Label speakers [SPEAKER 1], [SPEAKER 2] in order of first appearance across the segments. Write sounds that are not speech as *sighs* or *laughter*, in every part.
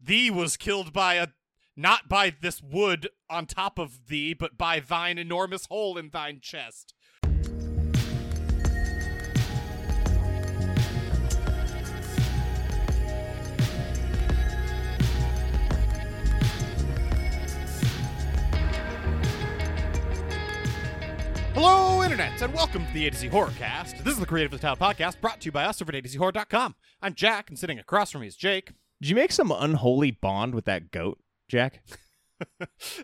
[SPEAKER 1] thee was killed by a not by this wood on top of thee, but by thine enormous hole in thine chest. Hello, Internet, and welcome to the A to Z Horrorcast. This is the Creative Town podcast brought to you by us over at AtoZHorror.com. I'm Jack, and sitting across from me is Jake.
[SPEAKER 2] Did you make some unholy bond with that goat, Jack?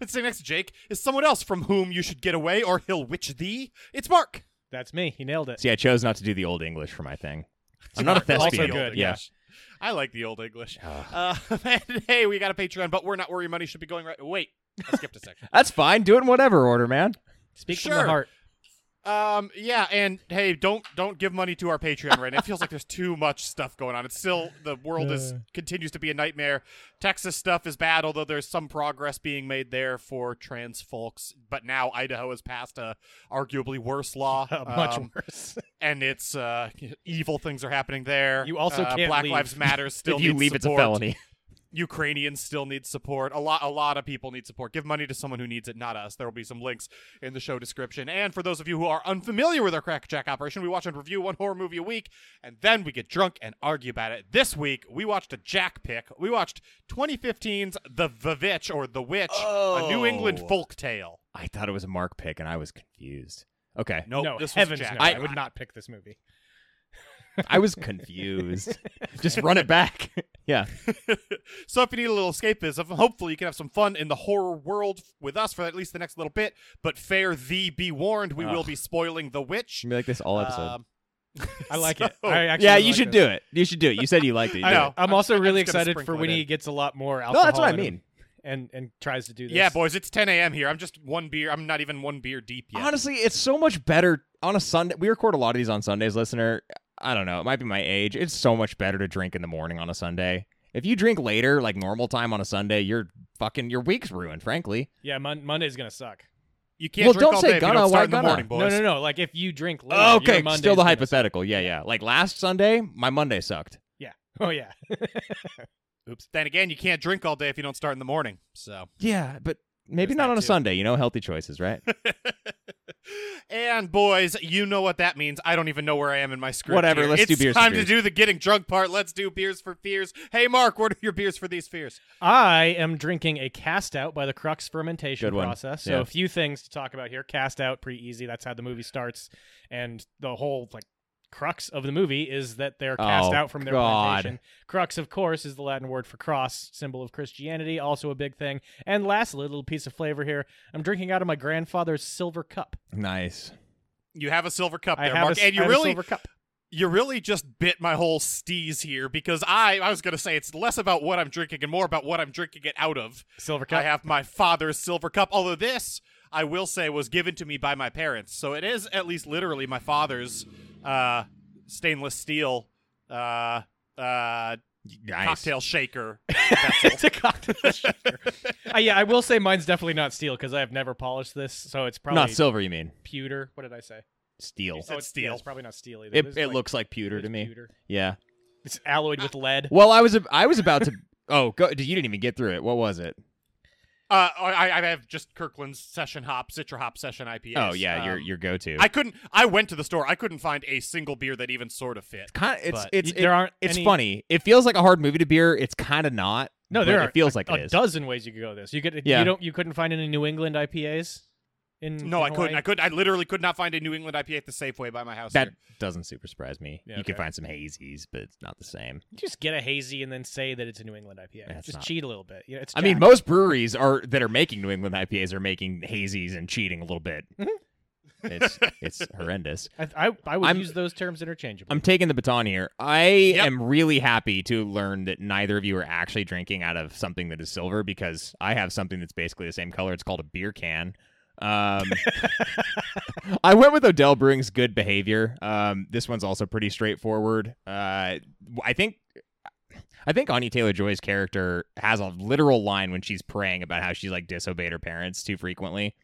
[SPEAKER 1] And sitting next to Jake is someone else from whom you should get away or he'll witch thee. It's Mark.
[SPEAKER 3] That's me. He nailed it.
[SPEAKER 2] See, I chose not to do the old English for my thing. I'm not a
[SPEAKER 3] Also
[SPEAKER 2] thespian.
[SPEAKER 3] good,
[SPEAKER 2] Yeah. Ah.
[SPEAKER 1] I like the old English. Uh, *laughs* and hey, we got a Patreon, but we're not where your money should be going right. Wait, I skipped a section.
[SPEAKER 2] That's fine. Do it in whatever order, man.
[SPEAKER 3] Speak
[SPEAKER 1] Sure.
[SPEAKER 3] from the heart.
[SPEAKER 1] Um, yeah, and hey, don't don't give money to our Patreon right now. It feels like there's too much stuff going on. It's still the world is
[SPEAKER 3] Uh.
[SPEAKER 1] continues to be a nightmare. Texas stuff is bad, although there's some progress being made there for trans folks. But now Idaho has passed a arguably worse
[SPEAKER 3] *laughs*
[SPEAKER 1] law.
[SPEAKER 3] much
[SPEAKER 1] Um,
[SPEAKER 3] worse.
[SPEAKER 1] and it's uh, evil things are happening there.
[SPEAKER 3] You also
[SPEAKER 1] uh,
[SPEAKER 3] can't
[SPEAKER 1] Black
[SPEAKER 3] leave.
[SPEAKER 1] Lives
[SPEAKER 2] *laughs*
[SPEAKER 1] Matter still.
[SPEAKER 2] if you
[SPEAKER 1] needs
[SPEAKER 2] leave, it's a
[SPEAKER 1] support.
[SPEAKER 2] felony.
[SPEAKER 1] Ukrainians still need support. A lot, a lot of people need support. Give money to someone who needs it, not us. There will be some links in the show description. And for those of you who are unfamiliar with our Crackjack operation, we watch and review one horror movie a week, and then we get drunk and argue about it. This week, we watched a Jack pick. We watched 2015's The Vivitch or The Witch, a New England
[SPEAKER 2] Oh.
[SPEAKER 1] folk tale.
[SPEAKER 2] I thought it was a Mark pick, and I was confused. Okay,
[SPEAKER 1] Nope,
[SPEAKER 3] no,
[SPEAKER 1] Oh, this was
[SPEAKER 3] heavens
[SPEAKER 1] Jack.
[SPEAKER 3] no.
[SPEAKER 1] I-
[SPEAKER 3] I, would not pick this
[SPEAKER 2] *laughs*
[SPEAKER 3] movie.
[SPEAKER 2] I was confused. Just run it back. *laughs* yeah.
[SPEAKER 1] so if you need a little escapism, hopefully you can have some fun in the horror world with us for at least the next little bit. But fair thee be warned, we
[SPEAKER 2] Ugh.
[SPEAKER 1] will be spoiling The Witch.
[SPEAKER 2] Should be like this all episode.
[SPEAKER 1] *laughs* Um,
[SPEAKER 3] I like it.
[SPEAKER 1] So-
[SPEAKER 3] I actually
[SPEAKER 2] yeah,
[SPEAKER 3] really
[SPEAKER 2] you
[SPEAKER 3] like
[SPEAKER 2] should
[SPEAKER 3] this.
[SPEAKER 2] do it. You should do it. You said you liked it. You
[SPEAKER 1] I
[SPEAKER 2] do
[SPEAKER 1] know.
[SPEAKER 2] it.
[SPEAKER 3] I'm
[SPEAKER 1] I'm
[SPEAKER 3] also
[SPEAKER 1] just- I'm
[SPEAKER 3] really
[SPEAKER 1] just gonna
[SPEAKER 3] excited for
[SPEAKER 1] sprinkle it
[SPEAKER 3] when
[SPEAKER 1] in.
[SPEAKER 3] he gets a lot more
[SPEAKER 2] No,
[SPEAKER 3] alcohol.
[SPEAKER 2] that's what I
[SPEAKER 3] in him
[SPEAKER 2] mean.
[SPEAKER 3] And and tries to do this.
[SPEAKER 1] yeah, boys, it's 10 a.m. here. I'm just one beer. I'm not even one beer deep yet.
[SPEAKER 2] Honestly, it's so much better on a Sunday. We record a lot of these on Sundays, listener. I don't know. It might be my age. It's so much better to drink in the morning on a Sunday. If you drink later, like normal time on a Sunday, you're fucking your week's ruined, frankly.
[SPEAKER 3] Yeah, Mon- Monday's gonna suck.
[SPEAKER 1] you can't
[SPEAKER 2] well,
[SPEAKER 1] drink
[SPEAKER 2] don't
[SPEAKER 1] all
[SPEAKER 2] say
[SPEAKER 1] day if you
[SPEAKER 2] gonna,
[SPEAKER 1] don't start
[SPEAKER 2] why
[SPEAKER 1] in the
[SPEAKER 2] gonna?
[SPEAKER 1] morning, boys.
[SPEAKER 3] No, no, no. Like if you drink later, your
[SPEAKER 2] okay,
[SPEAKER 3] Monday's
[SPEAKER 2] still the
[SPEAKER 3] gonna
[SPEAKER 2] hypothetical. Yeah, yeah. Like last Sunday, my Monday sucked.
[SPEAKER 3] suck. *laughs* Oh yeah.
[SPEAKER 1] Oops. Then again, you can't drink all day if you don't start in the morning. So. *laughs*
[SPEAKER 2] Yeah, but maybe
[SPEAKER 1] There's
[SPEAKER 2] not
[SPEAKER 1] that
[SPEAKER 2] on a
[SPEAKER 1] too.
[SPEAKER 2] Sunday, you know, healthy choices, right?
[SPEAKER 1] and boys, you know what that means. I don't even know where I am in my script.
[SPEAKER 2] Whatever,
[SPEAKER 1] here.
[SPEAKER 2] let's
[SPEAKER 1] it's
[SPEAKER 2] do beers for
[SPEAKER 1] time
[SPEAKER 2] fears.
[SPEAKER 1] to do the getting drunk part. Let's do beers for fears. Hey, Mark, what are your beers for these fears?
[SPEAKER 3] I am drinking a cast out by the crux fermentation
[SPEAKER 2] Good one.
[SPEAKER 3] process. So
[SPEAKER 2] Yeah.
[SPEAKER 3] a few things to talk about here. Cast out, pretty easy. That's how the movie starts. And the whole like crux of the movie is that they're cast
[SPEAKER 2] Oh,
[SPEAKER 3] out from their
[SPEAKER 2] God.
[SPEAKER 3] plantation. Crux, of course, is the Latin word for cross, symbol of Christianity, also a big thing. And lastly, a little piece of flavor here. I'm drinking out of my grandfather's silver cup.
[SPEAKER 2] nice.
[SPEAKER 1] You have a silver cup
[SPEAKER 3] I
[SPEAKER 1] there,
[SPEAKER 3] have
[SPEAKER 1] Mark,
[SPEAKER 3] a, s-
[SPEAKER 1] and
[SPEAKER 3] I
[SPEAKER 1] you
[SPEAKER 3] have a
[SPEAKER 1] really
[SPEAKER 3] silver cup.
[SPEAKER 1] you really just bit my whole steez here because I I was gonna say it's less about what I'm drinking and more about what I'm drinking it out of.
[SPEAKER 3] Silver
[SPEAKER 1] I
[SPEAKER 3] cup.
[SPEAKER 1] have my father's silver cup, although this I will say was given to me by my parents, so it is at least literally my father's uh, stainless steel uh, uh,
[SPEAKER 2] Nice.
[SPEAKER 1] cocktail
[SPEAKER 2] *laughs*
[SPEAKER 1] shaker.
[SPEAKER 3] it's a cocktail shaker. *laughs* Uh, yeah, I will say mine's definitely not steel because I have never polished this, so it's probably
[SPEAKER 2] Not silver, you mean.
[SPEAKER 3] pewter. What did I say? Oh,
[SPEAKER 2] Steel.
[SPEAKER 1] said
[SPEAKER 3] it's- yeah,
[SPEAKER 1] steel.
[SPEAKER 3] it's probably not steel either.
[SPEAKER 2] It,
[SPEAKER 3] This is
[SPEAKER 2] it
[SPEAKER 3] like-
[SPEAKER 2] looks like pewter
[SPEAKER 3] it's
[SPEAKER 2] to me.
[SPEAKER 3] pewter.
[SPEAKER 2] Yeah.
[SPEAKER 3] It's alloyed with lead.
[SPEAKER 2] Well, I was ab- I was about to. *laughs* Oh, go, you didn't even get through it. What was it?
[SPEAKER 1] Uh, I, I have just Kirkland's Session Hop, Citra Hop Session IPAs.
[SPEAKER 2] oh yeah, your
[SPEAKER 1] Um,
[SPEAKER 2] your go to.
[SPEAKER 1] I couldn't. I went to the store. I couldn't find a single beer that even sort of fit.
[SPEAKER 2] Kind *laughs* it's
[SPEAKER 1] but
[SPEAKER 2] it's
[SPEAKER 3] Y- there
[SPEAKER 2] it-
[SPEAKER 3] aren't.
[SPEAKER 2] it's
[SPEAKER 3] any-
[SPEAKER 2] funny. It feels like a hard movie to beer. It's kind of not.
[SPEAKER 3] No,
[SPEAKER 2] but
[SPEAKER 3] there are
[SPEAKER 2] It feels like
[SPEAKER 3] a
[SPEAKER 2] it is.
[SPEAKER 3] dozen ways you could go. This you could.
[SPEAKER 2] Yeah.
[SPEAKER 3] You don't. You couldn't find any New England IPAs. In
[SPEAKER 1] No,
[SPEAKER 3] in
[SPEAKER 1] I couldn't.
[SPEAKER 3] Hawaii?
[SPEAKER 1] I could. I literally could not find a New England IPA at the Safeway by my house.
[SPEAKER 2] That
[SPEAKER 1] here.
[SPEAKER 2] doesn't super surprise me.
[SPEAKER 3] Yeah,
[SPEAKER 2] you can
[SPEAKER 3] okay.
[SPEAKER 2] find some hazies, but it's not the same.
[SPEAKER 3] You just get a hazy and then say that it's a New England IPA.
[SPEAKER 2] That's
[SPEAKER 3] just
[SPEAKER 2] not-
[SPEAKER 3] cheat a little bit. You know, it's
[SPEAKER 2] I mean,
[SPEAKER 3] Jack.
[SPEAKER 2] most breweries are that are making New England IPAs are making hazies and cheating a little bit.
[SPEAKER 3] Mm-hmm. *laughs*
[SPEAKER 2] it's it's horrendous.
[SPEAKER 3] I, I, I would
[SPEAKER 2] I'm-
[SPEAKER 3] use those terms interchangeably.
[SPEAKER 2] I'm taking the baton here. I
[SPEAKER 1] Yep.
[SPEAKER 2] am really happy to learn that neither of you are actually drinking out of something that is silver because I have something that's basically the same color. It's called a beer can.
[SPEAKER 1] *laughs*
[SPEAKER 2] Um, I went with Odell Brewing's Good Behavior. Um, this one's also pretty straightforward. Uh, I think. I think Ani Taylor Joy's character has a literal line when she's praying about how she's like disobeyed her parents too frequently.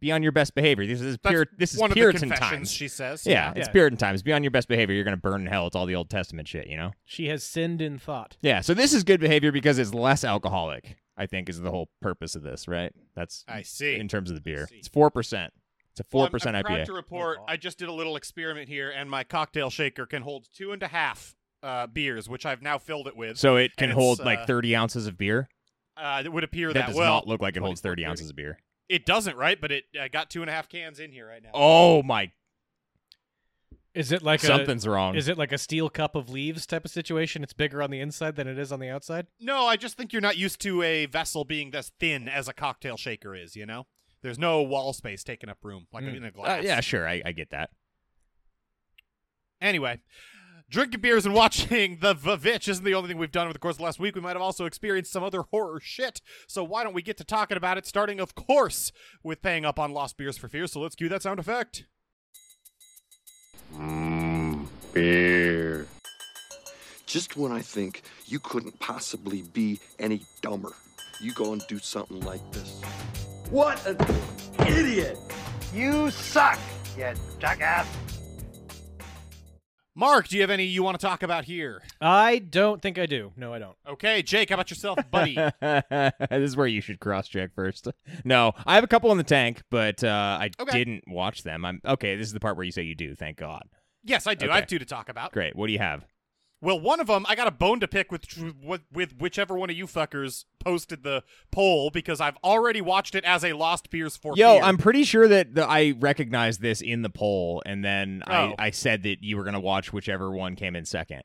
[SPEAKER 2] be on your best behavior. This is
[SPEAKER 1] That's
[SPEAKER 2] pure. This is
[SPEAKER 1] one of the
[SPEAKER 2] Puritan
[SPEAKER 1] confessions
[SPEAKER 2] times.
[SPEAKER 1] she says.
[SPEAKER 2] yeah, it's
[SPEAKER 3] Yeah.
[SPEAKER 2] Puritan times. Be on your best behavior. You're gonna burn in hell. It's all the Old Testament shit, you know.
[SPEAKER 3] She has sinned in thought.
[SPEAKER 2] Yeah. So this is good behavior because it's less alcoholic. I think is the whole purpose of this, right? That's
[SPEAKER 1] I see.
[SPEAKER 2] in terms of the beer.
[SPEAKER 1] see.
[SPEAKER 2] It's four percent. It's a
[SPEAKER 1] Well,
[SPEAKER 2] four
[SPEAKER 1] I'm-
[SPEAKER 2] percent
[SPEAKER 1] I'm proud
[SPEAKER 2] IPA.
[SPEAKER 1] to report, I just did a little experiment here, and my cocktail shaker can hold two and a half uh, beers, which I've now filled it with.
[SPEAKER 2] So it can
[SPEAKER 1] it's,
[SPEAKER 2] hold
[SPEAKER 1] uh,
[SPEAKER 2] like thirty ounces of beer.
[SPEAKER 1] Uh, it would appear
[SPEAKER 2] that
[SPEAKER 1] that,
[SPEAKER 2] does
[SPEAKER 1] well,
[SPEAKER 2] not look like it holds 30
[SPEAKER 1] 24,
[SPEAKER 2] ounces of beer.
[SPEAKER 1] it doesn't, right? But it I got two and a half cans in here right now.
[SPEAKER 2] Oh my!
[SPEAKER 3] Is it like
[SPEAKER 2] something's
[SPEAKER 3] a
[SPEAKER 2] wrong.
[SPEAKER 3] is it like a steel cup of leaves type of situation? It's bigger on the inside than it is on the outside.
[SPEAKER 1] No, I just think you're not used to a vessel being this thin as a cocktail shaker is. You know, there's no wall space taking up room like
[SPEAKER 3] Mm.
[SPEAKER 1] in a *laughs* glass.
[SPEAKER 2] Uh, yeah, sure. I, I get that. *laughs*
[SPEAKER 1] Anyway, drinking beers and watching The Vavitch isn't the only thing we've done over the course of the last week. We might have also experienced some other horror shit. So why don't we get to talking about it, starting, of course, with paying up on Lost Beers for Fear. So let's cue that sound effect.
[SPEAKER 4] Mmm, beer.
[SPEAKER 5] Just when I think you couldn't possibly be any dumber, you go and do something like this.
[SPEAKER 6] What an idiot! You suck, you jackass!
[SPEAKER 1] Mark, do you have any you want to talk about here?
[SPEAKER 3] I don't think I do. No, I don't.
[SPEAKER 1] Okay, Jake, how about yourself,
[SPEAKER 2] *laughs*
[SPEAKER 1] buddy?
[SPEAKER 2] this is where you should cross check first. *laughs* No, I have a couple in the tank, but uh, I
[SPEAKER 1] Okay.
[SPEAKER 2] didn't watch them. I'm okay. This is the part where you say you do. Thank God.
[SPEAKER 1] yes, I do. I
[SPEAKER 2] Okay.
[SPEAKER 1] have two to talk about.
[SPEAKER 2] Great. What do you have?
[SPEAKER 1] Well, one of them, I got a bone to pick with with, with whichever one of you fuckers posted the poll because I've already watched it as a Lost Beers for
[SPEAKER 2] Yo,
[SPEAKER 1] Fear.
[SPEAKER 2] I'm pretty sure that the, I recognized this in the poll, and then
[SPEAKER 1] Oh.
[SPEAKER 2] I, I said that you were gonna watch whichever one came in second.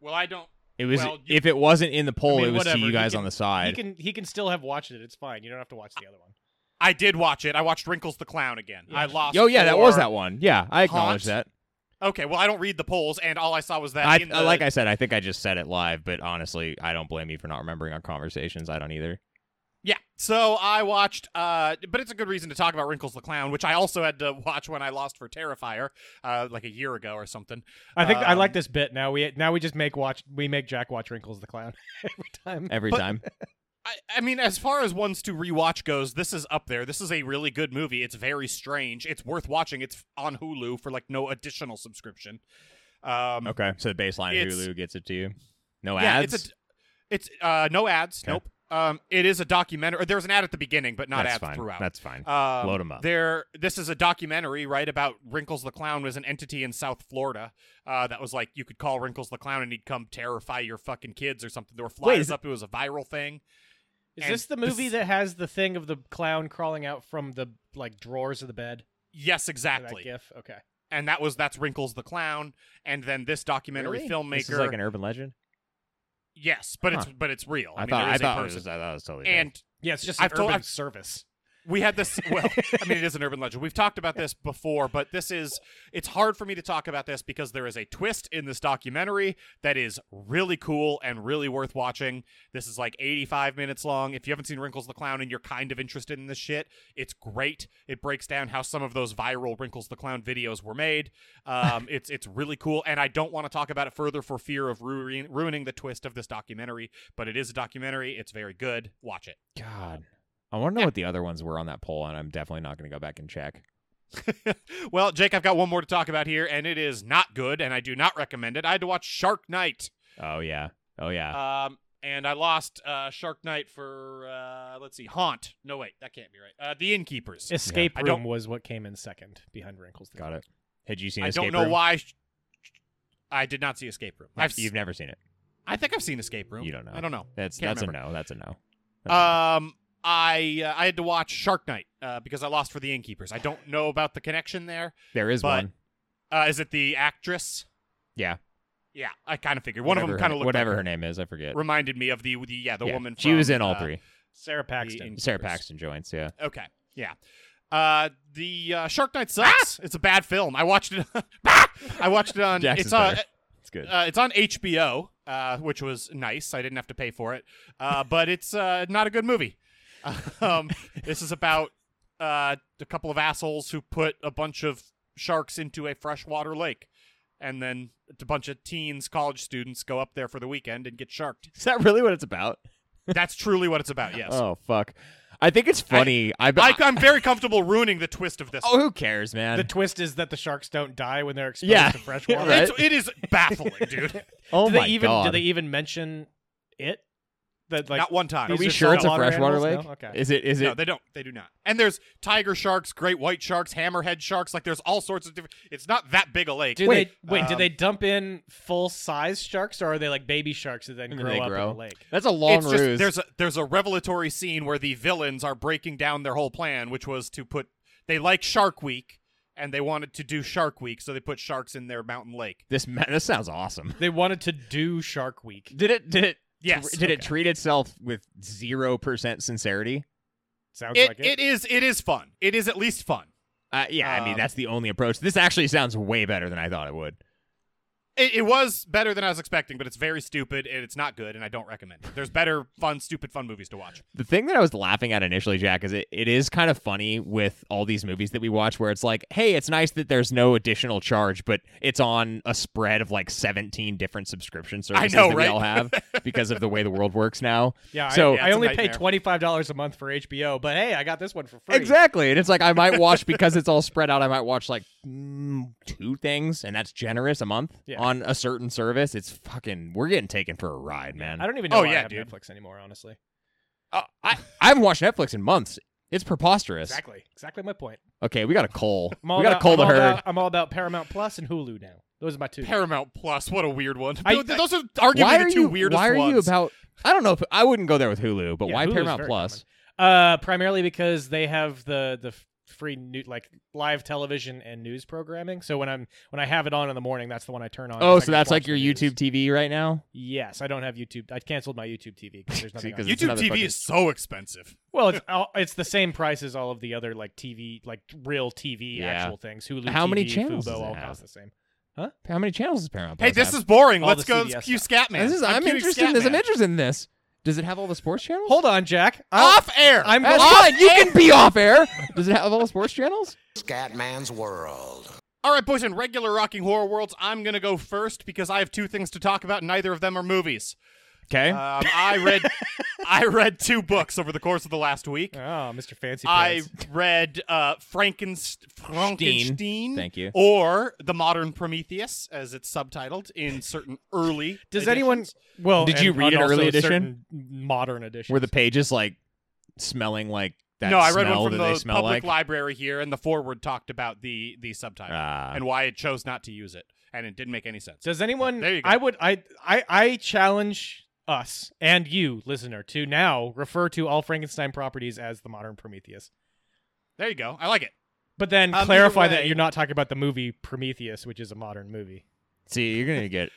[SPEAKER 1] Well, I don't.
[SPEAKER 2] It was
[SPEAKER 1] Well, you-
[SPEAKER 2] if it wasn't in the poll,
[SPEAKER 3] mean,
[SPEAKER 2] it was
[SPEAKER 3] whatever.
[SPEAKER 2] to you
[SPEAKER 3] You
[SPEAKER 2] guys
[SPEAKER 3] can-
[SPEAKER 2] on the
[SPEAKER 3] He
[SPEAKER 2] side.
[SPEAKER 3] can he can still have watched it. It's fine. You don't have to watch the other one.
[SPEAKER 1] I did watch it. I watched Wrinkles the Clown again. I lost.
[SPEAKER 2] Oh yeah, that was
[SPEAKER 1] four-
[SPEAKER 2] that one. Yeah, I acknowledge
[SPEAKER 1] Haunt.
[SPEAKER 2] that.
[SPEAKER 1] Okay, well, I don't read the polls, and all I saw was that.
[SPEAKER 2] I, uh,
[SPEAKER 1] in the,
[SPEAKER 2] like I said, I think I just said it live, but honestly, I don't blame you for not remembering our conversations. I don't either.
[SPEAKER 1] yeah. So I watched, uh, but it's a good reason to talk about Wrinkles the Clown, which I also had to *laughs* watch when I lost for Terrifier, uh, like a year ago or something.
[SPEAKER 3] I think I like
[SPEAKER 1] Um,
[SPEAKER 3] this bit. Now we now we just make watch we make Jack watch Wrinkles the Clown *laughs* every time.
[SPEAKER 2] Every
[SPEAKER 1] But-
[SPEAKER 2] time.
[SPEAKER 1] I, I mean, as far as ones to rewatch goes, this is up there. This is a really good movie. It's very strange. It's worth watching. It's on Hulu for like no additional subscription. Um,
[SPEAKER 2] Okay. So the baseline of
[SPEAKER 1] It's-
[SPEAKER 2] Hulu gets it to you. No
[SPEAKER 1] yeah,
[SPEAKER 2] ads.
[SPEAKER 1] it's a, it's uh, no ads.
[SPEAKER 2] Okay.
[SPEAKER 1] Nope. Um, it is a documentary. There's an ad at the beginning, but not
[SPEAKER 2] That's
[SPEAKER 1] ads
[SPEAKER 2] fine.
[SPEAKER 1] throughout.
[SPEAKER 2] That's fine.
[SPEAKER 1] Um,
[SPEAKER 2] Load 'em up.
[SPEAKER 1] There, this is a documentary, right, about Wrinkles the Clown was an entity in South Florida uh, that was like you could call Wrinkles the Clown and he'd come terrify your fucking kids or something. There were flyers
[SPEAKER 2] is it-
[SPEAKER 1] up. It was a viral thing.
[SPEAKER 3] Is
[SPEAKER 1] and
[SPEAKER 3] this the movie
[SPEAKER 1] this-
[SPEAKER 3] that has the thing of the clown crawling out from the like drawers of the bed?
[SPEAKER 1] Yes,
[SPEAKER 3] That
[SPEAKER 1] exactly.
[SPEAKER 3] gif. Okay.
[SPEAKER 1] And that was that's Wrinkles the Clown, and then this documentary
[SPEAKER 2] Really?
[SPEAKER 1] filmmaker.
[SPEAKER 2] This is like an urban legend.
[SPEAKER 1] yes, but it's
[SPEAKER 2] Huh.
[SPEAKER 1] but it's real. I,
[SPEAKER 2] I
[SPEAKER 1] mean,
[SPEAKER 2] thought.
[SPEAKER 1] there
[SPEAKER 2] I
[SPEAKER 1] is a
[SPEAKER 2] thought, it
[SPEAKER 1] person.
[SPEAKER 2] was, I thought it was totally. real.
[SPEAKER 1] and
[SPEAKER 3] Yeah, it's just
[SPEAKER 1] an
[SPEAKER 3] an
[SPEAKER 1] I've told- urban I've-
[SPEAKER 3] service.
[SPEAKER 1] We had this. Well, I mean, it is an urban legend. We've talked about this before, but this is. It's hard for me to talk about this because there is a twist in this documentary that is really cool and really worth watching. This is like 85 minutes long. If you haven't seen Wrinkles the Clown and you're kind of interested in this shit, it's great. It breaks down how some of those viral Wrinkles the Clown videos were made. Um, it's it's really cool, and I don't want to talk about it further for fear of ruin- ruining the twist of this documentary. But it is a documentary. It's very good. Watch it.
[SPEAKER 2] God, I want to know what the other ones were on that poll, and I'm definitely not going to go back and check.
[SPEAKER 1] *laughs* well, Jake, I've got one more to talk about here, and it is not good, and I do not recommend it. I had to watch Shark Night,
[SPEAKER 2] Oh yeah. Oh yeah.
[SPEAKER 1] um, and I lost uh, Shark Night for uh, let's see, Haunt. No, wait, that can't be right. Uh, the Innkeepers.
[SPEAKER 3] Escape
[SPEAKER 1] I don't-
[SPEAKER 3] Room was what came in second behind Wrinkles. the
[SPEAKER 2] Got
[SPEAKER 3] Clown.
[SPEAKER 2] it. Had you seen?
[SPEAKER 1] I
[SPEAKER 2] Escape
[SPEAKER 1] don't know
[SPEAKER 2] Room?
[SPEAKER 1] why. sh- I did not see Escape Room. I've, s-
[SPEAKER 2] You've never seen it.
[SPEAKER 1] I think I've seen Escape Room.
[SPEAKER 2] You don't know.
[SPEAKER 1] I don't know.
[SPEAKER 2] That's
[SPEAKER 1] Can't
[SPEAKER 2] that's
[SPEAKER 1] remember.
[SPEAKER 2] a no. That's a no. That's a
[SPEAKER 1] Um, I uh, I had to watch Shark Night uh, because I lost for the Innkeepers. I don't know about the connection there.
[SPEAKER 2] There is
[SPEAKER 1] but-
[SPEAKER 2] one.
[SPEAKER 1] Uh, is it the actress?
[SPEAKER 2] Yeah.
[SPEAKER 1] Yeah, I kind of figured. One
[SPEAKER 2] Whatever
[SPEAKER 1] of
[SPEAKER 2] her-
[SPEAKER 1] them kind of looked
[SPEAKER 2] whatever
[SPEAKER 1] like
[SPEAKER 2] her name is. I forget.
[SPEAKER 1] reminded me of the, the yeah the
[SPEAKER 2] Yeah,
[SPEAKER 1] woman.
[SPEAKER 2] She was
[SPEAKER 1] from,
[SPEAKER 2] in all
[SPEAKER 1] uh,
[SPEAKER 2] three.
[SPEAKER 3] Sarah Paxton.
[SPEAKER 1] in-
[SPEAKER 2] Sarah
[SPEAKER 1] Keepers.
[SPEAKER 2] Paxton
[SPEAKER 1] *laughs*
[SPEAKER 2] joins. Yeah.
[SPEAKER 1] Okay, yeah. Uh, the uh, Shark Night
[SPEAKER 2] Ah!
[SPEAKER 1] sucks. It's a bad film. I watched it. *laughs* Ah! I watched it on.
[SPEAKER 2] Jackson's
[SPEAKER 1] it's on.
[SPEAKER 2] better. It's good.
[SPEAKER 1] Uh, it's on HBO, uh, which was nice. I didn't have to pay for it, uh, but it's uh, not a good movie. *laughs* Um, this is about uh, a couple of assholes who put a bunch of sharks into a freshwater lake, and then a bunch of teens, college students, go up there for the weekend and get sharked.
[SPEAKER 2] Is that really what it's about?
[SPEAKER 1] That's truly what it's about. Yes.
[SPEAKER 2] *laughs* Oh fuck. I think it's funny. I,
[SPEAKER 1] I, I'm very comfortable ruining the twist of this.
[SPEAKER 2] oh, who cares, man?
[SPEAKER 3] The twist is that the sharks don't die when they're exposed
[SPEAKER 2] Yeah.
[SPEAKER 3] to fresh water.
[SPEAKER 2] Right.
[SPEAKER 1] It's, it is baffling, dude.
[SPEAKER 2] oh
[SPEAKER 3] do they
[SPEAKER 2] my
[SPEAKER 3] even
[SPEAKER 2] god!
[SPEAKER 3] do they even mention it? That like
[SPEAKER 1] Not one time.
[SPEAKER 2] Are
[SPEAKER 3] These
[SPEAKER 2] we
[SPEAKER 3] are
[SPEAKER 2] sure it's a
[SPEAKER 3] saltwater
[SPEAKER 2] freshwater lake?
[SPEAKER 3] animals? No? Okay.
[SPEAKER 2] Is it? Is
[SPEAKER 1] No,
[SPEAKER 2] it?
[SPEAKER 1] they don't. They do not. And there's tiger sharks, great white sharks, hammerhead sharks. Like there's all sorts of different. It's not that big a lake.
[SPEAKER 3] do
[SPEAKER 2] Wait,
[SPEAKER 3] they wait? do
[SPEAKER 1] um,
[SPEAKER 3] they dump in full size sharks, or are they like baby sharks that then
[SPEAKER 2] And
[SPEAKER 3] grow
[SPEAKER 2] they
[SPEAKER 3] up
[SPEAKER 2] grow.
[SPEAKER 3] in the lake?
[SPEAKER 2] That's a long
[SPEAKER 1] it's
[SPEAKER 2] ruse.
[SPEAKER 1] just there's a there's a revelatory scene where the villains are breaking down their whole plan, which was to put they like Shark Week and they wanted to do Shark Week, so they put sharks in their mountain lake.
[SPEAKER 2] this. ma- This sounds awesome.
[SPEAKER 3] They wanted to do Shark Week.
[SPEAKER 2] Did it? Did it?
[SPEAKER 1] Yes,
[SPEAKER 2] Did it treat itself with zero percent sincerity?
[SPEAKER 3] Sounds
[SPEAKER 1] It,
[SPEAKER 3] like
[SPEAKER 1] it is it is fun. It is at least fun.
[SPEAKER 2] Uh, yeah, I mean
[SPEAKER 1] Um,
[SPEAKER 2] that's the only approach. This actually sounds way better than I thought it would.
[SPEAKER 1] It, it was better than I was expecting, but it's very stupid and it's not good, and I don't recommend it. There's better fun, stupid fun movies to watch.
[SPEAKER 2] The thing that I was laughing at initially, Jack, is it, it is kind of funny with all these movies that we watch where it's like, hey, it's nice that there's no additional charge, but it's on a spread of like 17 different subscription services
[SPEAKER 1] know,
[SPEAKER 2] that
[SPEAKER 1] right?
[SPEAKER 2] we
[SPEAKER 1] *laughs*
[SPEAKER 2] all have because of the way the world works now.
[SPEAKER 3] Yeah,
[SPEAKER 2] So-
[SPEAKER 3] I,
[SPEAKER 1] Yeah,
[SPEAKER 3] I
[SPEAKER 1] it's a
[SPEAKER 3] only pay
[SPEAKER 1] nightmare.
[SPEAKER 3] twenty five dollars a month for HBO, but hey, I got this one for free.
[SPEAKER 2] Exactly. And it's like, I might watch because it's all spread out, I might watch like mm, two things, and that's generous a month
[SPEAKER 3] Yeah.
[SPEAKER 2] on a certain service. It's fucking, we're getting taken for a ride, man.
[SPEAKER 3] I don't even know
[SPEAKER 1] Oh,
[SPEAKER 3] why I
[SPEAKER 1] yeah,
[SPEAKER 3] have
[SPEAKER 1] dude.
[SPEAKER 3] Netflix anymore, honestly.
[SPEAKER 2] Uh, I, I haven't watched Netflix in months. It's preposterous.
[SPEAKER 3] Exactly, exactly my point.
[SPEAKER 2] Okay, we got a coal.
[SPEAKER 3] I'm all
[SPEAKER 2] we got
[SPEAKER 3] about-
[SPEAKER 2] a coal
[SPEAKER 3] I'm
[SPEAKER 2] to
[SPEAKER 3] all
[SPEAKER 2] herd.
[SPEAKER 3] about- I'm all about Paramount Plus and Hulu now. Those are my two.
[SPEAKER 1] Paramount Plus, what a weird one.
[SPEAKER 3] I-
[SPEAKER 1] Th- Those are arguably
[SPEAKER 2] why
[SPEAKER 1] the
[SPEAKER 2] are
[SPEAKER 1] two
[SPEAKER 2] you,
[SPEAKER 1] weirdest
[SPEAKER 2] Why are you
[SPEAKER 1] ones.
[SPEAKER 2] about? I don't know. if I wouldn't go there with Hulu, but
[SPEAKER 3] Yeah,
[SPEAKER 2] why
[SPEAKER 3] Hulu's
[SPEAKER 2] Paramount
[SPEAKER 3] very
[SPEAKER 2] Plus?
[SPEAKER 3] Uh, primarily because they have the the f- free new like live television and news programming. So when I'm when I have it on in the morning, that's the one I turn on.
[SPEAKER 2] Oh,
[SPEAKER 3] I
[SPEAKER 2] so
[SPEAKER 3] can
[SPEAKER 2] that's
[SPEAKER 3] watch
[SPEAKER 2] like
[SPEAKER 3] the
[SPEAKER 2] your
[SPEAKER 3] news.
[SPEAKER 2] YouTube TV right now.
[SPEAKER 3] Yes, I don't have YouTube. I canceled my YouTube TV because there's
[SPEAKER 2] *laughs* See,
[SPEAKER 3] nothing. on
[SPEAKER 2] 'cause
[SPEAKER 3] it.
[SPEAKER 2] it's
[SPEAKER 1] YouTube
[SPEAKER 2] another
[SPEAKER 1] TV
[SPEAKER 2] fucking-
[SPEAKER 1] is so expensive.
[SPEAKER 3] Well, it's all, it's the same price as all of the other like TV, like real TV
[SPEAKER 2] Yeah.
[SPEAKER 3] actual things. Hulu,
[SPEAKER 2] How
[SPEAKER 3] TV,
[SPEAKER 2] many channels
[SPEAKER 3] Fubo,
[SPEAKER 2] does it
[SPEAKER 3] all
[SPEAKER 2] have?
[SPEAKER 3] cost the same.
[SPEAKER 2] How many channels does Paramount?
[SPEAKER 1] Hey,
[SPEAKER 2] Plus
[SPEAKER 1] this
[SPEAKER 2] have?
[SPEAKER 1] is boring.
[SPEAKER 3] All
[SPEAKER 1] Let's
[SPEAKER 3] the
[SPEAKER 1] go
[SPEAKER 3] CBS
[SPEAKER 1] cue
[SPEAKER 3] stuff.
[SPEAKER 1] Scatman.
[SPEAKER 2] This is. I'm
[SPEAKER 1] cueing
[SPEAKER 2] interested. in this. I'm
[SPEAKER 1] Scatman.
[SPEAKER 2] interested in this. Does it have all the sports channels?
[SPEAKER 3] Hold on, Jack. I'll-
[SPEAKER 2] Oh,
[SPEAKER 1] Off air.
[SPEAKER 3] I'm
[SPEAKER 2] That's
[SPEAKER 3] going.
[SPEAKER 2] fine. You can be off air. Does it have all the sports channels?
[SPEAKER 7] Scatman's World.
[SPEAKER 1] All right, boys, in regular Rocking Horror Worlds, I'm going to go first because I have two things to talk about. and Neither of them are movies.
[SPEAKER 2] Okay.
[SPEAKER 1] Um, I read I read two books over the course of the last week.
[SPEAKER 3] *laughs* Oh, Mr. Fancy
[SPEAKER 1] I
[SPEAKER 2] *laughs*
[SPEAKER 3] Pants.
[SPEAKER 1] read uh, Frankenst- Frankenstein.
[SPEAKER 2] Thank you.
[SPEAKER 1] Or The Modern Prometheus, as it's subtitled in certain early.
[SPEAKER 3] Does
[SPEAKER 1] editions.
[SPEAKER 3] anyone? Well,
[SPEAKER 2] Did you
[SPEAKER 3] and-
[SPEAKER 2] read
[SPEAKER 3] and
[SPEAKER 2] an
[SPEAKER 3] also
[SPEAKER 2] early edition?
[SPEAKER 3] certain Modern edition.
[SPEAKER 2] Were the pages like smelling like that?
[SPEAKER 1] no, I read
[SPEAKER 2] smell
[SPEAKER 1] one from
[SPEAKER 2] that they
[SPEAKER 1] the
[SPEAKER 2] smell
[SPEAKER 1] public
[SPEAKER 2] like.
[SPEAKER 1] library here, and the forward talked about the the subtitle
[SPEAKER 2] Ah.
[SPEAKER 1] and why it chose not to use it, and it didn't make any sense.
[SPEAKER 3] Does anyone?
[SPEAKER 1] There you go.
[SPEAKER 3] I would. I. I. I challenge us and you, listener, to now refer to all Frankenstein properties as the modern Prometheus.
[SPEAKER 1] There you go. I like it.
[SPEAKER 3] But then
[SPEAKER 1] Um, either
[SPEAKER 3] clarify that
[SPEAKER 1] way-
[SPEAKER 3] you're not talking about the movie Prometheus, which is a modern movie.
[SPEAKER 2] See, you're gonna get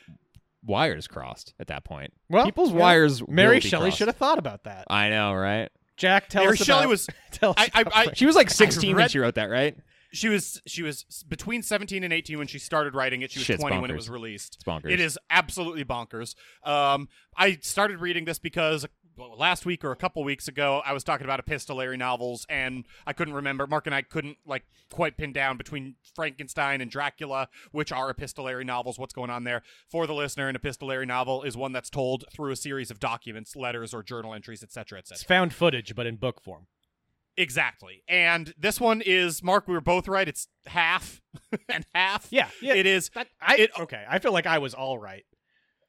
[SPEAKER 2] wires crossed at that point.
[SPEAKER 3] Well,
[SPEAKER 2] People's
[SPEAKER 3] you know,
[SPEAKER 2] wires. will
[SPEAKER 3] Mary
[SPEAKER 2] be
[SPEAKER 3] Shelley
[SPEAKER 2] crossed.
[SPEAKER 3] should have thought about that.
[SPEAKER 2] I know, right?
[SPEAKER 3] Jack, tell
[SPEAKER 1] Uh, Mary
[SPEAKER 3] us
[SPEAKER 1] Shelley
[SPEAKER 3] about-
[SPEAKER 1] was-
[SPEAKER 3] *laughs* tell us
[SPEAKER 1] I- I-
[SPEAKER 3] about
[SPEAKER 1] I-
[SPEAKER 3] Frank-
[SPEAKER 2] She was like 16 when
[SPEAKER 1] read-
[SPEAKER 2] she wrote that, right?
[SPEAKER 1] She was she was s- between 17 and 18 when she started writing it. She was
[SPEAKER 2] Shit's
[SPEAKER 1] 20 when it
[SPEAKER 2] bonkers.
[SPEAKER 1] was released.
[SPEAKER 2] It's bonkers.
[SPEAKER 1] It is absolutely bonkers. Um, I started reading this because well, last week or a couple weeks ago I was talking about epistolary novels and I couldn't remember. Mark and I couldn't like quite pin down between Frankenstein and Dracula, which are epistolary novels. What's going on there for the listener? An epistolary novel is one that's told through a series of documents, letters, or journal entries, etc., etc.
[SPEAKER 3] It's found footage, but in book form.
[SPEAKER 1] Exactly. And this one is Mark, we were both right. It's half *laughs* and half.
[SPEAKER 3] Yeah, yeah.
[SPEAKER 1] It is
[SPEAKER 3] That, I,
[SPEAKER 1] It-
[SPEAKER 3] okay, I feel like I was all right.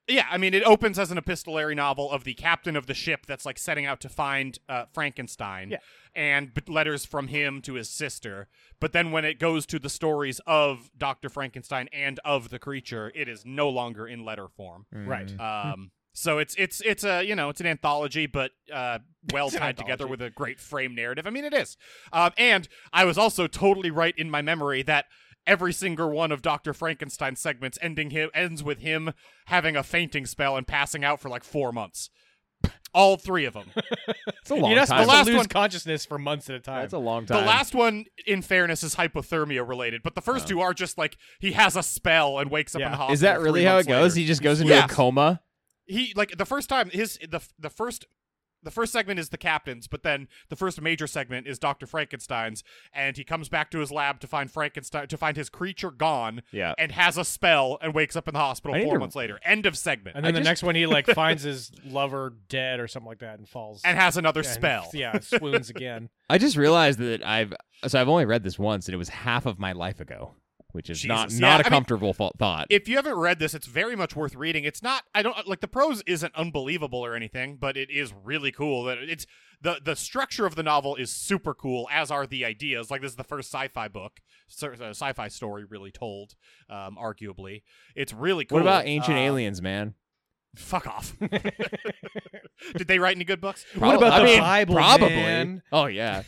[SPEAKER 1] yeah, I mean, it opens as an epistolary novel of the captain of the ship that's like setting out to find uh, Frankenstein,
[SPEAKER 3] Yeah.
[SPEAKER 1] and b- letters from him to his sister. But then when it goes to the stories of Doctor Frankenstein and of the creature, it is no longer in letter form.
[SPEAKER 3] Right.
[SPEAKER 1] *laughs*
[SPEAKER 2] Mm.
[SPEAKER 1] Um, so it's it's it's a you know it's an anthology, but uh, well
[SPEAKER 3] It's an
[SPEAKER 1] tied together
[SPEAKER 3] anthology.
[SPEAKER 1] with a great frame narrative. I mean, it is. Um, and I was also totally right in my memory that every single one of Doctor Frankenstein's segments ending him ends with him having a fainting spell and passing out for like four months. All three
[SPEAKER 2] *laughs*
[SPEAKER 1] of them.
[SPEAKER 2] It's a long
[SPEAKER 3] You're not
[SPEAKER 2] time.
[SPEAKER 3] supposed
[SPEAKER 1] The last
[SPEAKER 3] to lose
[SPEAKER 1] one-
[SPEAKER 3] consciousness for months at a time.
[SPEAKER 2] That's a long
[SPEAKER 1] The
[SPEAKER 2] time.
[SPEAKER 1] last one, in fairness, is hypothermia related, but the first two are just like he has a spell and wakes up in
[SPEAKER 3] Yeah.
[SPEAKER 1] the hospital.
[SPEAKER 2] Oh. Is that
[SPEAKER 1] three
[SPEAKER 2] really how it
[SPEAKER 1] months
[SPEAKER 2] goes?
[SPEAKER 1] later.
[SPEAKER 2] He just goes into
[SPEAKER 1] Yes.
[SPEAKER 2] a coma.
[SPEAKER 1] he like the first time his the the first the first segment is the captain's, but then the first major segment is Dr. Frankenstein's, and he comes back to his lab to find Frankenstein to find his creature gone
[SPEAKER 2] Yeah.
[SPEAKER 1] and has a spell and wakes up in the hospital
[SPEAKER 2] I need
[SPEAKER 1] four
[SPEAKER 2] to-
[SPEAKER 1] months later. End of segment.
[SPEAKER 3] And then the next one,
[SPEAKER 1] *laughs*
[SPEAKER 3] he like finds his lover dead or something like that, and falls
[SPEAKER 1] and has another
[SPEAKER 3] and,
[SPEAKER 1] spell.
[SPEAKER 3] Yeah, swoons *laughs* again.
[SPEAKER 2] I just realized that I've so I've only read this once, and it was half of my life ago, which is not
[SPEAKER 1] Jesus. Yeah,
[SPEAKER 2] not
[SPEAKER 1] I
[SPEAKER 2] a
[SPEAKER 1] mean-
[SPEAKER 2] comfortable fo- thought.
[SPEAKER 1] If you haven't read this, it's very much worth reading. It's not I don't like the prose isn't unbelievable or anything, but it is really cool. That it's the the structure of the novel is super cool, as are the ideas. Like this is the first sci-fi book, sci- uh, sci-fi story really told, um, arguably. It's really cool.
[SPEAKER 2] What about Ancient
[SPEAKER 1] Uh,
[SPEAKER 2] Aliens, man?
[SPEAKER 1] Fuck
[SPEAKER 2] *laughs*
[SPEAKER 1] off. *laughs* Did they write any good books?
[SPEAKER 2] Probably,
[SPEAKER 3] about
[SPEAKER 2] I
[SPEAKER 3] the
[SPEAKER 2] mean,
[SPEAKER 3] Bible,
[SPEAKER 2] Probably.
[SPEAKER 3] man?
[SPEAKER 2] Oh *laughs* yeah.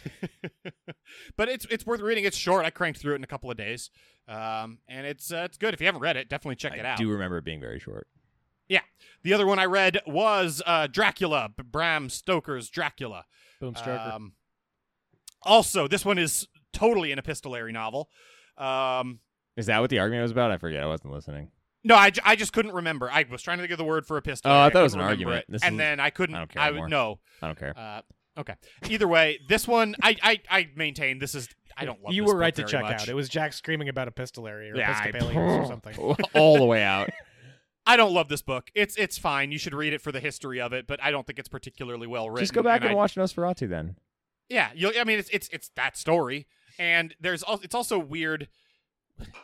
[SPEAKER 1] but it's it's worth reading. It's short. I cranked through it in a couple of days, um, and it's uh, it's good. If you haven't read it, definitely check it
[SPEAKER 2] I
[SPEAKER 1] out.
[SPEAKER 2] do remember it being very short.
[SPEAKER 1] The other one I read was uh, Dracula, B- Bram Stoker's Dracula.
[SPEAKER 3] Boomstroker.
[SPEAKER 1] Um, also, this one is totally an epistolary novel. Um,
[SPEAKER 2] Is that what the argument was about? I forget. I wasn't listening.
[SPEAKER 1] no, I, j- I just couldn't remember. I was trying to think of the word for epistolary.
[SPEAKER 2] Oh, I thought it
[SPEAKER 1] couldn't
[SPEAKER 2] was an
[SPEAKER 1] remember
[SPEAKER 2] argument.
[SPEAKER 1] it,
[SPEAKER 2] This
[SPEAKER 1] and
[SPEAKER 2] is-
[SPEAKER 1] then I couldn't.
[SPEAKER 2] I don't care
[SPEAKER 1] I would
[SPEAKER 2] anymore.
[SPEAKER 1] no.
[SPEAKER 2] I don't care.
[SPEAKER 1] Uh, okay. Either way, this one I I, I maintain this is I don't love.
[SPEAKER 3] you
[SPEAKER 1] this
[SPEAKER 3] were
[SPEAKER 1] book
[SPEAKER 3] right to
[SPEAKER 1] very
[SPEAKER 3] check
[SPEAKER 1] much.
[SPEAKER 3] out. It was Jack screaming about epistolary or
[SPEAKER 1] Yeah, I-
[SPEAKER 3] Episcopalians
[SPEAKER 1] *laughs*
[SPEAKER 2] *laughs*
[SPEAKER 3] or something.
[SPEAKER 2] All the way out.
[SPEAKER 1] I don't love this book. It's it's fine. You should read it for the history of it, but I don't think it's particularly well written.
[SPEAKER 2] Just go back and,
[SPEAKER 1] I-
[SPEAKER 2] watch Nosferatu then.
[SPEAKER 1] Yeah, you I mean, it's it's it's that story, and there's also it's also weird,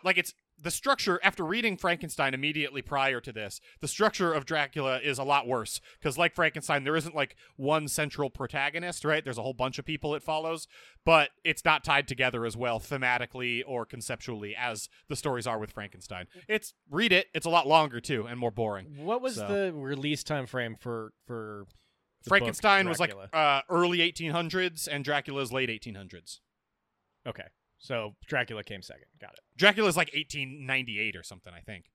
[SPEAKER 1] like it's the structure after reading Frankenstein immediately prior to this. The structure of Dracula is a lot worse because, like Frankenstein, there isn't like one central protagonist, right? There's a whole bunch of people it follows, but it's not tied together as well thematically or conceptually as the stories are with Frankenstein. It's read it. It's a lot longer too and more boring.
[SPEAKER 3] What was
[SPEAKER 1] So-
[SPEAKER 3] the release time frame for for the book
[SPEAKER 1] Frankenstein was like
[SPEAKER 3] Dracula?
[SPEAKER 1] uh, early 1800s, and Dracula's late 1800s.
[SPEAKER 3] okay, so Dracula came second. Got it.
[SPEAKER 1] Dracula's like 1898 or something, I think.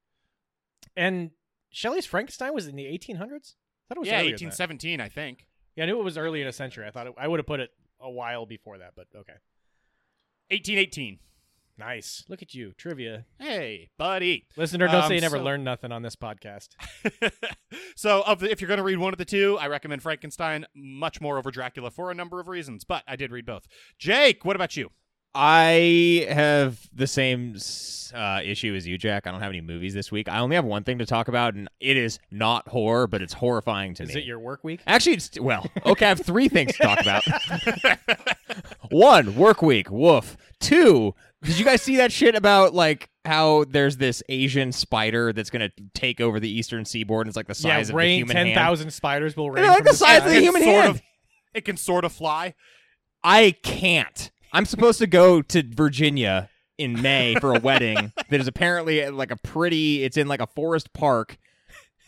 [SPEAKER 3] And Shelley's Frankenstein was in the 1800s. I thought it was
[SPEAKER 1] Yeah,
[SPEAKER 3] earlier than that.
[SPEAKER 1] 1817, I think.
[SPEAKER 3] Yeah, I knew it was early in a century. I thought it, I would have put it a while before that, but okay.
[SPEAKER 1] 1818.
[SPEAKER 3] Nice. Look at you, trivia
[SPEAKER 1] Hey, buddy.
[SPEAKER 3] listener. Don't
[SPEAKER 1] Um,
[SPEAKER 3] say you never
[SPEAKER 1] so-
[SPEAKER 3] learned nothing on this *laughs* podcast.
[SPEAKER 1] *laughs* so, of the, if you're going to read one of the two, I recommend Frankenstein much more over Dracula for a number of reasons, but I did read both. Jake, what about you?
[SPEAKER 2] I have the same s- uh, issue as you, Jack. I don't have any movies this week. I only have one thing to talk about, and it is not horror, but it's horrifying to me.
[SPEAKER 3] Is it your work week?
[SPEAKER 2] Actually, it's well, okay. I have three things to talk about. *laughs* One, work week. Woof. Two, did you guys see that shit about like how there's this Asian spider that's gonna take over the eastern seaboard? And it's like the
[SPEAKER 3] yeah,
[SPEAKER 2] size of a
[SPEAKER 3] rain
[SPEAKER 2] human
[SPEAKER 3] ten
[SPEAKER 2] hand.
[SPEAKER 3] thousand spiders will rain.
[SPEAKER 2] They're like
[SPEAKER 3] from
[SPEAKER 2] the size of
[SPEAKER 3] sky.
[SPEAKER 2] the human
[SPEAKER 1] sort
[SPEAKER 2] hand.
[SPEAKER 1] of- it can sort of fly.
[SPEAKER 2] I can't. I'm supposed to go to Virginia in May for
[SPEAKER 3] *laughs*
[SPEAKER 2] a wedding that is apparently at, like a pretty. It's in like a forest park.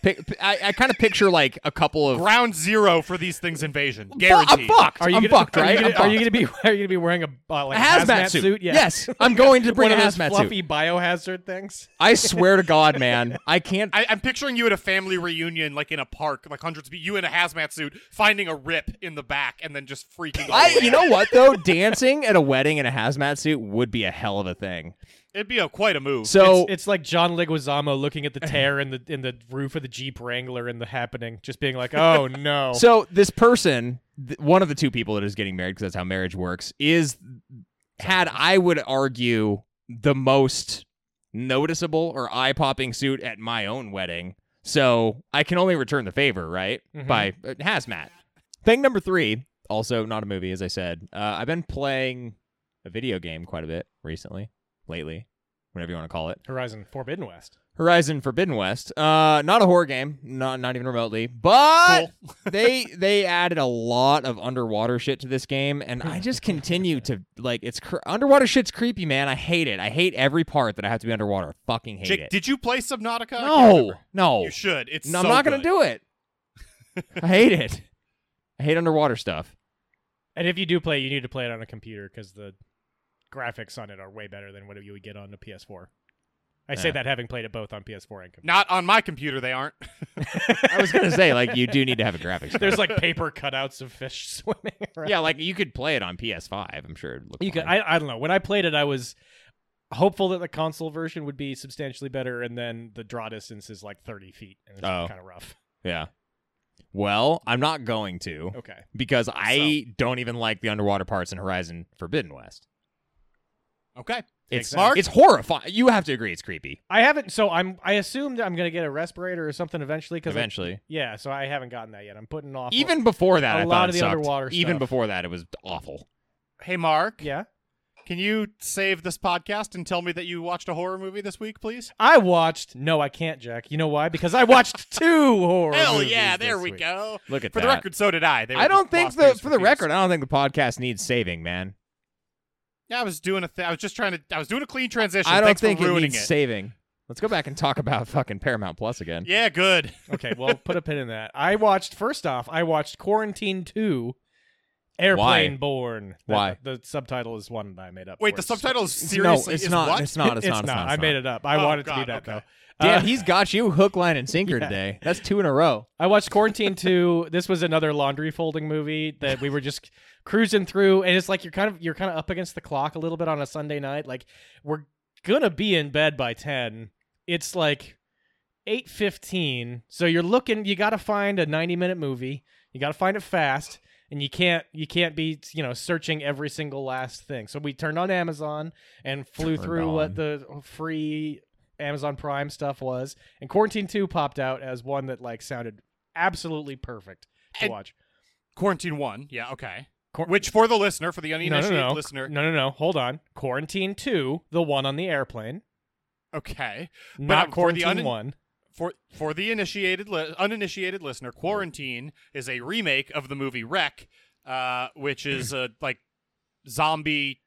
[SPEAKER 2] Pic- I, I kind of picture like a couple of.
[SPEAKER 1] Ground zero for these things invasion.
[SPEAKER 2] Fu- uh, I'm
[SPEAKER 1] Guaranteed.
[SPEAKER 2] fucked.
[SPEAKER 3] Are you
[SPEAKER 2] I'm
[SPEAKER 3] gonna,
[SPEAKER 2] fucked,
[SPEAKER 3] are you
[SPEAKER 2] right?
[SPEAKER 3] gonna-
[SPEAKER 2] I'm
[SPEAKER 3] are you
[SPEAKER 2] fucked.
[SPEAKER 3] gonna be *laughs* are you gonna be wearing a uh, like
[SPEAKER 2] a hazmat, suit.
[SPEAKER 3] Yeah.
[SPEAKER 2] Yes, I'm going
[SPEAKER 3] *laughs*
[SPEAKER 2] to bring
[SPEAKER 3] One
[SPEAKER 2] a
[SPEAKER 3] of those
[SPEAKER 2] hazmat
[SPEAKER 3] fluffy
[SPEAKER 2] suit.
[SPEAKER 3] biohazard things.
[SPEAKER 2] I swear to God, man, I
[SPEAKER 3] *laughs*
[SPEAKER 2] can't.
[SPEAKER 1] I, I'm picturing you at a family reunion, like in a park, like hundreds of pe- you in a hazmat suit, finding a rip in the back, and then just freaking. all
[SPEAKER 2] I,
[SPEAKER 1] the way
[SPEAKER 2] you
[SPEAKER 1] out.
[SPEAKER 2] know what though? Dancing at a wedding in a hazmat suit would be a hell of a thing.
[SPEAKER 1] it'd be a quite a move.
[SPEAKER 2] *laughs* So
[SPEAKER 3] It's like John Leguizamo looking at the tear in the in the roof of the Jeep Wrangler in the happening, just being like,
[SPEAKER 2] *laughs*
[SPEAKER 3] "Oh no."
[SPEAKER 2] So this person, th- one of the two people that is getting married, because that's how marriage works, is had I would argue the most noticeable or eye popping suit at my own wedding. So I can only return the favor, right?
[SPEAKER 3] Mhm.
[SPEAKER 2] By uh, hazmat. Thing number three, also not a movie, as I said. Uh, I've been playing a video game quite a bit recently, lately, whatever you want to call it.
[SPEAKER 3] Horizon Forbidden West.
[SPEAKER 2] Horizon Forbidden West. Uh, not a horror game, not not even remotely. But they they added a lot of underwater shit to this game, and I just continue to like it's cr- underwater shit's creepy, man. I hate it. I hate every part that I have to be underwater. I fucking hate
[SPEAKER 1] Jake,
[SPEAKER 2] it.
[SPEAKER 1] did you play Subnautica? I can't
[SPEAKER 2] no,
[SPEAKER 1] remember.
[SPEAKER 2] no,
[SPEAKER 1] you should. It's
[SPEAKER 2] no, I'm
[SPEAKER 1] so
[SPEAKER 2] not gonna
[SPEAKER 1] good. *laughs*
[SPEAKER 2] do it. I hate it. I hate underwater stuff.
[SPEAKER 3] And if you do play, you need to play it on a computer because the graphics on it are way better than what you would get on a PS4. I say
[SPEAKER 2] Yeah.
[SPEAKER 3] that having played it both on PS4 and computer.
[SPEAKER 1] Not on my computer. They aren't. *laughs*
[SPEAKER 2] I was
[SPEAKER 3] *laughs*
[SPEAKER 2] gonna say like you do need to have a graphics. card.
[SPEAKER 3] There's like paper cutouts of fish *laughs* swimming around.
[SPEAKER 2] yeah, like you could play it on PS5. I'm sure. It'd look
[SPEAKER 3] You could,
[SPEAKER 2] fine.
[SPEAKER 3] I, I don't know. When I played it, I was hopeful that the console version would be substantially better, and then the draw distance is like 30 feet, and it's
[SPEAKER 2] Oh.
[SPEAKER 3] kind of rough.
[SPEAKER 2] yeah. Well, I'm not going to
[SPEAKER 3] Okay.
[SPEAKER 2] because I don't even like the underwater parts in Horizon Forbidden West.
[SPEAKER 1] Okay.
[SPEAKER 2] It's
[SPEAKER 1] Mark?
[SPEAKER 2] It's horrifying. You have to agree it's creepy.
[SPEAKER 3] I haven't. So I'm. I assume that I'm gonna get a respirator or something eventually. Because
[SPEAKER 2] Eventually,
[SPEAKER 3] yeah. So I haven't gotten that yet. I'm putting off.
[SPEAKER 2] even before that,
[SPEAKER 3] a
[SPEAKER 2] I thought
[SPEAKER 3] lot
[SPEAKER 2] it
[SPEAKER 3] of the
[SPEAKER 2] sucked.
[SPEAKER 3] underwater
[SPEAKER 2] Even
[SPEAKER 3] stuff.
[SPEAKER 2] before that, it was awful.
[SPEAKER 1] Hey, Mark.
[SPEAKER 3] *laughs* Yeah.
[SPEAKER 1] Can you save this podcast and tell me that you watched a horror movie this week, please?
[SPEAKER 3] I watched. No, I can't, Jack. You know why? Because
[SPEAKER 1] *laughs*
[SPEAKER 3] I watched two horror.
[SPEAKER 1] Hell
[SPEAKER 3] movies
[SPEAKER 1] yeah!
[SPEAKER 3] this
[SPEAKER 1] There we
[SPEAKER 3] week.
[SPEAKER 1] go.
[SPEAKER 2] Look at
[SPEAKER 1] For
[SPEAKER 2] that.
[SPEAKER 1] the record, so did I. They were
[SPEAKER 2] I don't
[SPEAKER 1] just
[SPEAKER 2] think
[SPEAKER 1] lost
[SPEAKER 2] the
[SPEAKER 1] days
[SPEAKER 2] for the
[SPEAKER 1] reviews.
[SPEAKER 2] record, I don't think the podcast needs saving, man.
[SPEAKER 1] Yeah, I was doing a. Th- I was just trying to. I was doing a clean transition.
[SPEAKER 2] I don't
[SPEAKER 1] Thanks
[SPEAKER 2] think
[SPEAKER 1] for
[SPEAKER 2] it
[SPEAKER 1] ruining
[SPEAKER 2] needs saving. Let's go back and talk about fucking Paramount Plus again.
[SPEAKER 1] Yeah, good.
[SPEAKER 3] okay, well, put a pin in that. I watched first off. I watched Quarantine Two, Airplane
[SPEAKER 2] Why?
[SPEAKER 3] Born. That-
[SPEAKER 2] Why?
[SPEAKER 3] The, subtitle is one that I made up.
[SPEAKER 1] Wait,
[SPEAKER 3] for
[SPEAKER 1] the
[SPEAKER 3] it, so-
[SPEAKER 1] subtitle is
[SPEAKER 2] It's-
[SPEAKER 1] seriously
[SPEAKER 2] no, it's
[SPEAKER 1] is
[SPEAKER 2] not,
[SPEAKER 1] what? *laughs*
[SPEAKER 2] it's not. It's not. It's not.
[SPEAKER 3] I made it up. I
[SPEAKER 1] Oh,
[SPEAKER 3] wanted to be
[SPEAKER 1] God,
[SPEAKER 3] that
[SPEAKER 1] okay.
[SPEAKER 3] though.
[SPEAKER 2] Damn,
[SPEAKER 3] Uh,
[SPEAKER 2] he's got you hook, line,
[SPEAKER 1] *laughs*
[SPEAKER 2] and sinker today. That's two in a row.
[SPEAKER 3] I watched Quarantine 2. This was another laundry folding movie that we were just cruising through and it's like you're kind of you're kind of up against the clock a little bit on a Sunday night. Like we're going to be in bed by 10. It's like 8:15. So you're looking you got to find a 90-minute movie. You got to find it fast and you can't you can't be, you know, searching every single last thing. So we turned on Amazon and flew
[SPEAKER 2] Turned
[SPEAKER 3] through
[SPEAKER 2] on.
[SPEAKER 3] what the free Amazon Prime stuff was. And Quarantine 2 popped out as one that like sounded absolutely perfect to
[SPEAKER 1] And-
[SPEAKER 3] watch.
[SPEAKER 1] Quarantine one. Yeah. Okay.
[SPEAKER 3] Quar-
[SPEAKER 1] Which for the listener, for the
[SPEAKER 3] no,
[SPEAKER 1] uninitiated
[SPEAKER 3] no, no.
[SPEAKER 1] listener.
[SPEAKER 3] No, no, no. Hold on. Quarantine 2, the one on the airplane,
[SPEAKER 1] Okay. But, uh,
[SPEAKER 3] not
[SPEAKER 1] for the unin-
[SPEAKER 3] Quarantine 1.
[SPEAKER 1] For for the initiated li- uninitiated listener, Quarantine is a remake of the movie Wreck, uh, which is
[SPEAKER 2] *clears throat*
[SPEAKER 1] a like zombie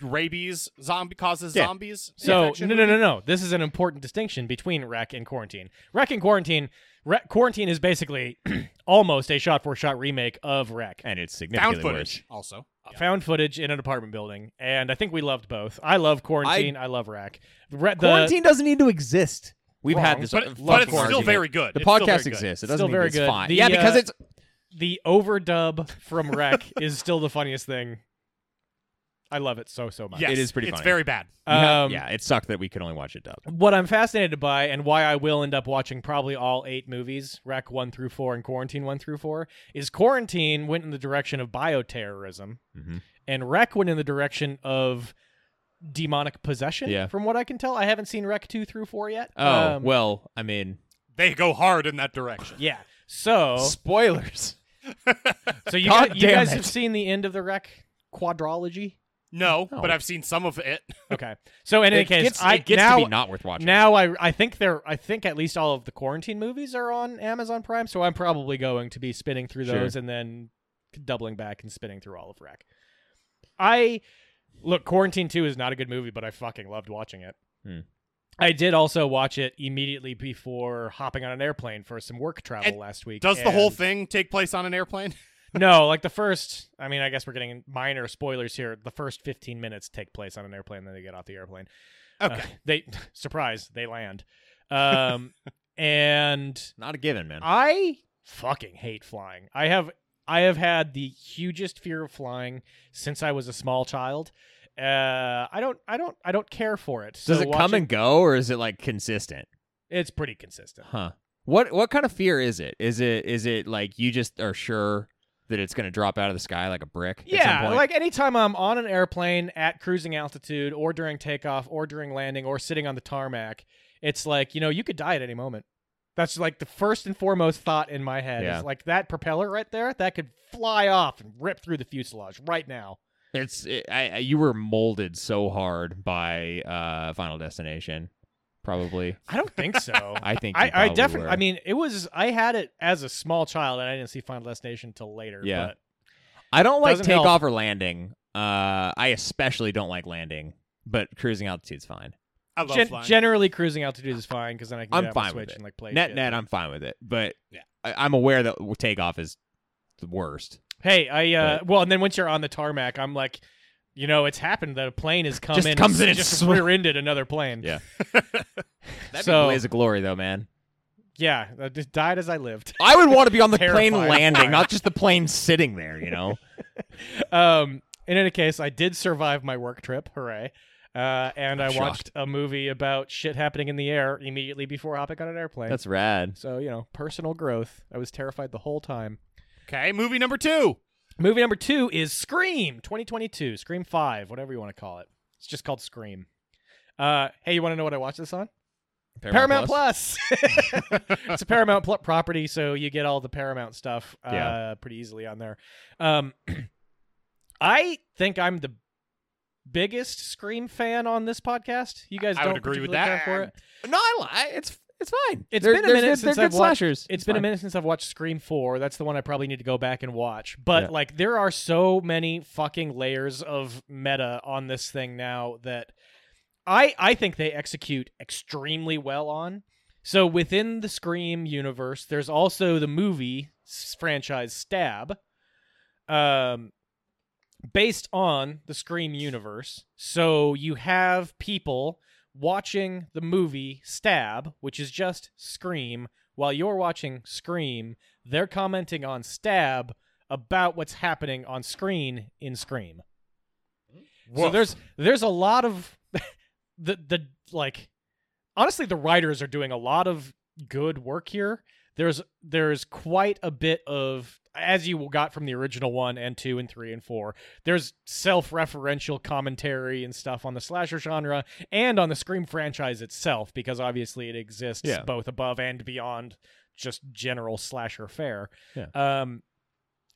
[SPEAKER 1] rabies zombie causes
[SPEAKER 2] Yeah.
[SPEAKER 1] zombies.
[SPEAKER 3] So,
[SPEAKER 1] infection
[SPEAKER 3] no, no,
[SPEAKER 1] movie.
[SPEAKER 3] no, no. This is an important distinction between Wreck and Quarantine. Wreck and Quarantine, Wreck, Quarantine is basically *clears throat* almost a shot for shot remake of Wreck.
[SPEAKER 2] And it's
[SPEAKER 1] Found
[SPEAKER 2] significantly
[SPEAKER 1] footage
[SPEAKER 2] worse.
[SPEAKER 1] also.
[SPEAKER 3] Found footage in an apartment building, and I think we loved both. I love Quarantine, I, love Wreck. Re- the-
[SPEAKER 2] Quarantine doesn't need to exist. We've
[SPEAKER 3] Wrong,
[SPEAKER 2] had this,
[SPEAKER 1] But, it-
[SPEAKER 2] fucking
[SPEAKER 1] but it's still
[SPEAKER 2] argument.
[SPEAKER 1] very good.
[SPEAKER 2] The
[SPEAKER 1] It's still very
[SPEAKER 2] podcast
[SPEAKER 1] good.
[SPEAKER 2] exists. It
[SPEAKER 3] Still
[SPEAKER 2] doesn't need
[SPEAKER 3] very
[SPEAKER 2] it's
[SPEAKER 3] good.
[SPEAKER 2] fine.
[SPEAKER 3] The,
[SPEAKER 2] yeah, because
[SPEAKER 3] uh,
[SPEAKER 2] it's
[SPEAKER 3] the overdub
[SPEAKER 1] *laughs*
[SPEAKER 3] from Wreck is still the funniest thing. I love it so so much.
[SPEAKER 1] Yes,
[SPEAKER 2] It is pretty
[SPEAKER 1] It's
[SPEAKER 2] funny.
[SPEAKER 1] very bad.
[SPEAKER 3] Um,
[SPEAKER 2] yeah, it sucked that we could only watch it dubbed.
[SPEAKER 3] What I'm fascinated by and why I will end up watching probably all eight movies, Wreck 1 through 4 and Quarantine 1 through 4, is Quarantine went in the direction of bioterrorism
[SPEAKER 2] Mhm.
[SPEAKER 3] and Wreck went in the direction of demonic possession,
[SPEAKER 2] Yeah.
[SPEAKER 3] from what I can tell. I haven't seen Wreck 2 through 4 yet.
[SPEAKER 2] Oh
[SPEAKER 3] Um,
[SPEAKER 2] well, I mean,
[SPEAKER 1] They go hard in that direction.
[SPEAKER 3] Yeah.
[SPEAKER 2] Oh.
[SPEAKER 3] So,
[SPEAKER 2] spoilers.
[SPEAKER 3] so you,
[SPEAKER 2] God
[SPEAKER 3] guys, you
[SPEAKER 2] damn
[SPEAKER 3] guys
[SPEAKER 2] it.
[SPEAKER 3] have seen the end of the Wreck quadrology?
[SPEAKER 1] No,
[SPEAKER 2] No.
[SPEAKER 1] but I've seen some of it.
[SPEAKER 3] Okay. So in any
[SPEAKER 2] it
[SPEAKER 3] case,
[SPEAKER 2] gets,
[SPEAKER 3] I
[SPEAKER 2] it gets
[SPEAKER 3] now
[SPEAKER 2] to be not worth watching.
[SPEAKER 3] now I I think they're I think at least all of the quarantine movies are on Amazon Prime, so I'm probably going to be spinning through
[SPEAKER 2] Sure.
[SPEAKER 3] those and then doubling back and spinning through all of Rack. I look, Quarantine Two is not a good movie, but I fucking loved watching it.
[SPEAKER 2] Hmm.
[SPEAKER 3] I did also watch it immediately before hopping on an airplane for some work travel
[SPEAKER 1] And
[SPEAKER 3] last week.
[SPEAKER 1] Does the whole
[SPEAKER 3] and-
[SPEAKER 1] thing take place on an airplane?
[SPEAKER 3] no, like the first. I mean, I guess we're getting minor spoilers here. The first 15 minutes take place on an airplane, then they get off the airplane.
[SPEAKER 1] Okay.
[SPEAKER 3] Uh, they *laughs* surprise they land, um, *laughs* and
[SPEAKER 2] not a given, man.
[SPEAKER 3] I fucking hate flying. I have I have had the hugest fear of flying since I was a small child. Uh, I don't I don't I don't care for it.
[SPEAKER 2] Does
[SPEAKER 3] So
[SPEAKER 2] it come
[SPEAKER 3] watching-
[SPEAKER 2] and go, or is it like consistent?
[SPEAKER 3] It's pretty consistent.
[SPEAKER 2] Huh. What what kind of fear is it? Is it is it like you just are sure that it's going to drop out of the sky like a brick? at some
[SPEAKER 3] Yeah,
[SPEAKER 2] point?
[SPEAKER 3] like anytime I'm on an airplane at cruising altitude or during takeoff or during landing or sitting on the tarmac, it's like, you know, you could die at any moment. That's like the first and foremost thought in my head.
[SPEAKER 2] Yeah.
[SPEAKER 3] Is like that propeller right there, that could fly off and rip through the fuselage right now.
[SPEAKER 2] it's it, I, I- you were molded so hard by uh Final Destination, probably.
[SPEAKER 3] I don't think *laughs* so.
[SPEAKER 2] I think you
[SPEAKER 3] I, I
[SPEAKER 2] probably
[SPEAKER 3] definitely
[SPEAKER 2] were.
[SPEAKER 3] I mean, it was I had it as a small child and I didn't see Final Destination until later.
[SPEAKER 2] Yeah.
[SPEAKER 3] But
[SPEAKER 2] I don't like
[SPEAKER 3] Doesn't help.
[SPEAKER 2] takeoff or landing. Uh, I especially don't like landing, but cruising altitude's fine.
[SPEAKER 1] I love
[SPEAKER 3] gen-
[SPEAKER 1] flying.
[SPEAKER 3] generally cruising altitude is fine because then I can
[SPEAKER 2] I'm
[SPEAKER 3] get out my
[SPEAKER 2] fine with
[SPEAKER 3] switch
[SPEAKER 2] it.
[SPEAKER 3] and like play
[SPEAKER 2] net
[SPEAKER 3] shit.
[SPEAKER 2] net, I'm fine with it, but
[SPEAKER 1] Yeah.
[SPEAKER 2] I, I'm aware that takeoff is the worst.
[SPEAKER 3] Hey, I uh well, and then once you're on the tarmac, I'm like, you know, it's happened that a plane has come
[SPEAKER 2] Just
[SPEAKER 3] in,
[SPEAKER 2] comes in and
[SPEAKER 3] just
[SPEAKER 2] sw-
[SPEAKER 3] rear-ended another plane.
[SPEAKER 2] Yeah. That'd
[SPEAKER 3] So-
[SPEAKER 2] be blaze of glory, though,
[SPEAKER 3] *laughs*
[SPEAKER 2] man.
[SPEAKER 3] yeah, I just died as I lived.
[SPEAKER 2] I would want to be on the plane
[SPEAKER 3] Terrifying.
[SPEAKER 2] landing, not just the plane sitting
[SPEAKER 3] *laughs*
[SPEAKER 2] there. You know,
[SPEAKER 3] Um, in any case, I did survive my work trip. Hooray! Uh, and I
[SPEAKER 2] I'm
[SPEAKER 3] watched a movie about shit happening in the air immediately before hopping on an airplane.
[SPEAKER 2] That's rad.
[SPEAKER 3] so, you know, personal growth. I was terrified the whole time.
[SPEAKER 1] Okay, movie number two.
[SPEAKER 3] Movie number two is Scream 2022, Scream 5, whatever you want to call it. It's just called Scream. Uh, hey, you want to know what I watched this on? Paramount, Plus. *laughs* it's a Paramount pl- property, so you get all the Paramount stuff uh,
[SPEAKER 2] Yeah.
[SPEAKER 3] pretty easily on there. Um, *clears throat* I think I'm the biggest Scream fan on this podcast. You guys
[SPEAKER 1] I
[SPEAKER 3] don't
[SPEAKER 1] would agree with
[SPEAKER 3] particularly care
[SPEAKER 1] that.
[SPEAKER 3] for it.
[SPEAKER 2] No, I lie. It's it's fine. It's
[SPEAKER 3] It's been a minute since
[SPEAKER 2] they're
[SPEAKER 3] I've
[SPEAKER 2] good
[SPEAKER 3] watched-
[SPEAKER 2] slashers.
[SPEAKER 3] It's been a minute since I've watched Scream 4. That's the one I probably need to go back and watch. But
[SPEAKER 2] Yeah.
[SPEAKER 3] like there are so many fucking layers of meta on this thing now that I I think they execute extremely well on. So within the Scream universe, there's also the movie s- franchise Stab. Um based on the Scream universe. So you have people watching the movie Stab, which is just Scream, while you're watching Scream, they're commenting on Stab about what's happening on screen in Scream. So
[SPEAKER 1] Woof.
[SPEAKER 3] there's there's a lot of *laughs* the the like honestly the writers are doing a lot of good work here. There's there's quite a bit of as you got from the original one and two and three and four. There's self-referential commentary and stuff on the slasher genre and on the Scream franchise itself because obviously it exists
[SPEAKER 2] Yeah.
[SPEAKER 3] both above and beyond just general slasher fare.
[SPEAKER 2] Yeah.
[SPEAKER 3] Um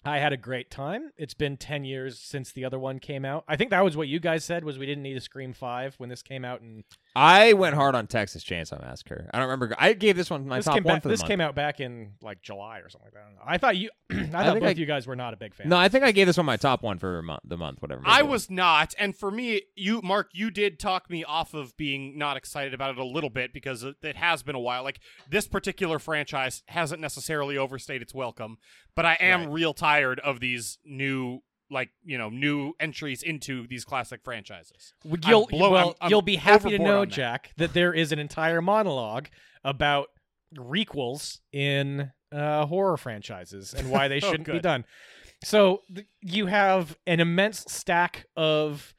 [SPEAKER 3] I had a great time. It's been 10 years since the other one came out. I think that was what you guys said was we didn't need a Scream 5 when this came out and
[SPEAKER 2] I went hard on Texas Chainsaw Massacre. I don't remember. I gave this one my
[SPEAKER 3] this
[SPEAKER 2] top
[SPEAKER 3] came
[SPEAKER 2] one
[SPEAKER 3] back,
[SPEAKER 2] for the
[SPEAKER 3] this
[SPEAKER 2] month.
[SPEAKER 3] came out back in like July or something like that. I, don't know. I thought you *clears throat* I
[SPEAKER 2] I
[SPEAKER 3] thought
[SPEAKER 2] think
[SPEAKER 3] both
[SPEAKER 2] I-
[SPEAKER 3] you guys were not a big fan.
[SPEAKER 2] no, I think I gave this one my top one for a month, the month, whatever.
[SPEAKER 1] I
[SPEAKER 2] maybe.
[SPEAKER 1] was not, and for me, you, Mark, you did talk me off of being not excited about it a little bit because it it has been a while. Like this particular franchise hasn't necessarily overstayed its welcome, but I am real tired of these new, like you know, new entries into these classic franchises.
[SPEAKER 3] Well, You'll
[SPEAKER 1] blow-
[SPEAKER 3] well,
[SPEAKER 1] I'm- I'm
[SPEAKER 3] you'll be happy to
[SPEAKER 1] overboard
[SPEAKER 3] know,
[SPEAKER 1] on that.
[SPEAKER 3] Jack, that there is an entire monologue about requels in uh, horror franchises and why they
[SPEAKER 1] *laughs* Oh,
[SPEAKER 3] shouldn't be
[SPEAKER 1] good.
[SPEAKER 3] done. So th- you have an immense stack of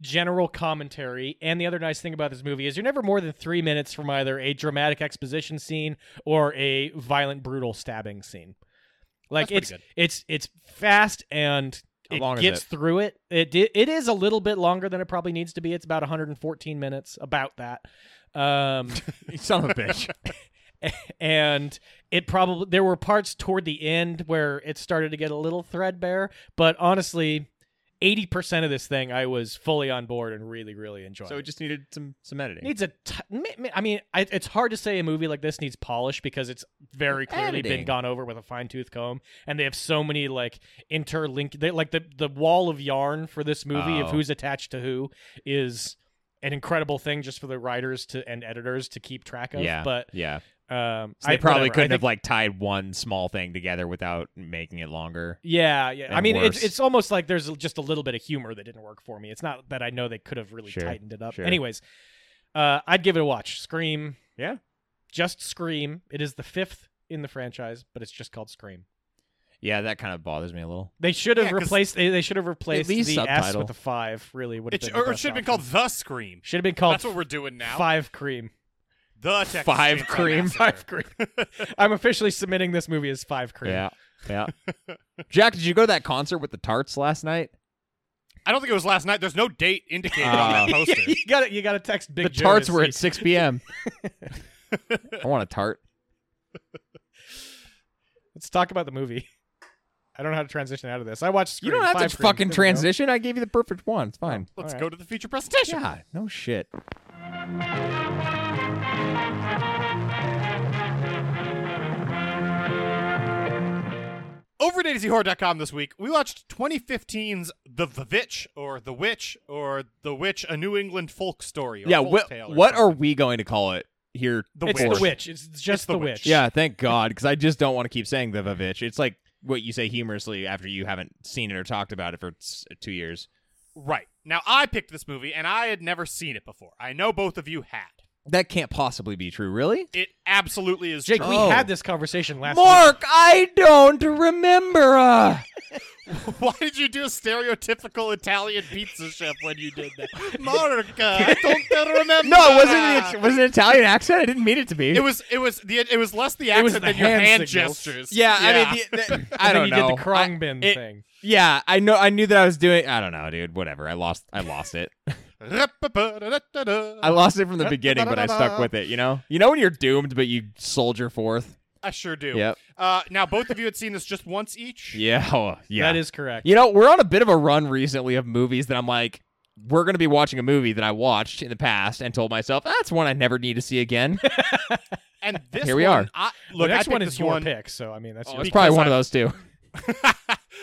[SPEAKER 3] general commentary, and the other nice thing about this movie is you're never more than three minutes from either a dramatic exposition scene or a violent, brutal stabbing scene. Like
[SPEAKER 1] That's
[SPEAKER 3] it's
[SPEAKER 1] pretty
[SPEAKER 3] it's it's fast and
[SPEAKER 2] How
[SPEAKER 3] it
[SPEAKER 2] long is
[SPEAKER 3] gets
[SPEAKER 2] it?
[SPEAKER 3] through it. It di- it is a little bit longer than it probably needs to be. It's about 114 minutes, about that.
[SPEAKER 2] *laughs*
[SPEAKER 3] Um,
[SPEAKER 2] You son of a bitch.
[SPEAKER 3] and it probably there were parts toward the end where it started to get a little threadbare, but honestly, 80% of this thing I was fully on board and really really enjoyed.
[SPEAKER 2] so it just needed some some editing.
[SPEAKER 3] needs a t- m- m- I mean, I, it's hard to say a movie like this needs polish because it's very clearly been
[SPEAKER 2] Editing.
[SPEAKER 3] gone over with a fine tooth comb, and they have so many like interlink. They, like the the wall of yarn for this movie of
[SPEAKER 2] Oh.
[SPEAKER 3] who's attached to who is an incredible thing just for the writers to and editors to keep track of.
[SPEAKER 2] yeah,
[SPEAKER 3] but
[SPEAKER 2] yeah,
[SPEAKER 3] um,
[SPEAKER 2] so they
[SPEAKER 3] I-
[SPEAKER 2] probably
[SPEAKER 3] whatever. I
[SPEAKER 2] couldn't
[SPEAKER 3] think-
[SPEAKER 2] have like tied one small thing together without making it longer.
[SPEAKER 3] Yeah, yeah. I
[SPEAKER 2] and
[SPEAKER 3] mean, it's
[SPEAKER 2] worse.
[SPEAKER 3] it's almost like there's just a little bit of humor that didn't work for me. It's not that I know they could have really
[SPEAKER 2] Sure,
[SPEAKER 3] tightened it up.
[SPEAKER 2] sure.
[SPEAKER 3] Anyways, uh, I'd give it a watch. Scream.
[SPEAKER 2] Yeah.
[SPEAKER 3] Just Scream. It is the fifth in the franchise, but it's just called Scream.
[SPEAKER 2] Yeah, that kind of bothers me a little.
[SPEAKER 3] They should have
[SPEAKER 1] Yeah, 'cause-
[SPEAKER 3] replaced. They, they should have replaced the
[SPEAKER 2] least
[SPEAKER 3] S
[SPEAKER 2] subtitle.
[SPEAKER 3] with a five. Really would have
[SPEAKER 1] It,
[SPEAKER 3] been.
[SPEAKER 1] sh-
[SPEAKER 3] the
[SPEAKER 1] or it
[SPEAKER 3] best
[SPEAKER 1] should have been
[SPEAKER 3] option.
[SPEAKER 1] called The Scream.
[SPEAKER 3] Should have been called.
[SPEAKER 1] That's what we're doing now. *laughs*
[SPEAKER 3] Five Cream.
[SPEAKER 1] The Texas
[SPEAKER 2] Five
[SPEAKER 1] Chainsaw
[SPEAKER 2] Cream.
[SPEAKER 1] Massacre.
[SPEAKER 3] Five Cream. *laughs* I'm officially submitting this movie as Five Cream.
[SPEAKER 2] Yeah, yeah. Jack, did you go to that concert with the Tarts last night?
[SPEAKER 1] I don't think it was last night. There's no date indicated on that
[SPEAKER 3] Uh,
[SPEAKER 2] Oh.
[SPEAKER 1] poster.
[SPEAKER 3] *laughs* *laughs* you got to You got to text Big.
[SPEAKER 2] the
[SPEAKER 3] Joe to
[SPEAKER 2] tarts were
[SPEAKER 3] see.
[SPEAKER 2] at 6
[SPEAKER 3] *laughs*
[SPEAKER 2] p.m. I want a tart.
[SPEAKER 3] Let's talk about the movie. *laughs* I don't know how to transition out of this. I watched.
[SPEAKER 2] You
[SPEAKER 3] Scream,
[SPEAKER 2] don't have
[SPEAKER 3] Five
[SPEAKER 2] to
[SPEAKER 3] Cream.
[SPEAKER 2] fucking
[SPEAKER 3] There we go.
[SPEAKER 2] transition. I gave you the perfect one. It's fine.
[SPEAKER 1] Let's
[SPEAKER 3] All right.
[SPEAKER 1] go to the feature
[SPEAKER 3] Oh.
[SPEAKER 1] presentation.
[SPEAKER 2] Yeah, no shit.
[SPEAKER 1] Over at ADZHorror.com this week, we watched 2015's The Vitch, or The Witch, or The Witch, a New England folk story. Or
[SPEAKER 2] yeah,
[SPEAKER 1] folk
[SPEAKER 2] what
[SPEAKER 1] tale or
[SPEAKER 2] what are
[SPEAKER 1] something.
[SPEAKER 2] we going to call it here?
[SPEAKER 1] The
[SPEAKER 3] It's
[SPEAKER 1] witch.
[SPEAKER 3] the witch. It's just
[SPEAKER 1] the
[SPEAKER 3] the,
[SPEAKER 1] witch.
[SPEAKER 3] witch.
[SPEAKER 2] Yeah, thank God, because I just don't want to keep saying the Vavitch. It's like what you say humorously after you haven't seen it or talked about it for s- uh, two years.
[SPEAKER 1] Right. Now, I picked this movie, and I had never seen it before. I know both of you had.
[SPEAKER 2] That can't possibly be true, really.
[SPEAKER 1] It absolutely is
[SPEAKER 3] Jake,
[SPEAKER 1] true.
[SPEAKER 3] we
[SPEAKER 2] Oh.
[SPEAKER 3] had this conversation last.
[SPEAKER 2] Mark, I don't remember. uh.
[SPEAKER 1] We *laughs* Why did you do a stereotypical Italian pizza chef when you did
[SPEAKER 2] *laughs*
[SPEAKER 1] that? Marca, I don't te remember.
[SPEAKER 2] No, it wasn't. An, it was an Italian accent. I didn't mean it to be.
[SPEAKER 1] It was. It was the. It was less the
[SPEAKER 3] It
[SPEAKER 1] accent
[SPEAKER 3] was
[SPEAKER 1] than
[SPEAKER 3] the
[SPEAKER 1] your
[SPEAKER 3] hand
[SPEAKER 1] hand
[SPEAKER 3] signals.
[SPEAKER 1] gestures.
[SPEAKER 2] Yeah, I mean, the, the- *laughs* I don't
[SPEAKER 3] think
[SPEAKER 2] know.
[SPEAKER 3] You did the
[SPEAKER 2] I-
[SPEAKER 3] Krongbin
[SPEAKER 2] it-
[SPEAKER 3] thing.
[SPEAKER 2] yeah, I know. I knew that I was doing. I don't know, dude. Whatever. I lost. I lost it. I
[SPEAKER 1] I,
[SPEAKER 2] lost it from the beginning, but I stuck with it. You know. You know when you're doomed, but you soldier forth.
[SPEAKER 1] I sure do.
[SPEAKER 2] Yep.
[SPEAKER 1] Uh, now both of you had seen this just once each.
[SPEAKER 2] Yeah. *laughs* oh, yeah.
[SPEAKER 3] That is correct.
[SPEAKER 2] You know, we're on a bit of a run recently of movies that I'm like, we're going to be watching a movie that I watched in the past and told myself, that's one I never need to see again.
[SPEAKER 1] And this
[SPEAKER 2] Here we
[SPEAKER 1] one,
[SPEAKER 2] are.
[SPEAKER 1] I, look,
[SPEAKER 3] the next
[SPEAKER 1] I picked
[SPEAKER 3] one is
[SPEAKER 1] this
[SPEAKER 3] your
[SPEAKER 1] one.
[SPEAKER 3] pick, so I mean that's
[SPEAKER 1] Oh,
[SPEAKER 3] your
[SPEAKER 2] It's
[SPEAKER 1] because
[SPEAKER 2] probably one
[SPEAKER 1] I-
[SPEAKER 2] of those two.
[SPEAKER 1] *laughs*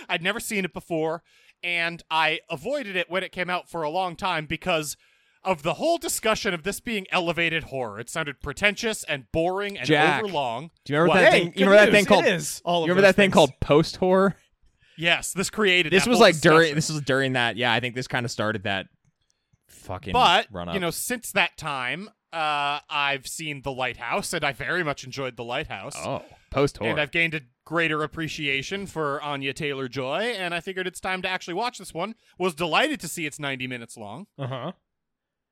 [SPEAKER 1] I'd never seen it before, and I avoided it when it came out for a long time because of the whole discussion of this being elevated horror. It sounded pretentious and boring and
[SPEAKER 2] Jack.
[SPEAKER 1] overlong.
[SPEAKER 2] Do you remember
[SPEAKER 1] Well,
[SPEAKER 2] that
[SPEAKER 1] hey,
[SPEAKER 2] thing?
[SPEAKER 3] good
[SPEAKER 2] You remember that
[SPEAKER 3] news.
[SPEAKER 2] thing called?
[SPEAKER 3] It is all
[SPEAKER 2] you
[SPEAKER 3] of
[SPEAKER 2] remember
[SPEAKER 3] those
[SPEAKER 2] that thing
[SPEAKER 3] things.
[SPEAKER 2] called post horror?
[SPEAKER 1] Yes, this created
[SPEAKER 2] This
[SPEAKER 1] that
[SPEAKER 2] was
[SPEAKER 1] whole
[SPEAKER 2] like during.
[SPEAKER 1] discussion.
[SPEAKER 2] This was during that. Yeah, I think this kind of started that fucking
[SPEAKER 1] but
[SPEAKER 2] run up.
[SPEAKER 1] you know, since that time, uh, I've seen The Lighthouse, and I very much enjoyed The Lighthouse.
[SPEAKER 2] oh, post horror.
[SPEAKER 1] And I've gained a greater appreciation for Anya Taylor Joy, and I figured it's time to actually watch this one. Was delighted to see it's 90 minutes long,
[SPEAKER 3] Uh huh.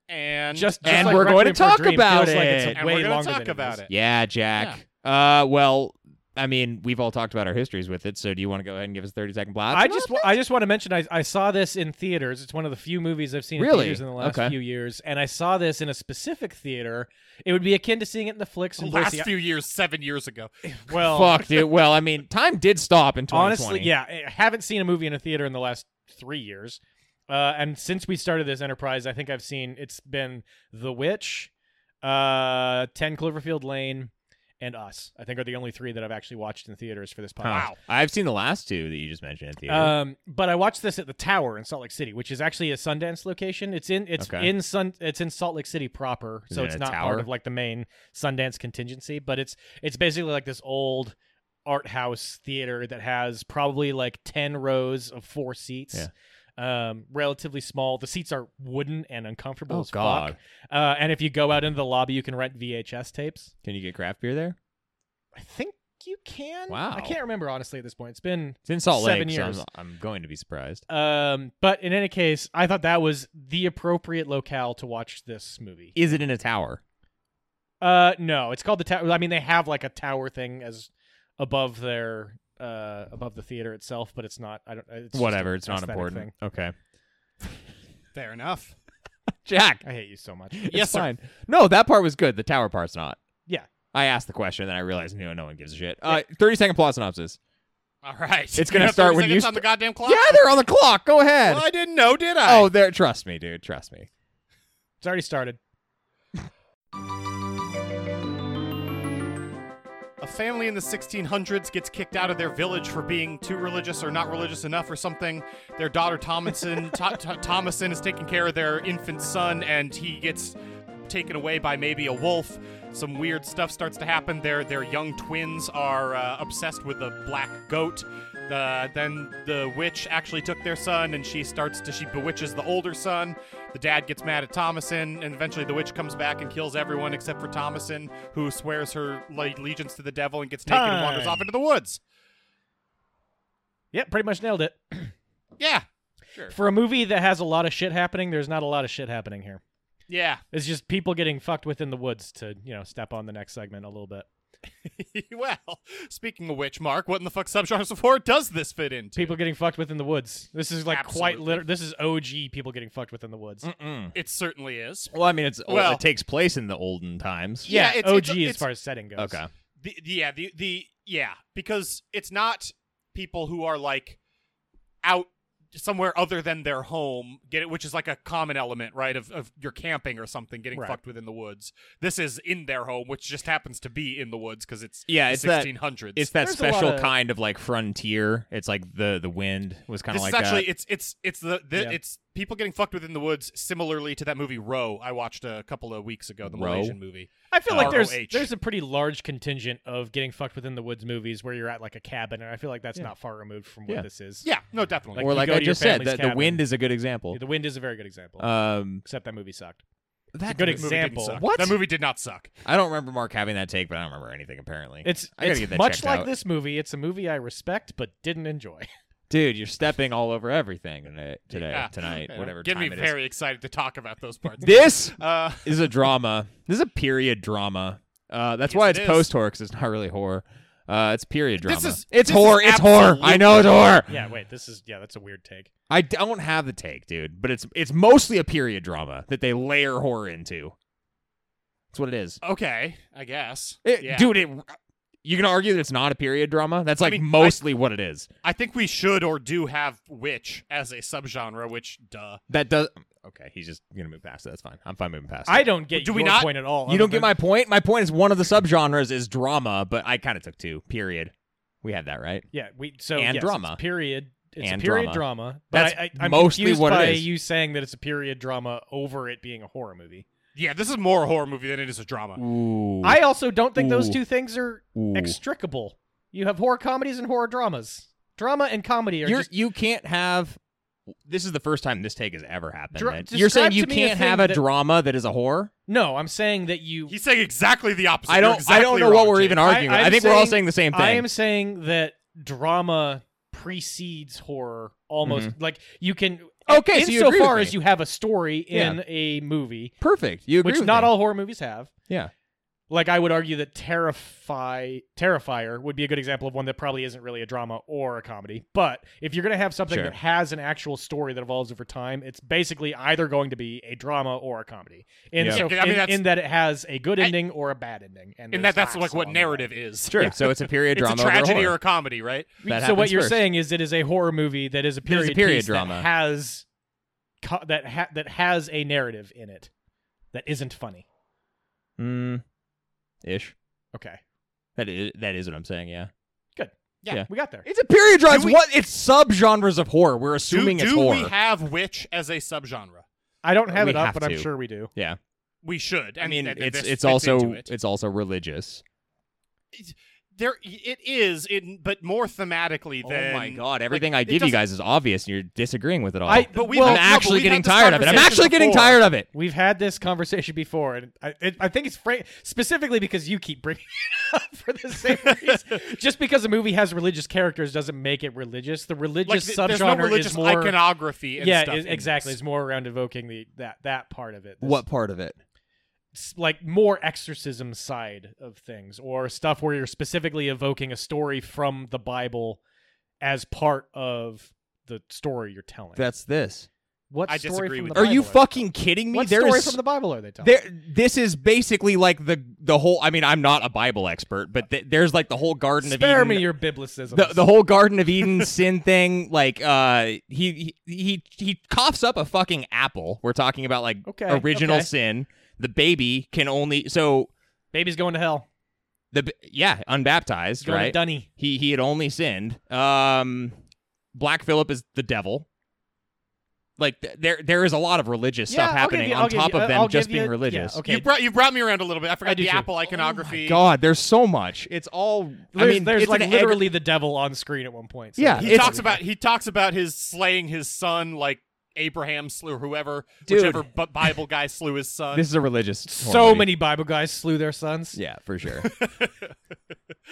[SPEAKER 1] and
[SPEAKER 3] Just, just
[SPEAKER 2] And
[SPEAKER 3] like
[SPEAKER 2] we're going to
[SPEAKER 3] Requiem for a
[SPEAKER 2] talk
[SPEAKER 3] Dream
[SPEAKER 2] about
[SPEAKER 3] feels Like it's
[SPEAKER 2] it.
[SPEAKER 1] and
[SPEAKER 3] way
[SPEAKER 1] we're gonna
[SPEAKER 3] longer
[SPEAKER 1] talk
[SPEAKER 3] than
[SPEAKER 1] about
[SPEAKER 3] is.
[SPEAKER 1] it.
[SPEAKER 2] Yeah, Jack. Uh, well, I mean, we've all talked about our histories with it. So, do you want to go ahead and give us a thirty second blast?
[SPEAKER 3] I just wa- I just want to mention I, I saw this in theaters. It's one of the few movies I've seen
[SPEAKER 2] Really?
[SPEAKER 3] in theaters in the last
[SPEAKER 2] Okay.
[SPEAKER 3] few years, and I saw this in a specific theater. It would be akin to seeing it in the flicks and
[SPEAKER 1] last few years, seven years ago.
[SPEAKER 3] *laughs* well,
[SPEAKER 2] Fuck, dude. Well, I mean, time did stop in 2020.
[SPEAKER 3] honestly, yeah, I haven't seen a movie in a theater in the last three years. Uh, and since we started this enterprise, I think I've seen it's been The Witch, uh, Ten Cloverfield Lane, and Us. I think are the only three that I've actually watched in theaters for this podcast.
[SPEAKER 2] Huh. I've seen the last two that you just mentioned at the end.
[SPEAKER 3] Um, but I watched this at the Tower in Salt Lake City, which is actually a Sundance location. It's in it's
[SPEAKER 2] Okay.
[SPEAKER 3] in Sun it's in Salt Lake City proper,
[SPEAKER 2] Is
[SPEAKER 3] so
[SPEAKER 2] it
[SPEAKER 3] it's
[SPEAKER 2] a
[SPEAKER 3] not
[SPEAKER 2] tower?
[SPEAKER 3] part of like the main Sundance contingency. But it's it's basically like this old art house theater that has probably like ten rows of four seats.
[SPEAKER 2] Yeah.
[SPEAKER 3] Um, relatively small. The seats are wooden and uncomfortable
[SPEAKER 2] Oh,
[SPEAKER 3] as
[SPEAKER 2] God.
[SPEAKER 3] fuck. Uh, and if you go out into the lobby, you can rent VHS tapes.
[SPEAKER 2] Can you get craft beer there?
[SPEAKER 3] I think you can.
[SPEAKER 2] Wow.
[SPEAKER 3] I can't remember honestly at this point. It's been
[SPEAKER 2] It's in Salt
[SPEAKER 3] Seven
[SPEAKER 2] Lake, so I'm-
[SPEAKER 3] years.
[SPEAKER 2] I'm, going to be surprised.
[SPEAKER 3] Um, but in any case, I thought that was the appropriate locale to watch this movie.
[SPEAKER 2] Is it in a tower?
[SPEAKER 3] Uh, no, it's called the tower. I mean, they have like a tower thing as above their uh above the theater itself, but it's not. I don't. It's just
[SPEAKER 2] Whatever,
[SPEAKER 3] an
[SPEAKER 2] it's not
[SPEAKER 3] aesthetic
[SPEAKER 2] important.
[SPEAKER 3] thing.
[SPEAKER 2] Okay.
[SPEAKER 1] Fair enough.
[SPEAKER 2] Jack.
[SPEAKER 3] I hate you so
[SPEAKER 2] *laughs*
[SPEAKER 3] much.
[SPEAKER 2] It's
[SPEAKER 1] Yes, sir.
[SPEAKER 2] fine. No, that part was good. The tower part's not.
[SPEAKER 3] Yeah.
[SPEAKER 2] I asked the question, then I realized no, no one gives a shit. Uh, 30 second plot synopsis.
[SPEAKER 1] All right.
[SPEAKER 2] It's gonna
[SPEAKER 1] You have
[SPEAKER 2] start
[SPEAKER 1] 30
[SPEAKER 2] when you
[SPEAKER 1] seconds on the
[SPEAKER 2] st-
[SPEAKER 1] goddamn clock.
[SPEAKER 2] Yeah, they're on the clock. Go ahead.
[SPEAKER 1] Well, I didn't know, did I?
[SPEAKER 2] Oh, there. Trust me, dude. Trust me.
[SPEAKER 3] It's already started.
[SPEAKER 1] A family in the 1600s gets kicked out of their village for being too religious or not religious enough or something. Their daughter Thomason *laughs* Tho- Tho- Thomason is taking care of their infant son and he gets taken away by maybe a wolf. Some weird stuff starts to happen. Their their young twins are uh, obsessed with a black goat. Uh, then the witch actually took their son and she starts to she bewitches the older son. The dad gets mad at Thomason, and eventually the witch comes back and kills everyone except for Thomason, who swears her le- allegiance to the devil and gets taken and wanders
[SPEAKER 3] Time.
[SPEAKER 1] off into the woods.
[SPEAKER 3] Yep, pretty much nailed it.
[SPEAKER 1] Yeah,
[SPEAKER 3] For a movie that has a lot of shit happening, there's not a lot of shit happening here.
[SPEAKER 1] yeah.
[SPEAKER 3] It's just people getting fucked with in the woods to you know step on the next segment a little bit.
[SPEAKER 1] *laughs* well, speaking of which, Mark, what in the fuck subgenres of horror does this fit into?
[SPEAKER 3] People getting fucked with in the woods. This is like quite
[SPEAKER 1] Absolutely.
[SPEAKER 3] liter- This is OG people getting fucked with in the woods.
[SPEAKER 2] Mm-mm.
[SPEAKER 1] It certainly is.
[SPEAKER 2] Well, I mean, it's
[SPEAKER 1] Well-
[SPEAKER 2] it takes place in the olden times.
[SPEAKER 1] Yeah, it's-
[SPEAKER 3] OG
[SPEAKER 1] it's-
[SPEAKER 3] as
[SPEAKER 1] it's-
[SPEAKER 3] far as setting goes.
[SPEAKER 2] Okay.
[SPEAKER 1] The, yeah, the the yeah, because it's not people who are like out somewhere other than their home, get it, which is like a common element, right? Of of your camping or something, getting
[SPEAKER 3] Right.
[SPEAKER 1] fucked with in the woods. This is in their home, which just happens to be in the woods because it's
[SPEAKER 2] Yeah,
[SPEAKER 1] the
[SPEAKER 2] it's that-
[SPEAKER 1] 1600s.
[SPEAKER 2] It's that
[SPEAKER 3] There's a lot
[SPEAKER 2] special
[SPEAKER 3] of-
[SPEAKER 2] kind of like frontier. It's like the the wind was kind
[SPEAKER 1] this
[SPEAKER 2] of like
[SPEAKER 1] is actually
[SPEAKER 2] that.
[SPEAKER 1] it's it's it's the, the
[SPEAKER 3] Yeah.
[SPEAKER 1] it's people getting fucked with in the woods, similarly to that movie Row I watched a couple of weeks ago, the
[SPEAKER 2] Row?
[SPEAKER 1] Malaysian movie.
[SPEAKER 3] I feel like there's
[SPEAKER 1] ROH.
[SPEAKER 3] there's a pretty large contingent of getting fucked within the woods movies where you're at like a cabin, and I feel like that's not far removed from what
[SPEAKER 2] Yeah.
[SPEAKER 3] this is.
[SPEAKER 1] Yeah, no, definitely.
[SPEAKER 3] Like,
[SPEAKER 2] or
[SPEAKER 3] you
[SPEAKER 2] like
[SPEAKER 3] go
[SPEAKER 2] I
[SPEAKER 3] to your
[SPEAKER 2] just said,
[SPEAKER 3] family's
[SPEAKER 2] the, the wind
[SPEAKER 3] cabin.
[SPEAKER 2] is a good example.
[SPEAKER 3] The Wind is a very good example.
[SPEAKER 2] Um,
[SPEAKER 3] except that movie sucked.
[SPEAKER 2] that's
[SPEAKER 1] That
[SPEAKER 3] good
[SPEAKER 1] movie didn't
[SPEAKER 3] example.
[SPEAKER 1] suck.
[SPEAKER 2] What?
[SPEAKER 1] That movie did not suck.
[SPEAKER 2] I don't remember Mark having that take, but I don't remember anything apparently.
[SPEAKER 3] It's,
[SPEAKER 2] I gotta
[SPEAKER 3] it's
[SPEAKER 2] get that
[SPEAKER 3] much
[SPEAKER 2] checked
[SPEAKER 3] like
[SPEAKER 2] out.
[SPEAKER 3] this movie. It's a movie I respect but didn't enjoy. *laughs*
[SPEAKER 2] dude, you're stepping all over everything today, today
[SPEAKER 1] Yeah.
[SPEAKER 2] tonight,
[SPEAKER 1] Yeah.
[SPEAKER 2] whatever
[SPEAKER 1] Getting
[SPEAKER 2] time
[SPEAKER 1] me
[SPEAKER 2] it is.
[SPEAKER 1] very excited to talk about those parts.
[SPEAKER 2] This
[SPEAKER 1] uh,
[SPEAKER 2] is a drama. This is a period drama. Uh, that's
[SPEAKER 1] Yes,
[SPEAKER 2] why
[SPEAKER 1] it
[SPEAKER 2] it's
[SPEAKER 1] is.
[SPEAKER 2] post horror because it's not really horror. Uh, it's period drama.
[SPEAKER 1] This is-
[SPEAKER 2] it's
[SPEAKER 1] this
[SPEAKER 2] horror.
[SPEAKER 1] is
[SPEAKER 2] it's horror. I know it's horror.
[SPEAKER 3] Yeah, wait. This is yeah. That's a weird take.
[SPEAKER 2] I don't have the take, dude. But it's it's mostly a period drama that they layer horror into. That's what it is.
[SPEAKER 1] okay, I guess.
[SPEAKER 2] It-
[SPEAKER 1] yeah.
[SPEAKER 2] Dude, it, you can argue that it's not a period drama. That's like
[SPEAKER 1] mean, I-
[SPEAKER 2] mostly what it is.
[SPEAKER 1] I think we should or do have witch as a subgenre. Which, duh.
[SPEAKER 2] That does. Okay, he's just gonna move past it. That's fine. I'm fine moving past
[SPEAKER 3] I
[SPEAKER 2] it.
[SPEAKER 3] don't get
[SPEAKER 1] Do we
[SPEAKER 3] your
[SPEAKER 1] not-
[SPEAKER 3] point at all.
[SPEAKER 2] You
[SPEAKER 3] other
[SPEAKER 2] don't get
[SPEAKER 3] than-
[SPEAKER 2] my point. My point is one of the subgenres is drama, but I kind of took two. Period. We had that right.
[SPEAKER 3] yeah. We so
[SPEAKER 2] And
[SPEAKER 3] yes,
[SPEAKER 2] drama.
[SPEAKER 3] it's period. It's
[SPEAKER 2] And
[SPEAKER 3] a period
[SPEAKER 2] drama.
[SPEAKER 3] drama. but
[SPEAKER 2] That's
[SPEAKER 3] I, I, I'm
[SPEAKER 2] mostly
[SPEAKER 3] confused
[SPEAKER 2] what it
[SPEAKER 3] by
[SPEAKER 2] is.
[SPEAKER 3] you saying that it's a period drama over it being a horror movie.
[SPEAKER 1] Yeah, this is more a horror movie than it is a drama.
[SPEAKER 2] Ooh.
[SPEAKER 3] I also don't think those
[SPEAKER 2] Ooh.
[SPEAKER 3] two things are
[SPEAKER 2] Ooh.
[SPEAKER 3] extricable. You have horror comedies and horror dramas. Drama and comedy are
[SPEAKER 2] You're,
[SPEAKER 3] just
[SPEAKER 2] you can't have. This is the first time this take has ever happened.
[SPEAKER 3] Dra-
[SPEAKER 2] man. You're saying
[SPEAKER 3] describe
[SPEAKER 2] you
[SPEAKER 3] to me a
[SPEAKER 2] can't
[SPEAKER 3] thing
[SPEAKER 2] have a
[SPEAKER 3] that-
[SPEAKER 2] drama that is a horror.
[SPEAKER 3] no. I'm saying that you.
[SPEAKER 1] He's saying exactly the opposite.
[SPEAKER 2] I
[SPEAKER 1] You're
[SPEAKER 2] don't. I
[SPEAKER 1] exactly
[SPEAKER 2] don't know what
[SPEAKER 1] wrong,
[SPEAKER 2] we're
[SPEAKER 1] Jake.
[SPEAKER 2] even arguing.
[SPEAKER 3] I-
[SPEAKER 2] I,
[SPEAKER 3] I'm
[SPEAKER 2] think we're all
[SPEAKER 3] saying-
[SPEAKER 2] saying the same thing.
[SPEAKER 3] I am saying that drama precedes horror almost.
[SPEAKER 2] Mm-hmm.
[SPEAKER 3] Like you can.
[SPEAKER 2] Okay, so you agree
[SPEAKER 3] insofar
[SPEAKER 2] with me.
[SPEAKER 3] as you have a story
[SPEAKER 2] Yeah.
[SPEAKER 3] in a movie,
[SPEAKER 2] *laughs* Perfect. You agree?
[SPEAKER 3] which
[SPEAKER 2] with
[SPEAKER 3] not
[SPEAKER 2] me.
[SPEAKER 3] all horror movies have.
[SPEAKER 2] Yeah.
[SPEAKER 3] Like I would argue that Terrify Terrifier would be a good example of one that probably isn't really a drama or a comedy. But if you're gonna have something
[SPEAKER 2] Sure.
[SPEAKER 3] that has an actual story that evolves over time, it's basically either going to be a drama or a comedy. And
[SPEAKER 2] Yeah.
[SPEAKER 3] so
[SPEAKER 1] Yeah, I mean,
[SPEAKER 3] in,
[SPEAKER 1] that's-
[SPEAKER 3] in that it has a good
[SPEAKER 1] I-
[SPEAKER 3] ending or a bad ending. And,
[SPEAKER 1] And
[SPEAKER 3] there's
[SPEAKER 1] that that's
[SPEAKER 3] lots
[SPEAKER 1] like what
[SPEAKER 3] along the way.
[SPEAKER 1] narrative is.
[SPEAKER 2] Sure. So *laughs* it's a period
[SPEAKER 1] It's
[SPEAKER 2] drama.
[SPEAKER 1] a
[SPEAKER 2] over
[SPEAKER 1] tragedy
[SPEAKER 2] horror.
[SPEAKER 1] or a comedy, right?
[SPEAKER 2] That
[SPEAKER 3] so what
[SPEAKER 2] happens
[SPEAKER 3] you're
[SPEAKER 2] first.
[SPEAKER 3] saying is it is a horror movie that is a
[SPEAKER 2] There's
[SPEAKER 3] period,
[SPEAKER 2] a period
[SPEAKER 3] piece
[SPEAKER 2] drama.
[SPEAKER 3] that has co- that ha- that has a narrative in it that isn't funny.
[SPEAKER 2] Mm, ish.
[SPEAKER 3] Okay,
[SPEAKER 2] That is. That is what I'm saying. Yeah. Yeah.
[SPEAKER 3] we got there.
[SPEAKER 2] It's a period
[SPEAKER 1] Do
[SPEAKER 2] drama. It's
[SPEAKER 1] we-
[SPEAKER 2] what? It's subgenres of horror. We're
[SPEAKER 1] Do,
[SPEAKER 2] assuming it's
[SPEAKER 1] do
[SPEAKER 2] horror.
[SPEAKER 1] we have witch as a subgenre?
[SPEAKER 3] I
[SPEAKER 1] Uh,
[SPEAKER 3] don't have
[SPEAKER 2] We
[SPEAKER 3] it up,
[SPEAKER 2] have
[SPEAKER 3] but
[SPEAKER 2] to.
[SPEAKER 3] I'm sure we do.
[SPEAKER 2] yeah.
[SPEAKER 1] We should.
[SPEAKER 2] I mean,
[SPEAKER 1] and- and
[SPEAKER 2] it's
[SPEAKER 1] this
[SPEAKER 2] it's
[SPEAKER 1] fits
[SPEAKER 2] also
[SPEAKER 1] into it.
[SPEAKER 2] it's also religious.
[SPEAKER 1] there. It is, in, but more thematically than.
[SPEAKER 2] oh my god! Everything I
[SPEAKER 1] it
[SPEAKER 2] give you
[SPEAKER 1] doesn't-
[SPEAKER 2] guys is obvious, and you're disagreeing with it all.
[SPEAKER 3] I-
[SPEAKER 1] But we.
[SPEAKER 3] Well,
[SPEAKER 2] am
[SPEAKER 1] no, but
[SPEAKER 2] actually
[SPEAKER 1] we've
[SPEAKER 2] getting
[SPEAKER 1] had this
[SPEAKER 2] tired of it. I'm
[SPEAKER 1] conversation
[SPEAKER 2] actually getting
[SPEAKER 1] before.
[SPEAKER 2] tired of it.
[SPEAKER 3] We've had this conversation before, and I, it, I think it's fra- specifically because you keep bringing *laughs* it up for the same reason.
[SPEAKER 1] *laughs*
[SPEAKER 3] Just because a movie has religious characters doesn't make it religious. The
[SPEAKER 1] Like,
[SPEAKER 3] religious
[SPEAKER 1] th-
[SPEAKER 3] subgenre
[SPEAKER 1] there's no religious
[SPEAKER 3] is more
[SPEAKER 1] iconography. And
[SPEAKER 3] yeah,
[SPEAKER 1] stuff
[SPEAKER 3] it-
[SPEAKER 1] in
[SPEAKER 2] e,
[SPEAKER 1] this.
[SPEAKER 3] exactly. It's more around evoking the that that part of it. This-
[SPEAKER 2] What part of it?
[SPEAKER 3] s- like more exorcism side of things or stuff where you're specifically evoking a story from the bible as part of the story you're telling
[SPEAKER 2] That's this.
[SPEAKER 3] what
[SPEAKER 1] I
[SPEAKER 3] story
[SPEAKER 1] disagree
[SPEAKER 3] from
[SPEAKER 1] with
[SPEAKER 3] the
[SPEAKER 2] Are you
[SPEAKER 3] Bible they
[SPEAKER 2] fucking kidding
[SPEAKER 3] telling?
[SPEAKER 2] me?
[SPEAKER 3] what
[SPEAKER 2] There
[SPEAKER 3] story
[SPEAKER 2] is
[SPEAKER 3] from the bible are they telling
[SPEAKER 2] There, this is basically like the the whole. I mean, I'm not a Bible expert, but th- there's like the whole Garden
[SPEAKER 3] spare
[SPEAKER 2] of
[SPEAKER 3] me
[SPEAKER 2] Eden,
[SPEAKER 3] your biblicism
[SPEAKER 2] the the whole Garden of
[SPEAKER 3] *laughs*
[SPEAKER 2] Eden sin thing. Like, uh, he he he he coughs up a fucking apple. We're talking about like
[SPEAKER 3] Okay,
[SPEAKER 2] original
[SPEAKER 3] okay.
[SPEAKER 2] sin. The baby can only so
[SPEAKER 3] baby's going to hell
[SPEAKER 2] the b- yeah unbaptized
[SPEAKER 3] He's going
[SPEAKER 2] right.
[SPEAKER 3] to dunny
[SPEAKER 2] He he had only sinned. Um, Black Phillip is the devil. Like th- there there is a lot of religious
[SPEAKER 3] Yeah, I'll
[SPEAKER 2] stuff
[SPEAKER 3] give
[SPEAKER 2] happening
[SPEAKER 3] you- I'll
[SPEAKER 2] on
[SPEAKER 3] give
[SPEAKER 2] top
[SPEAKER 3] you-
[SPEAKER 2] of them
[SPEAKER 3] I'll
[SPEAKER 2] just
[SPEAKER 3] give
[SPEAKER 2] being
[SPEAKER 3] you- yeah,
[SPEAKER 2] religious.
[SPEAKER 3] okay.
[SPEAKER 1] You brought you brought me around a little bit. I forgot
[SPEAKER 3] do
[SPEAKER 1] the
[SPEAKER 3] too.
[SPEAKER 1] apple
[SPEAKER 3] Oh my
[SPEAKER 1] iconography.
[SPEAKER 2] God, there's so much. It's all. I mean,
[SPEAKER 3] there's
[SPEAKER 2] it's
[SPEAKER 3] like
[SPEAKER 2] an egg-
[SPEAKER 3] literally the devil on screen at one point so
[SPEAKER 2] Yeah,
[SPEAKER 1] he
[SPEAKER 2] It's-
[SPEAKER 1] talks about he talks about his slaying his son like Abraham slew whoever
[SPEAKER 2] Dude.
[SPEAKER 1] whichever bu- Bible guy slew his son.
[SPEAKER 2] This is a religious.
[SPEAKER 3] so
[SPEAKER 2] horror movie.
[SPEAKER 3] many bible guys slew their sons
[SPEAKER 2] Yeah, for sure.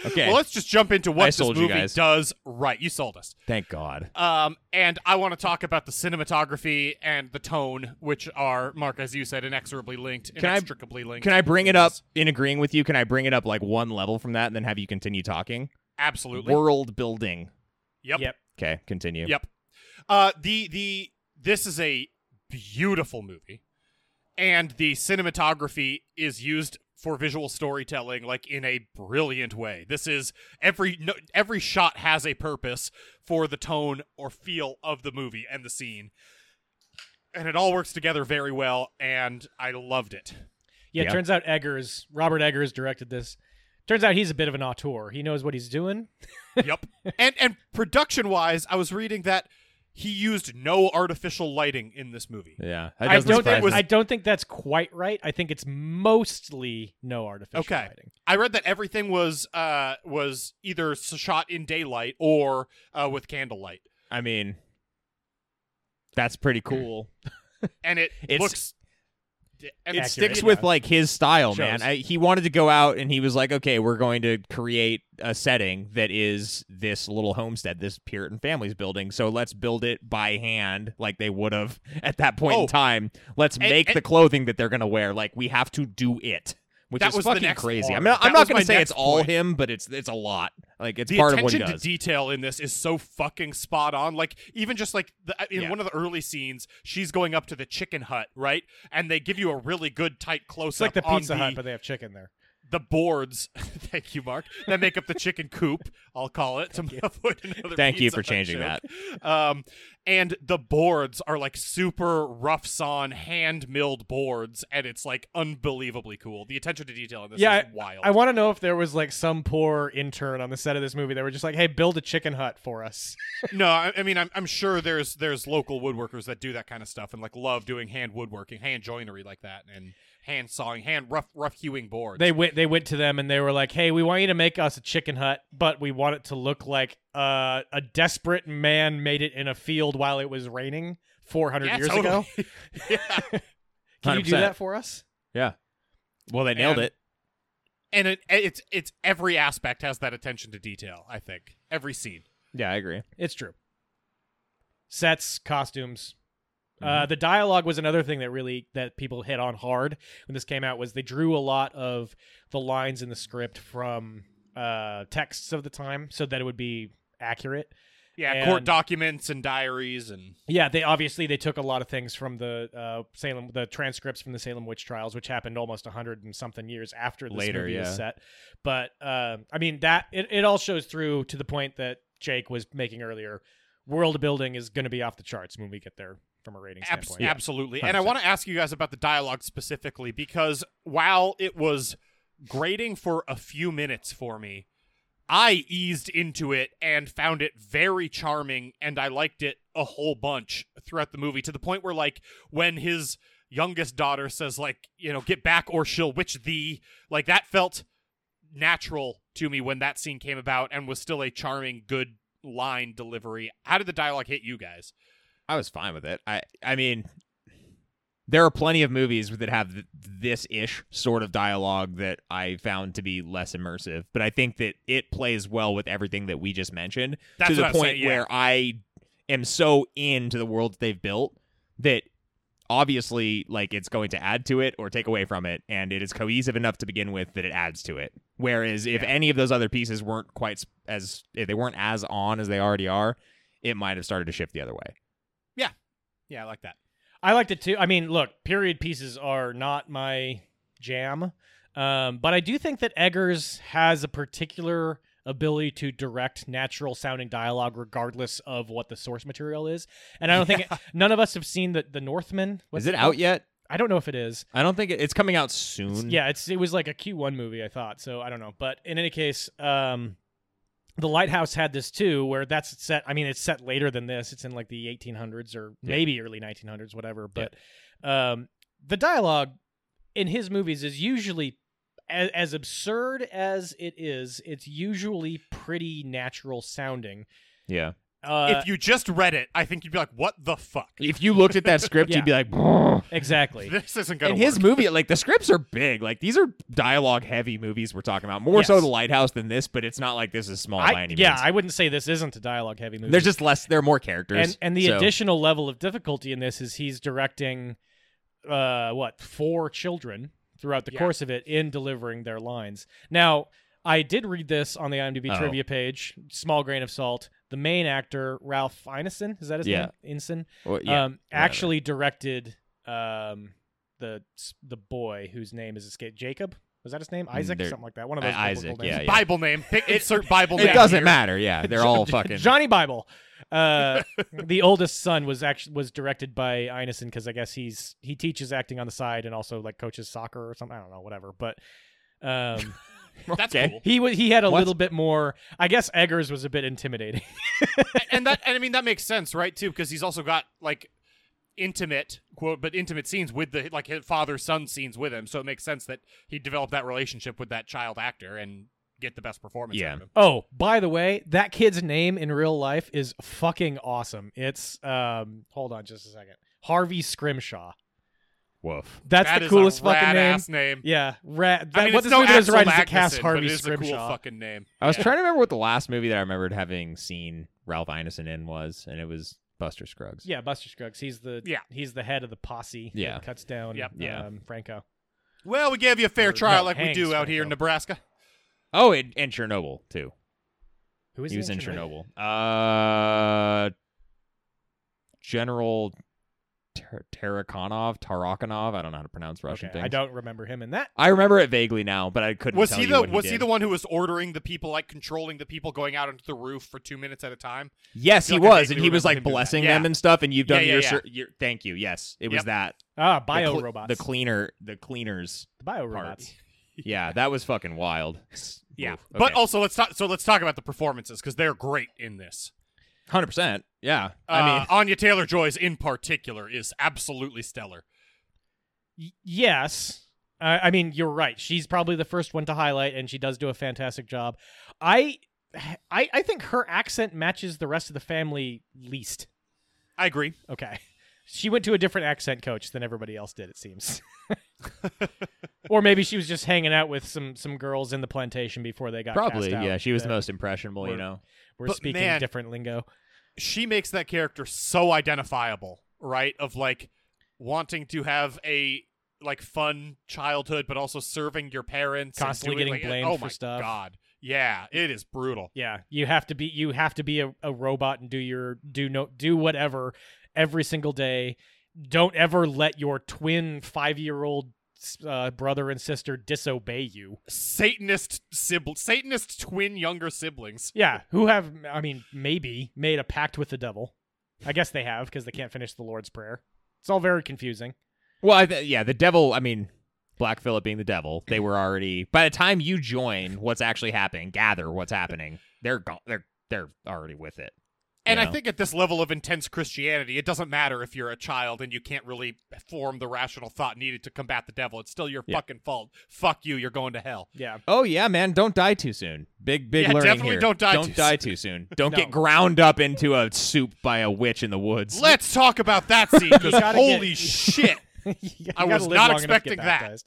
[SPEAKER 2] okay.
[SPEAKER 1] Well, let's just jump into
[SPEAKER 2] I
[SPEAKER 1] what this
[SPEAKER 2] sold you
[SPEAKER 1] movie
[SPEAKER 2] guys.
[SPEAKER 1] does right. You sold us.
[SPEAKER 2] Thank God.
[SPEAKER 1] Um, and I want to talk about the cinematography and the tone, which are, Mark, as you said, inexorably linked,
[SPEAKER 2] I-
[SPEAKER 1] inextricably linked.
[SPEAKER 2] Can I bring it up in agreeing with you? Can I bring it up like one level from that and then have you continue talking?
[SPEAKER 1] Absolutely.
[SPEAKER 2] World building.
[SPEAKER 1] yep.
[SPEAKER 3] Yep.
[SPEAKER 2] Okay, continue.
[SPEAKER 1] Yep. Uh, the the this is a beautiful movie, and the cinematography is used for visual storytelling like in a brilliant way. This is every no, every shot has a purpose for the tone or feel of the movie and the scene. And it all works together very well, and I loved it.
[SPEAKER 3] Yeah,
[SPEAKER 2] Yeah.
[SPEAKER 3] turns out Eggers, Robert Eggers directed this. Turns out he's a bit of an auteur. He knows what he's doing.
[SPEAKER 1] yep. And and production wise, I was reading that he used no artificial lighting in this movie.
[SPEAKER 2] Yeah. that
[SPEAKER 3] I
[SPEAKER 2] doesn't
[SPEAKER 3] don't
[SPEAKER 2] surprise
[SPEAKER 3] think
[SPEAKER 1] was-
[SPEAKER 2] me.
[SPEAKER 3] I don't think that's quite right. I think it's mostly no artificial
[SPEAKER 1] Okay.
[SPEAKER 3] lighting.
[SPEAKER 1] I read that everything was uh was either s- shot in daylight or uh, with candlelight,
[SPEAKER 2] I mean, that's pretty cool.
[SPEAKER 1] and it
[SPEAKER 2] It's-
[SPEAKER 1] looks and
[SPEAKER 2] it
[SPEAKER 3] accurate.
[SPEAKER 2] sticks
[SPEAKER 3] Yeah.
[SPEAKER 2] with like his style,
[SPEAKER 3] Shows.
[SPEAKER 2] man. I, he wanted to go out and he was like, okay, we're going to create a setting that is this little homestead, this Puritan family's building. So let's build it by hand, like they would have *laughs* at that point
[SPEAKER 1] Oh.
[SPEAKER 2] in time. Let's
[SPEAKER 1] And-
[SPEAKER 2] make
[SPEAKER 1] and-
[SPEAKER 2] the clothing that they're gonna wear. Like we have to do it, which
[SPEAKER 1] That
[SPEAKER 2] is
[SPEAKER 1] was the
[SPEAKER 2] fucking
[SPEAKER 1] next
[SPEAKER 2] crazy.
[SPEAKER 1] part.
[SPEAKER 2] I'm not,
[SPEAKER 1] That
[SPEAKER 2] I'm not
[SPEAKER 1] was
[SPEAKER 2] gonna
[SPEAKER 1] my
[SPEAKER 2] say it's
[SPEAKER 1] next
[SPEAKER 2] all
[SPEAKER 1] point.
[SPEAKER 2] him, but it's it's a lot. Like it's
[SPEAKER 1] the
[SPEAKER 2] part of what he
[SPEAKER 1] attention to
[SPEAKER 2] does.
[SPEAKER 1] detail in this is so fucking spot on. Like even just like the, uh, in
[SPEAKER 2] Yeah.
[SPEAKER 1] one of the early scenes, she's going up to the chicken hut, right? And they give you a really good tight close
[SPEAKER 3] It's like
[SPEAKER 1] up
[SPEAKER 3] the
[SPEAKER 1] on
[SPEAKER 3] Pizza Hut, but they have chicken there.
[SPEAKER 1] the boards. *laughs* thank you, Mark. That make up the chicken coop. I'll call it to *laughs* avoid another.
[SPEAKER 2] Thank you
[SPEAKER 1] Pizza
[SPEAKER 2] for
[SPEAKER 1] Hut
[SPEAKER 2] changing
[SPEAKER 1] joke. Um, and the boards are like super rough sawn, hand milled boards, and it's like unbelievably cool. The attention to detail in this
[SPEAKER 3] Yeah,
[SPEAKER 1] is wild.
[SPEAKER 3] I want to know if there was like some poor intern on the set of this movie. They were just like, "Hey, build a chicken hut for us."
[SPEAKER 1] No, I, I mean, I'm, I'm sure there's there's local woodworkers that do that kind of stuff and like love doing hand woodworking, hand joinery like that, and hand sawing, hand rough rough hewing boards.
[SPEAKER 3] They went. They went to them and they were like, "Hey, we want you to make us a chicken hut, but we want it to look like uh, a desperate man made it in a field while it was raining 400
[SPEAKER 1] Yeah,
[SPEAKER 3] years ago.
[SPEAKER 1] totally. *laughs* yeah,
[SPEAKER 3] Can you
[SPEAKER 2] 100%.
[SPEAKER 3] do that for us?"
[SPEAKER 2] Well, they nailed
[SPEAKER 1] And-
[SPEAKER 2] it.
[SPEAKER 1] and it, it's it's every aspect has that attention to detail. I think every scene.
[SPEAKER 2] Yeah, I agree.
[SPEAKER 3] It's true. Sets, costumes. Uh, the dialogue was another thing that really that people hit on hard when this came out was they drew a lot of the lines in the script from uh, texts of the time so that it would be accurate.
[SPEAKER 1] Yeah, court
[SPEAKER 3] And-
[SPEAKER 1] documents and diaries and
[SPEAKER 3] Yeah, they obviously they took a lot of things from the uh, Salem, the transcripts from the Salem witch trials, which happened almost a hundred and something years after this
[SPEAKER 2] Later,
[SPEAKER 3] movie
[SPEAKER 2] yeah.
[SPEAKER 3] was set. But uh, I mean that it, it all shows through to the point that Jake was making earlier. World building is going to be off the charts when we get there from a rating
[SPEAKER 1] Abs-
[SPEAKER 3] standpoint.
[SPEAKER 1] Absolutely. And I want to ask you guys about the dialogue specifically because while it was grating for a few minutes for me, I eased into it and found it very charming and I liked it a whole bunch throughout the movie to the point where like when his youngest daughter says like, you know, get back or she'll witch thee, like that felt natural to me when that scene came about and was still a charming good line delivery. How did the dialogue hit you guys?
[SPEAKER 2] I was fine with it. I I mean, there are plenty of movies that have th- this ish sort of dialogue that I found to be less immersive, but I think that it plays well with everything that we just mentioned
[SPEAKER 1] That's
[SPEAKER 2] to the
[SPEAKER 1] what I'm
[SPEAKER 2] point
[SPEAKER 1] saying, yeah.
[SPEAKER 2] where I am so into the world that they've built that obviously like it's going to add to it or take away from it and it is cohesive enough to begin with that it adds to it whereas if any of those other pieces weren't quite s- as if they weren't as on as they already are it might have started to shift the other way
[SPEAKER 1] Yeah, I like that.
[SPEAKER 3] I liked it too. I mean, look, period pieces are not my jam, um, but I do think that Eggers has a particular ability to direct natural sounding dialogue regardless of what the source material is. And I
[SPEAKER 2] *laughs*
[SPEAKER 3] don't think none of us have seen the the Northman. What's
[SPEAKER 2] is it out yet?
[SPEAKER 3] I don't know if it is.
[SPEAKER 2] I don't think it, it's coming out soon.
[SPEAKER 3] Yeah, it's it was like a Q1 movie, I thought. So I don't know, but in any case, um, the Lighthouse had this too, where that's set. I mean, it's set later than this. It's in like the 1800s or maybe early 1900s, whatever. But um, the dialogue in his movies is usually as, as absurd as it is. It's usually pretty natural sounding.
[SPEAKER 2] yeah.
[SPEAKER 3] Uh,
[SPEAKER 1] if you just read it, I think you'd be like, "What the fuck?"
[SPEAKER 2] If you looked at that script,
[SPEAKER 3] Yeah.
[SPEAKER 2] you'd be like, "Brr."
[SPEAKER 1] *laughs*
[SPEAKER 3] exactly.
[SPEAKER 1] This isn't gonna
[SPEAKER 2] in
[SPEAKER 1] work.
[SPEAKER 2] his movie, like the scripts are big. Like these are dialogue heavy movies we're talking about. More so
[SPEAKER 3] Yes.
[SPEAKER 2] the Lighthouse than this, but it's not like this is small by
[SPEAKER 3] I,
[SPEAKER 2] any
[SPEAKER 3] yeah,
[SPEAKER 2] means.
[SPEAKER 3] I wouldn't say this isn't a dialogue heavy movie.
[SPEAKER 2] there's just less. There are more characters.
[SPEAKER 3] and and the
[SPEAKER 2] so-
[SPEAKER 3] additional level of difficulty in this is he's directing uh what four children throughout the
[SPEAKER 1] Yeah.
[SPEAKER 3] course of it in delivering their lines now i did read this on the imdb
[SPEAKER 2] Oh.
[SPEAKER 3] trivia page small grain of salt the main actor ralph ineson is that his
[SPEAKER 2] Yeah.
[SPEAKER 3] name Ineson,
[SPEAKER 2] Well, yeah,
[SPEAKER 3] um actually directed um the the boy whose name is escaped jacob was that his name isaac
[SPEAKER 2] there-
[SPEAKER 3] something like that one of those
[SPEAKER 2] Mm, I-
[SPEAKER 3] biblical
[SPEAKER 2] Isaac,
[SPEAKER 3] names.
[SPEAKER 2] yeah, yeah.
[SPEAKER 1] Bible name. Pick insert Bible name.
[SPEAKER 2] it doesn't
[SPEAKER 1] here.
[SPEAKER 2] matter.
[SPEAKER 3] *laughs*
[SPEAKER 2] Yeah, they're all
[SPEAKER 3] Jo-
[SPEAKER 2] fucking.
[SPEAKER 3] Johnny Bible.
[SPEAKER 1] *laughs*
[SPEAKER 3] Uh, the oldest son was actually was directed by Ineson because I guess he's he teaches acting on the side and also like coaches soccer or something. I don't know, whatever. But um,
[SPEAKER 1] That's *laughs*
[SPEAKER 2] Okay.
[SPEAKER 1] cool.
[SPEAKER 3] he was he had a
[SPEAKER 2] What?
[SPEAKER 3] little bit more. I guess Eggers was a bit intimidating. *laughs*
[SPEAKER 1] And that and I mean that makes sense, right? Too because he's also got like intimate quote but intimate scenes with the like his father son scenes with him so it makes sense that he developed that relationship with that child actor and get the best performance
[SPEAKER 2] Yeah.
[SPEAKER 1] out of him
[SPEAKER 3] oh, by the way, that kid's name in real life is fucking awesome. It's um, hold on just a second, Harvey Scrimshaw.
[SPEAKER 2] Woof.
[SPEAKER 3] That's
[SPEAKER 1] That
[SPEAKER 3] the
[SPEAKER 1] is
[SPEAKER 3] coolest
[SPEAKER 1] a
[SPEAKER 3] fucking
[SPEAKER 1] rad
[SPEAKER 3] name.
[SPEAKER 1] ass name.
[SPEAKER 3] Yeah, rat. That,
[SPEAKER 1] I mean,
[SPEAKER 3] what
[SPEAKER 1] it's
[SPEAKER 3] this
[SPEAKER 1] no
[SPEAKER 3] movie does
[SPEAKER 1] Axel
[SPEAKER 3] right is a Cass
[SPEAKER 1] Magnuson, but
[SPEAKER 3] Harvey
[SPEAKER 1] it is a cool
[SPEAKER 3] Scrimshaw.
[SPEAKER 1] fucking name.
[SPEAKER 2] I was
[SPEAKER 1] Yeah.
[SPEAKER 2] trying to remember what the last movie that I remembered having seen Ralph Ineson in was, and it was Buster Scruggs.
[SPEAKER 3] yeah, Buster Scruggs. He's the
[SPEAKER 1] Yeah.
[SPEAKER 3] he's the head of the posse. that
[SPEAKER 2] Yeah.
[SPEAKER 3] cuts down.
[SPEAKER 1] Yep.
[SPEAKER 2] Yeah.
[SPEAKER 3] um, Franco.
[SPEAKER 1] Well, we gave you a
[SPEAKER 3] Or,
[SPEAKER 1] fair trial
[SPEAKER 3] no,
[SPEAKER 1] like we
[SPEAKER 3] Hanks,
[SPEAKER 1] do out here in
[SPEAKER 3] Franco.
[SPEAKER 1] Nebraska.
[SPEAKER 2] Oh, and, and Chernobyl too.
[SPEAKER 3] Who is
[SPEAKER 2] he was in Chernobyl. Uh, General Ter- Tarakanov, Tarakanov. I don't know how to pronounce Russian
[SPEAKER 3] Okay,
[SPEAKER 2] things.
[SPEAKER 3] I don't remember him in that.
[SPEAKER 2] I remember it vaguely now, but I couldn't.
[SPEAKER 1] Was
[SPEAKER 2] tell
[SPEAKER 1] he
[SPEAKER 2] you
[SPEAKER 1] the
[SPEAKER 2] what
[SPEAKER 1] was he,
[SPEAKER 2] did.
[SPEAKER 1] the one who was ordering the people, like controlling the people going out onto the roof for two minutes at a time?
[SPEAKER 2] Yes, he
[SPEAKER 1] Like, I
[SPEAKER 2] was,
[SPEAKER 1] vaguely
[SPEAKER 2] and he was
[SPEAKER 1] remember
[SPEAKER 2] like
[SPEAKER 1] him doing that.
[SPEAKER 2] blessing
[SPEAKER 1] Yeah.
[SPEAKER 2] them and stuff. And you've done
[SPEAKER 1] Yeah, yeah,
[SPEAKER 2] your,
[SPEAKER 1] yeah.
[SPEAKER 2] cer- your. Thank you. Yes, it was
[SPEAKER 1] Yep.
[SPEAKER 2] that.
[SPEAKER 3] Ah,
[SPEAKER 2] The
[SPEAKER 3] bio
[SPEAKER 2] cle-
[SPEAKER 3] robots.
[SPEAKER 2] The cleaner. The cleaners.
[SPEAKER 1] Oh,
[SPEAKER 3] The bio
[SPEAKER 2] part.
[SPEAKER 3] robots.
[SPEAKER 1] *laughs*
[SPEAKER 2] Yeah, that was fucking wild.
[SPEAKER 1] Yeah,
[SPEAKER 2] Oof.
[SPEAKER 1] but
[SPEAKER 2] Okay.
[SPEAKER 1] also let's talk. So let's talk about the performances because they're great in this.
[SPEAKER 2] Hundred percent. Yeah.
[SPEAKER 1] Uh,
[SPEAKER 2] I mean,
[SPEAKER 1] Anya Taylor Joy's in particular is absolutely stellar.
[SPEAKER 3] Y- yes. I I mean, you're right. She's probably the first one to highlight, and she does do a fantastic job. I, I, I think her accent matches the rest of the family least.
[SPEAKER 1] I agree.
[SPEAKER 3] Okay, she went to a different accent coach than everybody else did.
[SPEAKER 2] *laughs*
[SPEAKER 3] It seems, or maybe she was just hanging out with some some girls in the plantation before they got cast
[SPEAKER 2] probably.
[SPEAKER 3] out
[SPEAKER 2] Yeah, she was the
[SPEAKER 3] that
[SPEAKER 2] most impressionable. You
[SPEAKER 3] were-
[SPEAKER 2] know.
[SPEAKER 3] We're
[SPEAKER 1] But,
[SPEAKER 3] speaking
[SPEAKER 1] man-
[SPEAKER 3] different lingo.
[SPEAKER 1] She makes that character so identifiable, right? Of like wanting to have a like fun childhood, but also serving your parents, and
[SPEAKER 3] Constantly
[SPEAKER 1] doing,
[SPEAKER 3] getting
[SPEAKER 1] like,
[SPEAKER 3] blamed
[SPEAKER 1] Oh
[SPEAKER 3] for
[SPEAKER 1] my
[SPEAKER 3] stuff.
[SPEAKER 1] god! Yeah, it is brutal.
[SPEAKER 3] Yeah, you have to be you have to be a, a robot and do your do no do whatever every single day. Don't ever let your twin five year old uh, brother and sister disobey you.
[SPEAKER 1] Satanist sibling, Satanist twin younger siblings.
[SPEAKER 3] Yeah, who have I mean maybe made a pact with the devil. I guess they have because they can't finish the Lord's prayer. It's all very confusing.
[SPEAKER 2] Well, I th- yeah, the devil. I mean, Black Phillip being the devil, they were already. By the time you join, what's actually happening? Gather what's happening. They're gone. They're they're already with it. you
[SPEAKER 1] And I
[SPEAKER 2] know?
[SPEAKER 1] think at this level of intense Christianity, it doesn't matter if you're a child and you can't really form the rational thought needed to combat the devil. It's still your
[SPEAKER 2] Yeah.
[SPEAKER 1] fucking fault. Fuck you. You're going to hell.
[SPEAKER 3] Yeah, *laughs*
[SPEAKER 2] Oh yeah, man! Don't die too soon. Big big
[SPEAKER 1] Yeah,
[SPEAKER 2] learning
[SPEAKER 1] definitely
[SPEAKER 2] here.
[SPEAKER 1] don't die
[SPEAKER 2] Don't
[SPEAKER 1] too
[SPEAKER 2] die
[SPEAKER 1] *laughs*
[SPEAKER 2] too soon. Don't
[SPEAKER 3] No.
[SPEAKER 2] get ground up into a soup by a witch in the woods.
[SPEAKER 1] Let's talk about that scene. 'cause
[SPEAKER 3] gotta get-
[SPEAKER 1] holy shit.
[SPEAKER 3] You
[SPEAKER 1] I
[SPEAKER 3] gotta
[SPEAKER 1] was
[SPEAKER 3] live
[SPEAKER 1] not
[SPEAKER 3] long enough to get
[SPEAKER 1] expecting that.
[SPEAKER 3] baptized.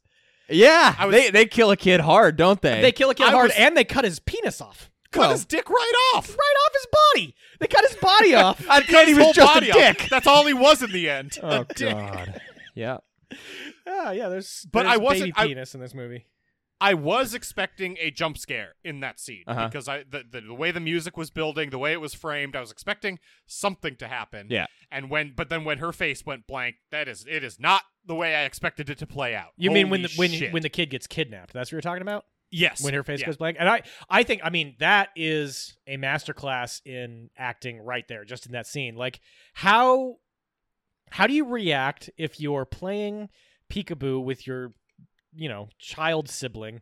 [SPEAKER 2] yeah,
[SPEAKER 1] I was-
[SPEAKER 2] they they kill a kid hard, don't they?
[SPEAKER 3] They kill a kid
[SPEAKER 1] I
[SPEAKER 3] hard
[SPEAKER 1] was-
[SPEAKER 3] and they cut his penis off.
[SPEAKER 1] Cut
[SPEAKER 2] Well-
[SPEAKER 1] his dick right off.
[SPEAKER 3] Right off his body. They cut his
[SPEAKER 1] *laughs*
[SPEAKER 3] body off.
[SPEAKER 2] I thought he
[SPEAKER 1] His
[SPEAKER 2] was
[SPEAKER 1] whole
[SPEAKER 2] just a
[SPEAKER 1] body off.
[SPEAKER 2] dick.
[SPEAKER 1] That's all he was in the end.
[SPEAKER 3] *laughs* Oh
[SPEAKER 1] dick.
[SPEAKER 3] God.
[SPEAKER 2] Yeah.
[SPEAKER 3] Yeah, yeah. There's
[SPEAKER 1] But
[SPEAKER 3] there's
[SPEAKER 1] I wasn't-
[SPEAKER 3] baby
[SPEAKER 1] I-
[SPEAKER 3] penis in this movie.
[SPEAKER 1] I was expecting a jump scare in that scene
[SPEAKER 2] Uh-huh.
[SPEAKER 1] because I the, the, the way the music was building, the way it was framed, I was expecting something to happen.
[SPEAKER 2] Yeah.
[SPEAKER 1] And when but then when her face went blank, that is it is not the way I expected it to play out.
[SPEAKER 3] You mean when the
[SPEAKER 1] Holy
[SPEAKER 3] when
[SPEAKER 1] shit.
[SPEAKER 3] when the kid gets kidnapped? That's what you're talking about.
[SPEAKER 1] yes
[SPEAKER 3] When her face
[SPEAKER 1] Yeah.
[SPEAKER 3] goes blank. And I I think I mean that is a masterclass in acting right there, just in that scene. Like how how do you react if you're playing peekaboo with your you know child sibling?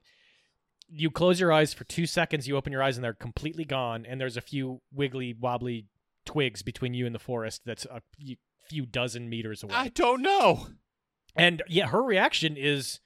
[SPEAKER 3] You close your eyes for two seconds. You open your eyes and they're completely gone. And there's a few wiggly wobbly twigs between you and the forest. That's a few- few dozen meters away.
[SPEAKER 1] I don't know.
[SPEAKER 3] And yeah, her reaction is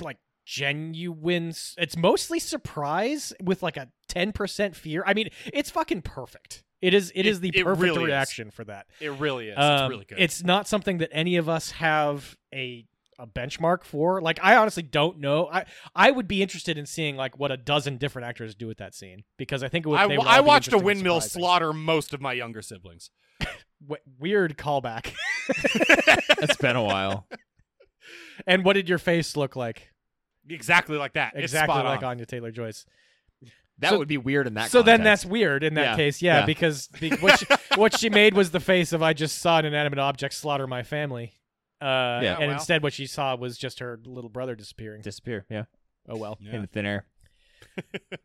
[SPEAKER 3] like genuine. s- It's mostly surprise with like a 10% fear. I mean, it's fucking perfect. It is it
[SPEAKER 1] It-
[SPEAKER 3] is the
[SPEAKER 1] it
[SPEAKER 3] perfect
[SPEAKER 1] really is.
[SPEAKER 3] reaction for that.
[SPEAKER 1] It really is.
[SPEAKER 3] Um,
[SPEAKER 1] it's really good.
[SPEAKER 3] It's not something that any of us have a a benchmark for. Like I honestly don't know. I I would be interested in seeing like what a dozen different actors do with that scene because I think it would,
[SPEAKER 1] I,
[SPEAKER 3] they
[SPEAKER 1] w-
[SPEAKER 3] would
[SPEAKER 1] I
[SPEAKER 3] all be
[SPEAKER 1] watched a
[SPEAKER 3] interesting and
[SPEAKER 1] windmill
[SPEAKER 3] surprising.
[SPEAKER 1] slaughter most of my younger siblings.
[SPEAKER 3] W- weird
[SPEAKER 1] *laughs*
[SPEAKER 3] callback.
[SPEAKER 2] It's been a while.
[SPEAKER 3] and what did your face look like?
[SPEAKER 1] Exactly like that. It's
[SPEAKER 3] Exactly
[SPEAKER 1] spot
[SPEAKER 3] like
[SPEAKER 1] on.
[SPEAKER 3] Anya Taylor Joyce.
[SPEAKER 2] That
[SPEAKER 3] So-
[SPEAKER 2] would be weird in that.
[SPEAKER 3] so then
[SPEAKER 2] context.
[SPEAKER 3] that's weird in that
[SPEAKER 2] Yeah,
[SPEAKER 3] case, yeah,
[SPEAKER 2] yeah.
[SPEAKER 3] because the, what she, what she made was the face of I just saw an inanimate object slaughter my family. Uh,
[SPEAKER 2] Yeah.
[SPEAKER 3] and
[SPEAKER 1] Wow.
[SPEAKER 3] instead what she saw was just her little brother disappearing.
[SPEAKER 2] disappear. Yeah.
[SPEAKER 3] Oh well.
[SPEAKER 2] in
[SPEAKER 1] Yeah.
[SPEAKER 2] the thin air.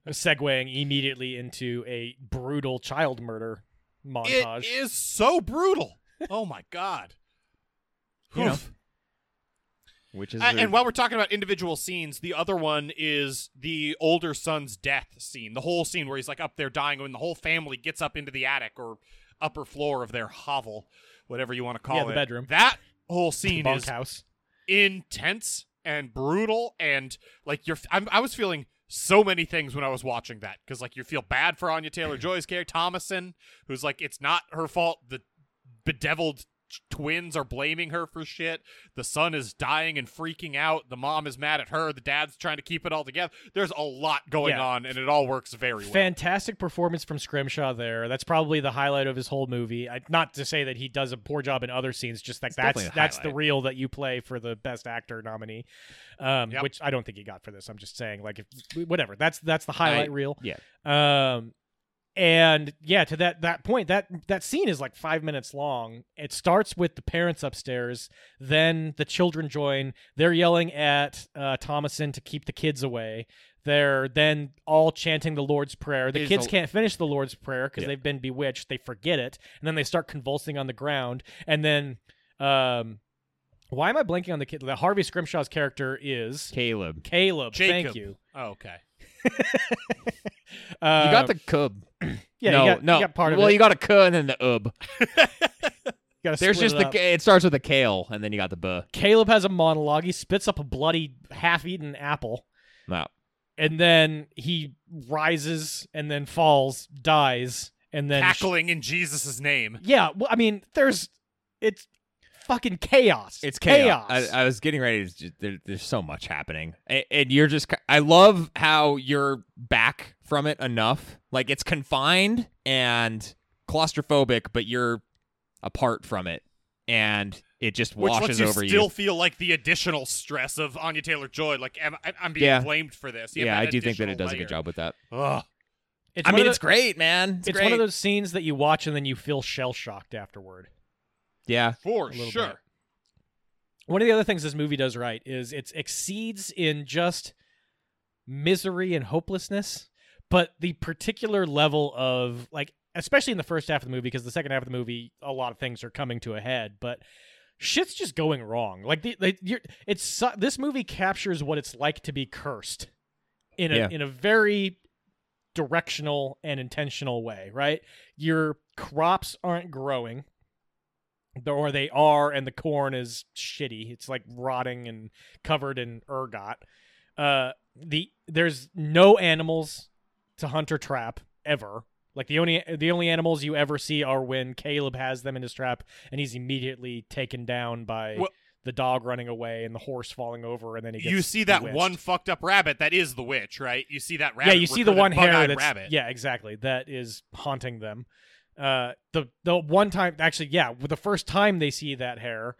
[SPEAKER 3] Segueing immediately into a brutal child murder montage.
[SPEAKER 1] It is so brutal. Oh my god.
[SPEAKER 2] You know,
[SPEAKER 1] Oof.
[SPEAKER 2] Which is
[SPEAKER 1] A- Uh, and while we're talking about individual scenes, the other one is the older son's death scene. The whole scene where he's like up there dying when the whole family gets up into the attic or upper floor of their hovel, whatever you want to call
[SPEAKER 3] Yeah,
[SPEAKER 1] it.
[SPEAKER 3] the bedroom.
[SPEAKER 1] That whole
[SPEAKER 3] The
[SPEAKER 1] scene is
[SPEAKER 3] bunkhouse.
[SPEAKER 1] intense and brutal and like you're I'm, I was feeling so many things when I was watching that cuz like you feel
[SPEAKER 3] *clears throat*
[SPEAKER 1] bad for Anya Taylor-Joy's character Thomason who's like it's not her fault the bedeviled twins are blaming her for shit. The son is dying and freaking out. The mom is mad at her. The dad's trying to keep it all together. There's a lot going
[SPEAKER 3] Yeah.
[SPEAKER 1] on, and it all works very well.
[SPEAKER 3] Fantastic performance from Scrimshaw there. That's probably the highlight of his whole movie. I, not to say that he does a poor job in other scenes, just like that's
[SPEAKER 2] definitely a
[SPEAKER 3] that's the
[SPEAKER 2] highlight.
[SPEAKER 3] reel that you play for the best actor nominee, um,
[SPEAKER 1] Yep.
[SPEAKER 3] which I don't think he got for this. I'm just saying, like, if, whatever. That's that's the highlight reel.
[SPEAKER 2] yeah.
[SPEAKER 3] Um, and yeah, to that that point, that that scene is like five minutes long. It starts with the parents upstairs, then the children join. They're yelling at uh, Thomason to keep the kids away. They're then all chanting the Lord's Prayer. The
[SPEAKER 1] Is
[SPEAKER 3] kids
[SPEAKER 1] the-
[SPEAKER 3] can't finish the Lord's Prayer because
[SPEAKER 2] Yeah.
[SPEAKER 3] they've been bewitched. They forget it, and then they start convulsing on the ground. And then, um, why am I blanking on the kid? The Harvey Scrimshaw's character is
[SPEAKER 2] Caleb.
[SPEAKER 3] Caleb.
[SPEAKER 1] Jacob.
[SPEAKER 3] Thank you.
[SPEAKER 1] Oh, okay.
[SPEAKER 3] Uh,
[SPEAKER 2] you got the cub.
[SPEAKER 3] yeah.
[SPEAKER 2] no,
[SPEAKER 3] you got,
[SPEAKER 2] no.
[SPEAKER 3] You got part of
[SPEAKER 2] well,
[SPEAKER 3] it.
[SPEAKER 2] you got a cub and then the ub.
[SPEAKER 3] You gotta
[SPEAKER 2] There's
[SPEAKER 3] split
[SPEAKER 2] just
[SPEAKER 3] it
[SPEAKER 2] the.
[SPEAKER 3] up.
[SPEAKER 2] ca- It starts with a kale, and then you got the buh.
[SPEAKER 3] Caleb has a monologue. He spits up a bloody half-eaten apple,
[SPEAKER 2] Wow.
[SPEAKER 3] and then he rises and then falls, dies, and then
[SPEAKER 1] Cackling in Jesus' name.
[SPEAKER 3] yeah. Well, I mean, there's it's fucking chaos.
[SPEAKER 2] It's chaos. I, I was getting ready. To, ju- there, there's so much happening, and, and you're just. ki- I love how you're back from it enough. Like it's confined and claustrophobic, but you're apart from it, and it just
[SPEAKER 1] Which
[SPEAKER 2] washes
[SPEAKER 1] lets you
[SPEAKER 2] over
[SPEAKER 1] still
[SPEAKER 2] you.
[SPEAKER 1] feel like the additional stress of Anya Taylor Joy. Like, am, I, I'm being
[SPEAKER 2] Yeah.
[SPEAKER 1] blamed for this. You have
[SPEAKER 2] Yeah, I
[SPEAKER 1] that
[SPEAKER 2] do think that it
[SPEAKER 1] additional
[SPEAKER 2] does a good
[SPEAKER 1] layer.
[SPEAKER 2] job with that.
[SPEAKER 1] Ugh.
[SPEAKER 3] it's
[SPEAKER 2] I
[SPEAKER 3] one
[SPEAKER 2] mean,
[SPEAKER 3] of
[SPEAKER 2] it's
[SPEAKER 3] the-
[SPEAKER 2] great, man. It's,
[SPEAKER 3] It's,
[SPEAKER 2] great.
[SPEAKER 3] one of those scenes that you watch and then you feel shell shocked afterward.
[SPEAKER 2] Yeah,
[SPEAKER 1] For
[SPEAKER 3] little
[SPEAKER 1] sure.
[SPEAKER 3] bit. One of the other things this movie does right is it exceeds in just misery and hopelessness, but the particular level of like especially in the first half of the movie because the second half of the movie a lot of things are coming to a head, but shit's just going wrong. Like the, the you're, it's su- this movie captures what it's like to be cursed in a
[SPEAKER 2] Yeah.
[SPEAKER 3] in a very directional and intentional way, right? Your crops aren't growing the- or they are and the corn is shitty it's like rotting and covered in ergot uh the there's no animals to hunt or trap ever like the only the only animals you ever see are when caleb has them in his trap and he's immediately taken down by
[SPEAKER 1] Well-
[SPEAKER 3] the dog running away and the horse falling over and then he gets
[SPEAKER 1] You see that
[SPEAKER 3] bewitched.
[SPEAKER 1] one fucked up rabbit that is the witch, right? You see that rabbit.
[SPEAKER 3] yeah, you see the
[SPEAKER 1] recruited
[SPEAKER 3] one hair
[SPEAKER 1] bug-eyed
[SPEAKER 3] that's
[SPEAKER 1] rabbit.
[SPEAKER 3] yeah, exactly. That is haunting them. Uh, the the one time actually, yeah, with the first time they see that hair,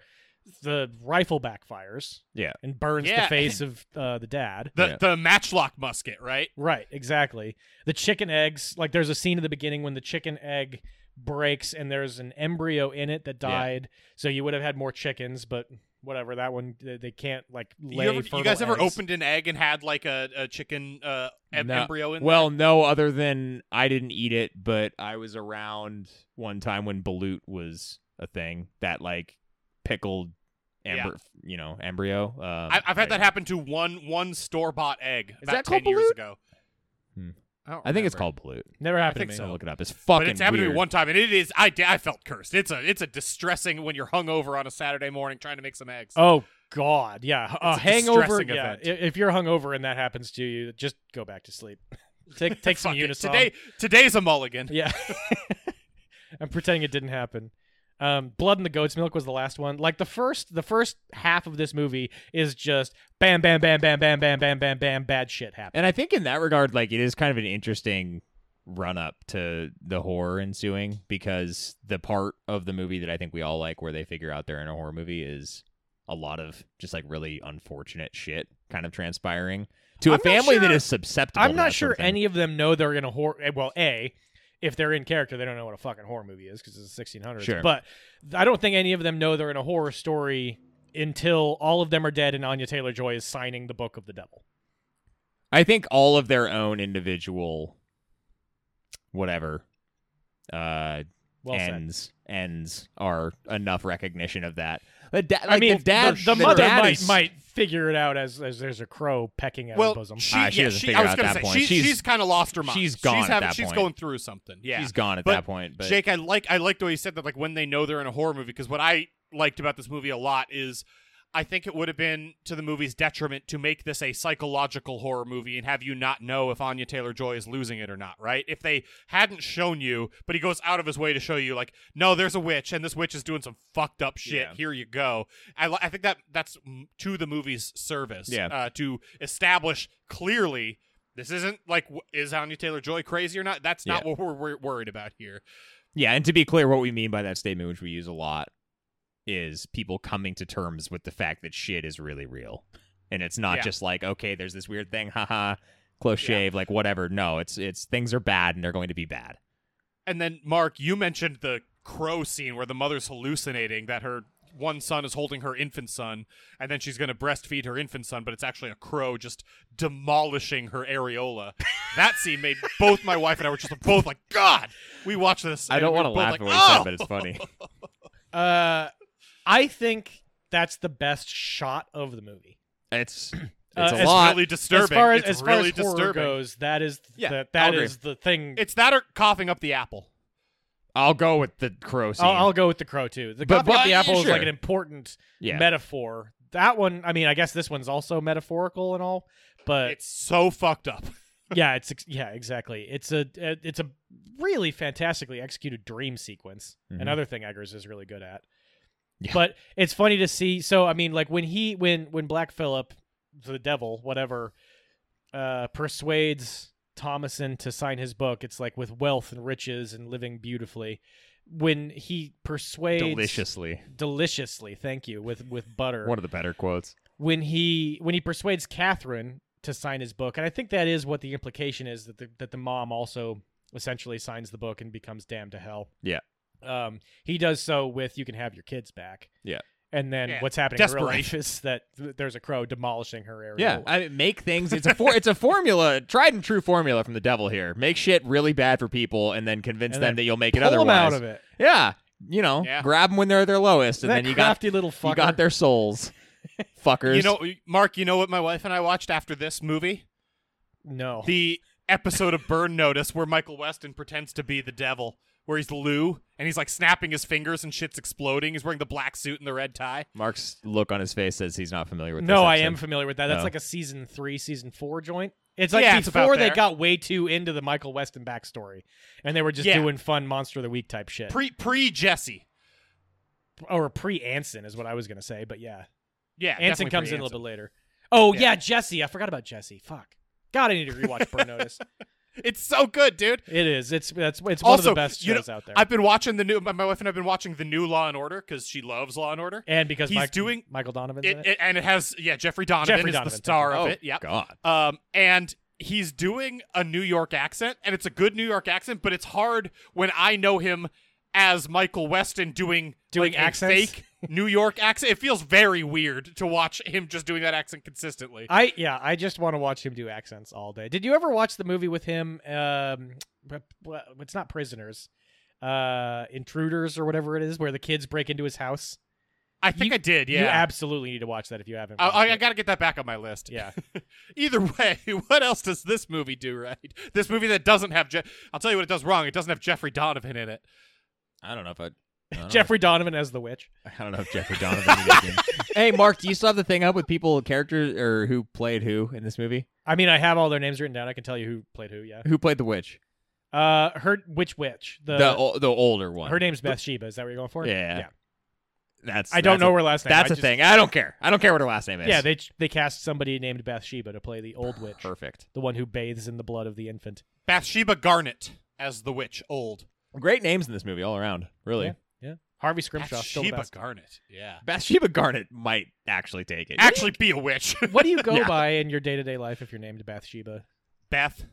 [SPEAKER 3] the rifle backfires.
[SPEAKER 2] Yeah.
[SPEAKER 3] and burns
[SPEAKER 1] Yeah. *laughs*
[SPEAKER 3] the face of uh, the dad.
[SPEAKER 1] The
[SPEAKER 2] Yeah.
[SPEAKER 1] the matchlock musket, right?
[SPEAKER 3] Right, exactly. The chicken eggs, like there's a scene at the beginning when the chicken egg breaks and there's an embryo in it that
[SPEAKER 2] Yeah.
[SPEAKER 3] died. So you would have had more chickens, but whatever. That one they- they can't like lay.
[SPEAKER 1] you, ever- you
[SPEAKER 3] fertile
[SPEAKER 1] guys ever
[SPEAKER 3] eggs.
[SPEAKER 1] opened an egg and had like a, a chicken uh, em-
[SPEAKER 2] No.
[SPEAKER 1] embryo in
[SPEAKER 2] Well, no, other than I didn't eat it, but I was around one time when balut was a thing that like pickled amber, you know, embryo. Um,
[SPEAKER 1] there? I, I've had that happen to one one store bought egg about
[SPEAKER 2] that
[SPEAKER 1] ten
[SPEAKER 2] called
[SPEAKER 1] years
[SPEAKER 2] Balut?
[SPEAKER 1] ago.
[SPEAKER 2] Hmm.
[SPEAKER 1] don't
[SPEAKER 2] I think it's
[SPEAKER 1] remember.
[SPEAKER 2] called balut.
[SPEAKER 3] Never happened
[SPEAKER 1] think
[SPEAKER 3] to me.
[SPEAKER 1] so.
[SPEAKER 2] I'll look it up. It's
[SPEAKER 1] But
[SPEAKER 2] fucking
[SPEAKER 1] it's happened to
[SPEAKER 2] weird.
[SPEAKER 1] me one time, and it is I, I felt cursed. It's a it's a distressing when you're hungover on a Saturday morning trying to make some eggs.
[SPEAKER 3] Oh God, yeah, a
[SPEAKER 1] It's a
[SPEAKER 3] hangover.
[SPEAKER 1] distressing
[SPEAKER 3] Yeah,
[SPEAKER 1] event.
[SPEAKER 3] i- if you're hungover and that happens to you, just go back to sleep. *laughs* Take take some
[SPEAKER 1] Fuck it.
[SPEAKER 3] Unisom.
[SPEAKER 1] Today today's a mulligan.
[SPEAKER 3] *laughs* yeah. *laughs* I'm pretending it didn't happen. Um, Blood and the Goat's Milk was the last one. Like the first, the first half of this movie is just bam, bam, bam, bam, bam, bam, bam, bam, bam, bad shit happens.
[SPEAKER 2] And I think in that regard, like it is kind of an interesting run up to the horror ensuing because the part of the movie that I think we all like where they figure out they're in a horror movie is a lot of just like really unfortunate shit kind of transpiring to
[SPEAKER 3] I'm
[SPEAKER 2] a
[SPEAKER 3] not
[SPEAKER 2] family that
[SPEAKER 3] sure-
[SPEAKER 2] is susceptible.
[SPEAKER 3] I'm
[SPEAKER 2] to
[SPEAKER 3] not
[SPEAKER 2] that sort
[SPEAKER 3] sure
[SPEAKER 2] of thing.
[SPEAKER 3] any of them know they're in a horror. eh, Well, a if they're in character, they don't know what a fucking horror movie is because it's the 1600s.
[SPEAKER 2] Sure.
[SPEAKER 3] But th- I don't think any of them know they're in a horror story until all of them are dead and Anya Taylor Joy is signing the book of the devil.
[SPEAKER 2] I think all of their own individual whatever uh
[SPEAKER 3] Well said.
[SPEAKER 2] ends ends are enough recognition of that. The da-
[SPEAKER 3] I
[SPEAKER 2] like,
[SPEAKER 3] mean,
[SPEAKER 2] the dad,
[SPEAKER 3] the, the mother
[SPEAKER 2] dad
[SPEAKER 3] might
[SPEAKER 2] is-
[SPEAKER 3] might figure it out as as there's a crow pecking at her
[SPEAKER 1] Well,
[SPEAKER 3] bosom.
[SPEAKER 1] she,
[SPEAKER 2] Ah, she
[SPEAKER 1] yeah,
[SPEAKER 2] doesn't
[SPEAKER 1] she,
[SPEAKER 2] figure
[SPEAKER 1] I was
[SPEAKER 2] out at
[SPEAKER 1] gonna
[SPEAKER 2] that
[SPEAKER 1] say,
[SPEAKER 2] point.
[SPEAKER 1] she-
[SPEAKER 2] She's-
[SPEAKER 1] she's, kind of lost her mind.
[SPEAKER 2] she's gone at
[SPEAKER 1] She's, having,
[SPEAKER 2] that
[SPEAKER 1] she's
[SPEAKER 2] point.
[SPEAKER 1] going through something. Yeah,
[SPEAKER 2] She's gone at
[SPEAKER 1] But
[SPEAKER 2] that point, but
[SPEAKER 1] Jake, I like I like the way you said that. Like when they know they're in a horror movie, because what I liked about this movie a lot is I think it would have been to the movie's detriment to make this a psychological horror movie and have you not know if Anya Taylor Joy is losing it or not, right? If they hadn't shown you, but he goes out of his way to show you, like, no, there's a witch and this witch is doing some fucked up shit.
[SPEAKER 2] Yeah.
[SPEAKER 1] Here you go. I, li- I think that that's mm, to the movie's service
[SPEAKER 2] Yeah.
[SPEAKER 1] uh, to establish clearly this isn't like w- is Anya Taylor Joy crazy or not? That's not what we're, we're worried about here.
[SPEAKER 2] Yeah, and to be clear, what we mean by that statement, which we use a lot, is people coming to terms with the fact that shit is really real, and it's not
[SPEAKER 1] Yeah.
[SPEAKER 2] just like okay, there's this weird thing, haha, close shave, like whatever. No, it's it's things are bad and they're going to be bad.
[SPEAKER 1] And then, Mark, you mentioned the crow scene where the mother's hallucinating that her one son is holding her infant son, and then she's going to breastfeed her infant son, but it's actually a crow just demolishing her areola. that scene made both my wife and I were just both like, God, we watched this.
[SPEAKER 2] I don't
[SPEAKER 1] want to
[SPEAKER 2] laugh
[SPEAKER 1] like,
[SPEAKER 2] at what he said,
[SPEAKER 1] "Oh!"
[SPEAKER 2] but it's funny.
[SPEAKER 3] Uh, I think that's the best shot of the movie.
[SPEAKER 2] *laughs* *clears throat* It's
[SPEAKER 3] Uh,
[SPEAKER 2] it's a
[SPEAKER 3] as
[SPEAKER 2] lot.
[SPEAKER 1] really disturbing.
[SPEAKER 3] As far as,
[SPEAKER 1] it's
[SPEAKER 3] as, far
[SPEAKER 1] really
[SPEAKER 3] as horror
[SPEAKER 1] disturbing.
[SPEAKER 3] goes, that is
[SPEAKER 1] Yeah,
[SPEAKER 3] the,
[SPEAKER 1] I'll
[SPEAKER 3] that
[SPEAKER 1] agree.
[SPEAKER 3] is the thing.
[SPEAKER 1] It's that or coughing up the apple.
[SPEAKER 2] I'll go with the crow scene.
[SPEAKER 3] I'll, I'll go with the crow too. The
[SPEAKER 2] But-
[SPEAKER 3] coughing up
[SPEAKER 2] but-
[SPEAKER 3] the apple is
[SPEAKER 2] sure.
[SPEAKER 3] like an important
[SPEAKER 2] yeah,
[SPEAKER 3] metaphor. That one, I mean, I guess this one's also metaphorical and all,
[SPEAKER 2] *laughs*
[SPEAKER 3] but
[SPEAKER 1] It's so fucked up.
[SPEAKER 3] yeah, it's ex- yeah, exactly. It's a it's a really fantastically executed dream sequence.
[SPEAKER 2] Mhm.
[SPEAKER 3] Another thing Eggers is really good at.
[SPEAKER 2] Yeah.
[SPEAKER 3] But it's funny to see. So I mean, like when he when when Black Phillip, the devil, whatever, uh, persuades Thomason to sign his book. It's like with wealth and riches and living beautifully. When he
[SPEAKER 2] *laughs*
[SPEAKER 3] persuades
[SPEAKER 2] deliciously.
[SPEAKER 3] deliciously, thank you, with with butter
[SPEAKER 2] One of the better quotes.
[SPEAKER 3] when he when he persuades Catherine to sign his book, and I think that is what the implication is that the, that the mom also essentially signs the book and becomes damned to hell.
[SPEAKER 2] Yeah.
[SPEAKER 3] Um, he does so with "You can have your kids back."
[SPEAKER 2] Yeah.
[SPEAKER 3] And then
[SPEAKER 1] Yeah.
[SPEAKER 3] what's happening in real life
[SPEAKER 1] Desperation.
[SPEAKER 3] is that th- there's a crow demolishing her area.
[SPEAKER 2] Yeah, I mean, make things. It's a for, it's a formula, tried and true formula from the devil here. Make shit really bad for people, and then convince
[SPEAKER 3] And
[SPEAKER 2] them
[SPEAKER 3] then
[SPEAKER 2] that you'll make it
[SPEAKER 3] pull
[SPEAKER 2] otherwise.
[SPEAKER 3] them out of it.
[SPEAKER 2] Yeah, you know,
[SPEAKER 1] Yeah.
[SPEAKER 2] grab them when they're at their lowest, and
[SPEAKER 3] that
[SPEAKER 2] then you got
[SPEAKER 3] crafty little fucker.
[SPEAKER 2] you got their
[SPEAKER 3] *laughs*
[SPEAKER 2] souls, fuckers.
[SPEAKER 1] You know, Mark, you know what my wife and I watched after this movie?
[SPEAKER 3] no.
[SPEAKER 1] *laughs* the episode of Burn Notice where Michael Weston pretends to be the devil, where he's Lou and he's like snapping his fingers and shit's exploding. He's wearing the black suit and the red tie.
[SPEAKER 2] Mark's look on his face says he's not familiar with. this
[SPEAKER 3] no, I
[SPEAKER 2] episode.
[SPEAKER 3] am familiar with that. That's
[SPEAKER 2] Oh.
[SPEAKER 3] like a season three, season four joint. It's like
[SPEAKER 1] Yeah, it's about
[SPEAKER 3] before they
[SPEAKER 1] there.
[SPEAKER 3] got way too into the Michael Weston backstory, and they were just
[SPEAKER 1] Yeah.
[SPEAKER 3] doing fun Monster of the Week type shit.
[SPEAKER 1] Pre pre Jesse.
[SPEAKER 3] or pre Anson is what I was gonna say, but yeah,
[SPEAKER 1] Yeah,
[SPEAKER 3] Anson
[SPEAKER 1] definitely
[SPEAKER 3] comes in a
[SPEAKER 1] pre-Anson.
[SPEAKER 3] little bit later. Oh
[SPEAKER 1] Yeah.
[SPEAKER 3] yeah. Jesse, I forgot about Jesse. Fuck, God, I need to
[SPEAKER 1] *laughs*
[SPEAKER 3] rewatch Burn Notice.
[SPEAKER 1] It's so good, dude.
[SPEAKER 3] It is. It's that's it's one
[SPEAKER 1] also,
[SPEAKER 3] of the best
[SPEAKER 1] you know,
[SPEAKER 3] shows out there.
[SPEAKER 1] I've been watching the new. My my wife and I've been watching the new Law and Order because she loves Law and Order.
[SPEAKER 3] and because
[SPEAKER 1] he's
[SPEAKER 3] Mike-
[SPEAKER 1] doing-
[SPEAKER 3] Michael Donovan,
[SPEAKER 1] It, it- and it has yeah, Jeffrey Donovan
[SPEAKER 3] Jeffrey
[SPEAKER 1] is
[SPEAKER 3] Donovan,
[SPEAKER 1] the
[SPEAKER 3] thank
[SPEAKER 1] star
[SPEAKER 2] Oh
[SPEAKER 1] of it. Yep.
[SPEAKER 2] God,
[SPEAKER 1] Um, and he's doing a New York accent, and it's a good New York accent, but it's hard when I know him as Michael Weston doing
[SPEAKER 3] Doing
[SPEAKER 1] like, a
[SPEAKER 3] accents?
[SPEAKER 1] fake New York accent. It feels very weird to watch him just doing that accent consistently.
[SPEAKER 3] I yeah, I just want to watch him do accents all day. Did you ever watch the movie with him? Um, but- well, it's not Prisoners, uh, Intruders or whatever it is, where the kids break into his house.
[SPEAKER 1] I think
[SPEAKER 3] you-
[SPEAKER 1] I did.
[SPEAKER 3] You
[SPEAKER 1] Yeah.
[SPEAKER 3] absolutely need to watch that if you haven't.
[SPEAKER 1] I,
[SPEAKER 3] watched
[SPEAKER 1] I, I
[SPEAKER 3] it.
[SPEAKER 1] got to get that back on my list. *laughs*
[SPEAKER 3] yeah.
[SPEAKER 1] Either way, *laughs* what else does this movie do right? This movie that doesn't have Je- I'll tell you what it does wrong. It doesn't have Jeffrey Donovan in it.
[SPEAKER 2] I don't know if I. I don't know.
[SPEAKER 3] Jeffrey Donovan as the witch.
[SPEAKER 2] I don't know if Jeffrey Donovan. would
[SPEAKER 3] *laughs*
[SPEAKER 2] have been- hey, Mark, do you still have the thing up with people, characters, or who played who in this movie?
[SPEAKER 3] I mean, I have all their names written down. I can tell you who played who. Yeah.
[SPEAKER 2] Who played the witch?
[SPEAKER 3] Uh, her which witch? The,
[SPEAKER 2] the o- the older one.
[SPEAKER 3] her name's Bathsheba. Is that what you're going for?
[SPEAKER 2] Yeah. That's
[SPEAKER 3] I don't
[SPEAKER 2] that's
[SPEAKER 3] know
[SPEAKER 2] a-
[SPEAKER 3] her last name.
[SPEAKER 2] That's
[SPEAKER 3] a
[SPEAKER 2] a thing. I don't care. I don't care what her last name is.
[SPEAKER 3] Yeah, they they cast somebody named Bathsheba to play the old witch,
[SPEAKER 2] perfect.
[SPEAKER 3] the one who bathes in the blood of the infant.
[SPEAKER 1] Bathsheba Garnet as the witch, old.
[SPEAKER 2] Great names in this movie all around. Really,
[SPEAKER 3] Yeah. Yeah. Harvey Scrimshaw still the
[SPEAKER 1] Bathsheba
[SPEAKER 3] best.
[SPEAKER 1] Garnet. Yeah.
[SPEAKER 2] Bathsheba Garnet might actually take it.
[SPEAKER 1] Actually be a witch. *laughs*
[SPEAKER 3] What do you
[SPEAKER 2] *laughs*
[SPEAKER 3] go
[SPEAKER 2] Yeah.
[SPEAKER 3] by in your day to day life if you're named Bathsheba?
[SPEAKER 1] Beth.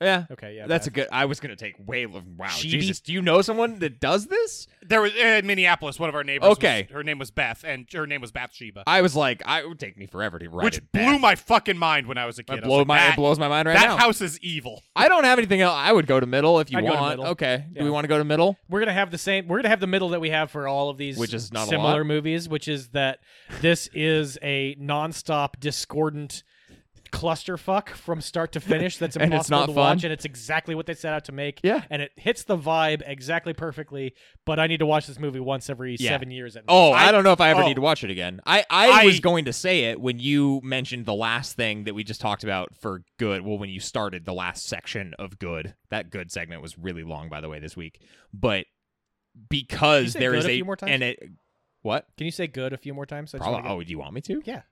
[SPEAKER 2] yeah.
[SPEAKER 3] Okay, yeah.
[SPEAKER 2] That's a
[SPEAKER 3] Beth.
[SPEAKER 2] good. I was gonna take way. Wow,
[SPEAKER 3] Sheeby?
[SPEAKER 2] Jesus! Do you know someone that does this?
[SPEAKER 1] There was in Minneapolis. One of our neighbors.
[SPEAKER 2] Okay.
[SPEAKER 1] was- her name was Beth, and her name was Bathsheba,
[SPEAKER 2] I was like, I it would take me forever to write
[SPEAKER 1] which
[SPEAKER 2] it.
[SPEAKER 1] blew my fucking mind when I was a kid.
[SPEAKER 2] It
[SPEAKER 1] I was
[SPEAKER 2] blow
[SPEAKER 1] like,
[SPEAKER 2] my.
[SPEAKER 1] that,
[SPEAKER 2] It blows my mind right
[SPEAKER 1] that
[SPEAKER 2] now.
[SPEAKER 1] house is evil.
[SPEAKER 2] I don't have anything else. I would go to middle if you
[SPEAKER 3] I'd go to
[SPEAKER 2] want.
[SPEAKER 3] middle.
[SPEAKER 2] Okay.
[SPEAKER 3] Yeah.
[SPEAKER 2] Do we want to go to middle?
[SPEAKER 3] we're gonna have the same we're gonna have the middle that we have for all of these
[SPEAKER 2] Which is not a
[SPEAKER 3] similar
[SPEAKER 2] lot.
[SPEAKER 3] movies, which is that this is a nonstop discordant clusterfuck from start to finish that's
[SPEAKER 2] *laughs* And
[SPEAKER 3] impossible
[SPEAKER 2] it's not
[SPEAKER 3] to
[SPEAKER 2] fun?
[SPEAKER 3] watch and it's exactly what they set out to make
[SPEAKER 2] Yeah.
[SPEAKER 3] and it hits the vibe exactly perfectly but i need to watch this movie once every
[SPEAKER 2] Yeah.
[SPEAKER 3] seven years at
[SPEAKER 2] Oh,
[SPEAKER 3] least.
[SPEAKER 2] I, don't know if I ever
[SPEAKER 1] oh.
[SPEAKER 2] need to watch it again. I, I,
[SPEAKER 1] I-
[SPEAKER 2] was going to say it when you mentioned the last thing that we just talked about for good. Well, when you started the last section of good, that good segment was really long, by the way, this week. But
[SPEAKER 3] Did you
[SPEAKER 2] because
[SPEAKER 3] say
[SPEAKER 2] there
[SPEAKER 3] good
[SPEAKER 2] is
[SPEAKER 3] a
[SPEAKER 2] a,
[SPEAKER 3] few more times?
[SPEAKER 2] and it what?
[SPEAKER 3] can you say good a few more times I just
[SPEAKER 2] Probably.
[SPEAKER 3] wanna
[SPEAKER 2] Oh, do you want me to?
[SPEAKER 3] Yeah.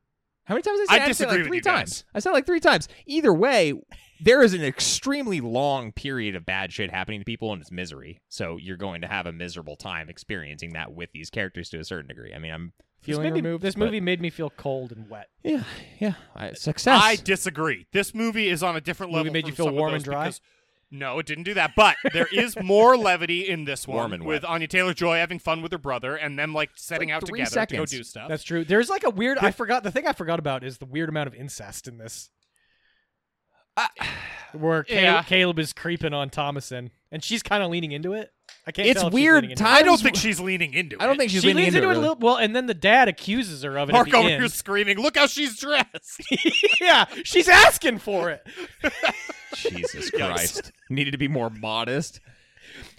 [SPEAKER 2] How many times did I
[SPEAKER 1] I
[SPEAKER 2] say? it? said
[SPEAKER 1] disagree
[SPEAKER 2] like
[SPEAKER 1] with
[SPEAKER 2] three
[SPEAKER 1] you guys.
[SPEAKER 2] times. I said like three times. Either way, there is an extremely long period of bad shit happening to people, and it's misery. So you're going to have a miserable time experiencing that with these characters to a certain degree. I mean, I'm
[SPEAKER 3] This,
[SPEAKER 2] feeling
[SPEAKER 3] made me-
[SPEAKER 2] removed.
[SPEAKER 3] this
[SPEAKER 2] but-
[SPEAKER 3] movie made me feel cold and wet.
[SPEAKER 2] yeah, yeah, I, success.
[SPEAKER 1] I disagree. This movie is on a different
[SPEAKER 3] Movie
[SPEAKER 1] level.
[SPEAKER 3] made you
[SPEAKER 1] from
[SPEAKER 3] feel
[SPEAKER 1] some of
[SPEAKER 3] warm and
[SPEAKER 1] those
[SPEAKER 3] dry?
[SPEAKER 1] because- no, it didn't do that. But there
[SPEAKER 2] *laughs*
[SPEAKER 1] is more levity in this one
[SPEAKER 2] Warm and
[SPEAKER 1] with
[SPEAKER 2] wet.
[SPEAKER 1] Anya Taylor Joy having fun with her brother and them like setting
[SPEAKER 2] Like
[SPEAKER 1] out
[SPEAKER 2] three
[SPEAKER 1] together
[SPEAKER 2] seconds.
[SPEAKER 1] to go do stuff.
[SPEAKER 3] That's true. There's like a weird. I forgot the thing I forgot about is the weird amount of incest in this. Where Caleb,
[SPEAKER 1] Yeah.
[SPEAKER 3] Caleb is creeping on Thomason, and she's kind of leaning into it. I can't.
[SPEAKER 2] It's
[SPEAKER 3] tell if she's
[SPEAKER 2] weird
[SPEAKER 3] leaning into it.
[SPEAKER 2] time- *laughs*
[SPEAKER 1] I don't think she's leaning into it.
[SPEAKER 2] I don't think she's
[SPEAKER 3] she
[SPEAKER 2] leaning
[SPEAKER 3] leans into it a
[SPEAKER 2] really.
[SPEAKER 3] little. Well, and then the dad accuses her of it. at the
[SPEAKER 1] Marco
[SPEAKER 3] end.
[SPEAKER 1] here screaming, "Look how she's dressed!"
[SPEAKER 3] *laughs* yeah, she's asking for it. *laughs*
[SPEAKER 2] Jesus Christ, needed to be more modest.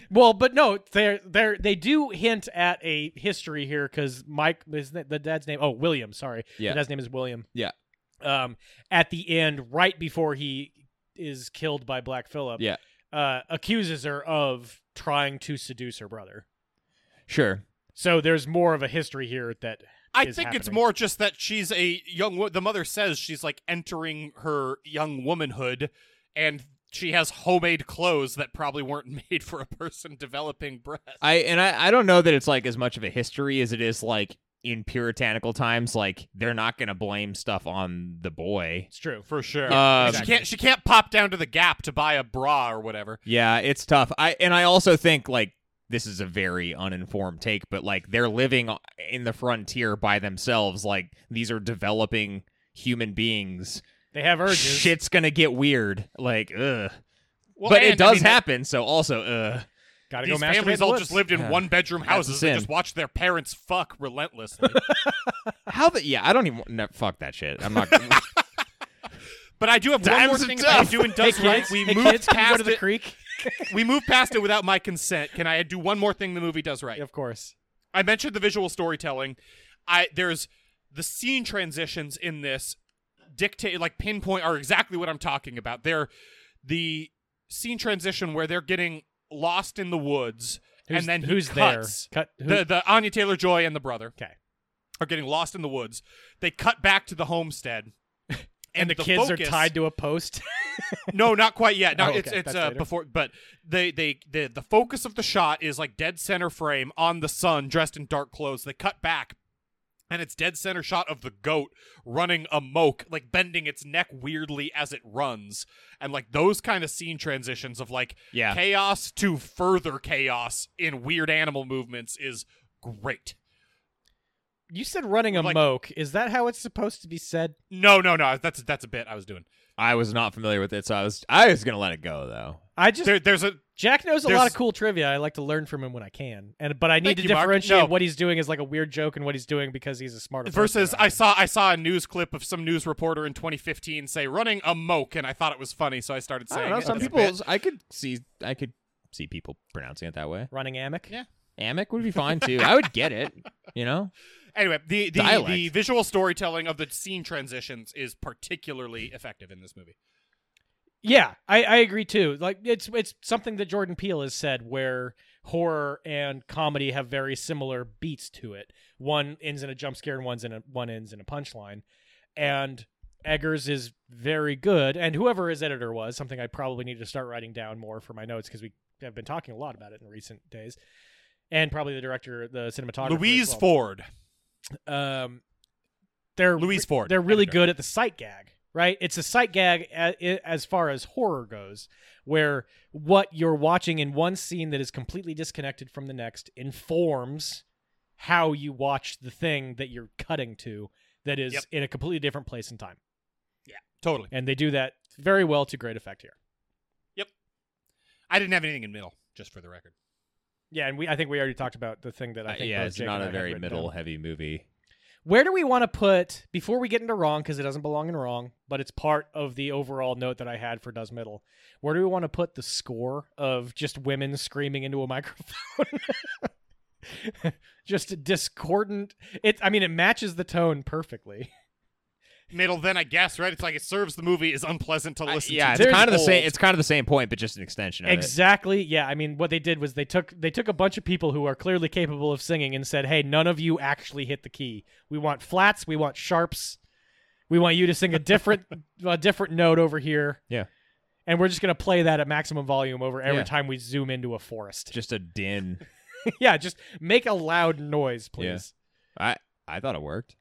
[SPEAKER 3] Well, but no, they're they they do hint at a history here because Mike is the dad's name. Oh, William. Sorry,
[SPEAKER 2] Yeah.
[SPEAKER 3] the dad's name is William.
[SPEAKER 2] Yeah.
[SPEAKER 3] Um, at the end, right before he is killed by Black Phillip.
[SPEAKER 2] Yeah.
[SPEAKER 3] Uh, accuses her of trying to seduce her brother.
[SPEAKER 2] Sure,
[SPEAKER 3] So there's more of a history here that
[SPEAKER 1] I
[SPEAKER 3] is
[SPEAKER 1] think it's
[SPEAKER 3] happening.
[SPEAKER 1] more just that she's a young. Wo- the mother says she's like entering her young womanhood, and she has homemade clothes that probably weren't *laughs* made for a person developing breasts.
[SPEAKER 2] I and I, I don't know that it's like as much of a history as it is like in puritanical times. Like they're not gonna blame stuff on the boy. Um,
[SPEAKER 3] it's true.
[SPEAKER 1] for sure.
[SPEAKER 2] Yeah,
[SPEAKER 3] Um,
[SPEAKER 1] she
[SPEAKER 2] exactly.
[SPEAKER 1] can't. She can't pop down to the Gap to buy a bra or whatever.
[SPEAKER 2] Yeah, it's tough. I and I also think like this is a very uninformed take, but like they're living in the frontier by themselves. Like these are developing human beings.
[SPEAKER 3] They have urges.
[SPEAKER 2] Shit's gonna get weird. Like, ugh.
[SPEAKER 1] Well,
[SPEAKER 2] but
[SPEAKER 1] and,
[SPEAKER 2] it
[SPEAKER 1] I
[SPEAKER 2] does
[SPEAKER 1] mean,
[SPEAKER 2] happen. So also, uh,
[SPEAKER 3] Gotta
[SPEAKER 1] These
[SPEAKER 3] go masturbate in
[SPEAKER 1] families
[SPEAKER 3] the
[SPEAKER 1] all
[SPEAKER 3] woods.
[SPEAKER 1] just lived in
[SPEAKER 2] Yeah.
[SPEAKER 1] one bedroom
[SPEAKER 2] That's a
[SPEAKER 1] houses and
[SPEAKER 2] sin.
[SPEAKER 1] just watched their parents fuck relentlessly. *laughs*
[SPEAKER 2] how the yeah? I don't even no, fuck that shit.
[SPEAKER 1] *laughs*
[SPEAKER 2] I'm not.
[SPEAKER 1] but I do have one
[SPEAKER 2] Times
[SPEAKER 1] more
[SPEAKER 2] are
[SPEAKER 1] thing
[SPEAKER 2] tough.
[SPEAKER 1] that I do and
[SPEAKER 3] Hey
[SPEAKER 1] does
[SPEAKER 3] kids,
[SPEAKER 1] right. We
[SPEAKER 3] hey
[SPEAKER 1] moved
[SPEAKER 3] kids, can you go
[SPEAKER 1] past
[SPEAKER 3] to the
[SPEAKER 1] it.
[SPEAKER 3] creek.
[SPEAKER 1] We moved past it without my consent. Can I do one more thing the movie does right?
[SPEAKER 3] Of course.
[SPEAKER 1] I mentioned the visual storytelling. I there's the scene transitions in this dictate like pinpoint are exactly what I'm talking about. They're the scene transition where they're getting lost in the woods
[SPEAKER 3] Who's,
[SPEAKER 1] and then he
[SPEAKER 3] who's
[SPEAKER 1] cuts.
[SPEAKER 3] there? Cut. Who,
[SPEAKER 1] The the Anya Taylor Joy and the brother
[SPEAKER 3] Okay.
[SPEAKER 1] are getting lost in the woods. They cut back to the homestead.
[SPEAKER 3] *laughs* and the, kids are
[SPEAKER 1] focus-
[SPEAKER 3] tied to a post.
[SPEAKER 1] no, not quite yet. No,
[SPEAKER 3] Oh,
[SPEAKER 1] it's
[SPEAKER 3] okay.
[SPEAKER 1] it's
[SPEAKER 3] That's
[SPEAKER 1] uh,
[SPEAKER 3] later.
[SPEAKER 1] before, but they they the the focus of the shot is like dead center frame on the sun, dressed in dark clothes. They cut back, and it's dead center shot of the goat running amok, like bending its neck weirdly as it runs, and like those kind of scene transitions of like
[SPEAKER 2] yeah,
[SPEAKER 1] chaos to further chaos in weird animal movements is great.
[SPEAKER 3] You said running a
[SPEAKER 1] Like-
[SPEAKER 3] moke. Is that how it's supposed to be said?
[SPEAKER 1] No, no, no. That's that's a bit I was doing.
[SPEAKER 2] I was not familiar with it, so I was I was gonna let it go though.
[SPEAKER 3] I just
[SPEAKER 1] There, there's a
[SPEAKER 3] Jack knows a lot
[SPEAKER 1] there's-
[SPEAKER 3] of cool trivia. I like to learn from him when I can, and but I need
[SPEAKER 1] Thank
[SPEAKER 3] to
[SPEAKER 1] you, Mark.
[SPEAKER 3] differentiate
[SPEAKER 1] No.
[SPEAKER 3] what he's doing is like a weird joke and what he's doing because he's a smarter. person
[SPEAKER 1] Versus,
[SPEAKER 3] than
[SPEAKER 1] I
[SPEAKER 3] am.
[SPEAKER 1] saw I saw a news clip of some news reporter in 2015 say running amok, and I thought it was funny, so I started
[SPEAKER 2] I
[SPEAKER 1] saying
[SPEAKER 2] don't know.
[SPEAKER 1] it
[SPEAKER 2] Some
[SPEAKER 1] as a
[SPEAKER 2] people,
[SPEAKER 1] bit.
[SPEAKER 2] I could see, I could see people pronouncing it that way.
[SPEAKER 3] running amic.
[SPEAKER 1] Yeah.
[SPEAKER 2] Amic would be fine too. I would get it. You know,
[SPEAKER 1] Anyway, the the,
[SPEAKER 2] Dialect.
[SPEAKER 1] the visual storytelling of the scene transitions is particularly effective in this movie.
[SPEAKER 3] Yeah, I, I agree too. Like it's it's something that Jordan Peele has said where horror and comedy have very similar beats to it. One ends in a jump scare and one's in a one ends in a punchline. And Eggers is very good, and whoever his editor was, something I probably need to start writing down more for my notes because we have been talking a lot about it in recent days. And probably the director, the cinematographer, as
[SPEAKER 1] Louise
[SPEAKER 3] well.
[SPEAKER 1] Ford,
[SPEAKER 3] Um, they're
[SPEAKER 1] Louise Ford.
[SPEAKER 3] they're really
[SPEAKER 1] editor.
[SPEAKER 3] good at the sight gag, right? It's a sight gag a- i- as far as horror goes, where what you're watching in one scene that is completely disconnected from the next informs how you watch the thing that you're cutting to that is
[SPEAKER 1] Yep.
[SPEAKER 3] in a completely different place and time.
[SPEAKER 1] Totally.
[SPEAKER 3] And they do that very well to great effect here.
[SPEAKER 1] I didn't have anything in middle, just for the record.
[SPEAKER 3] Yeah, and we *laughs* I think we already talked about the thing that I
[SPEAKER 2] Uh,
[SPEAKER 3] think
[SPEAKER 2] yeah,
[SPEAKER 3] both
[SPEAKER 2] it's
[SPEAKER 3] Jake
[SPEAKER 2] not
[SPEAKER 3] and I
[SPEAKER 2] a
[SPEAKER 3] had
[SPEAKER 2] very
[SPEAKER 3] written
[SPEAKER 2] middle
[SPEAKER 3] down.
[SPEAKER 2] heavy movie.
[SPEAKER 3] Where do we want to put before we get into wrong because it doesn't belong in wrong, but it's part of the overall note that I had for Does Middle. Where do we want to put the score of just women screaming into a *laughs* microphone? just a discordant. It. I mean, it matches the tone perfectly.
[SPEAKER 1] Middle, then I guess, right? It's like it serves the movie is unpleasant to
[SPEAKER 2] I-
[SPEAKER 1] listen
[SPEAKER 2] yeah,
[SPEAKER 1] to.
[SPEAKER 2] it's
[SPEAKER 3] There's
[SPEAKER 2] kind of the same.
[SPEAKER 3] old-
[SPEAKER 2] It's kind of the same point, but just an extension of it.
[SPEAKER 3] Exactly. Yeah. I mean, what they did was they took they took a bunch of people who are clearly capable of singing and said, "Hey, none of you actually hit the key. We want flats. We want sharps. We want you to sing a different *laughs* a different note over here."
[SPEAKER 2] Yeah.
[SPEAKER 3] And we're just gonna play that at maximum volume over every
[SPEAKER 2] Yeah.
[SPEAKER 3] time we zoom into a forest.
[SPEAKER 2] Just a din.
[SPEAKER 3] *laughs* yeah. Just make a loud noise,
[SPEAKER 2] Yeah.
[SPEAKER 3] please.
[SPEAKER 2] I I thought it worked.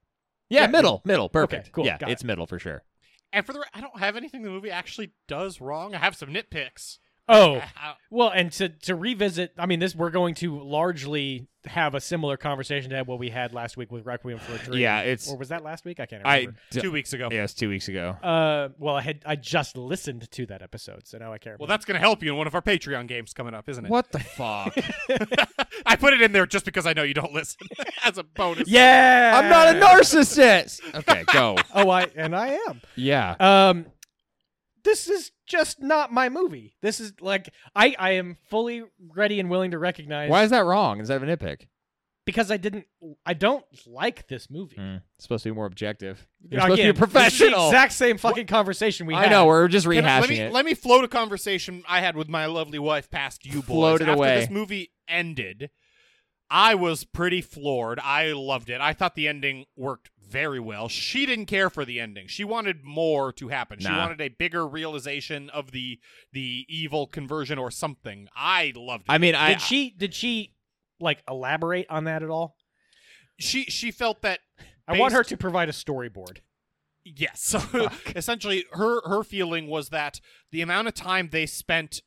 [SPEAKER 2] Yeah,
[SPEAKER 3] Yeah,
[SPEAKER 2] middle, middle, perfect.
[SPEAKER 3] cool,
[SPEAKER 2] yeah,
[SPEAKER 3] got
[SPEAKER 2] it's middle for sure.
[SPEAKER 1] And for the re- I don't have anything the movie actually does wrong. I have some nitpicks. Uh,
[SPEAKER 3] Oh.
[SPEAKER 1] I- I-
[SPEAKER 3] Well, and to to revisit, I mean, this we're going to largely have a similar conversation to what we had last week with Requiem for a Dream.
[SPEAKER 2] Yeah, it's
[SPEAKER 3] Or was that last week? I can't
[SPEAKER 2] I.
[SPEAKER 3] remember.
[SPEAKER 2] d-
[SPEAKER 1] two weeks ago.
[SPEAKER 2] yeah, it's two weeks *laughs* ago.
[SPEAKER 3] Uh, well, I had I just listened to that episode, so now I care.
[SPEAKER 1] Well, that's going to help you in one of our Patreon games coming up, isn't it?
[SPEAKER 2] What the fuck?
[SPEAKER 1] I put it in there just because I know you don't listen *laughs* as a bonus.
[SPEAKER 3] yeah,
[SPEAKER 2] *laughs* I'm *laughs* not a narcissist. Okay, go.
[SPEAKER 3] oh, I and I am.
[SPEAKER 2] *laughs* Yeah.
[SPEAKER 3] Um, this is just not my movie. This is like I I am fully ready and willing to recognize
[SPEAKER 2] Why is that wrong? Is that a nitpick?
[SPEAKER 3] because I didn't I don't like this movie.
[SPEAKER 2] It's supposed to be more objective. Hmm. You're
[SPEAKER 3] Again,
[SPEAKER 2] supposed to be a
[SPEAKER 3] this is the
[SPEAKER 2] professional.
[SPEAKER 3] exact same fucking conversation we
[SPEAKER 2] I
[SPEAKER 3] had.
[SPEAKER 2] know. We're just rehashing
[SPEAKER 1] Can I- let me
[SPEAKER 2] it.
[SPEAKER 1] let me float a conversation I had with my lovely wife past you boys.
[SPEAKER 2] Float it
[SPEAKER 1] After
[SPEAKER 2] away.
[SPEAKER 1] this movie ended, I was pretty floored. I loved it. I thought the ending worked very well. She didn't care for the ending. She wanted more to happen. She
[SPEAKER 2] Nah.
[SPEAKER 1] wanted a bigger realization of the the evil conversion or something. I loved it.
[SPEAKER 2] I mean, I
[SPEAKER 3] Did she did she like elaborate on that at all?
[SPEAKER 1] she she felt that
[SPEAKER 3] I want
[SPEAKER 1] Based-
[SPEAKER 3] her to provide a storyboard.
[SPEAKER 1] Yes. *laughs* So essentially her her feeling was that the amount of time they spent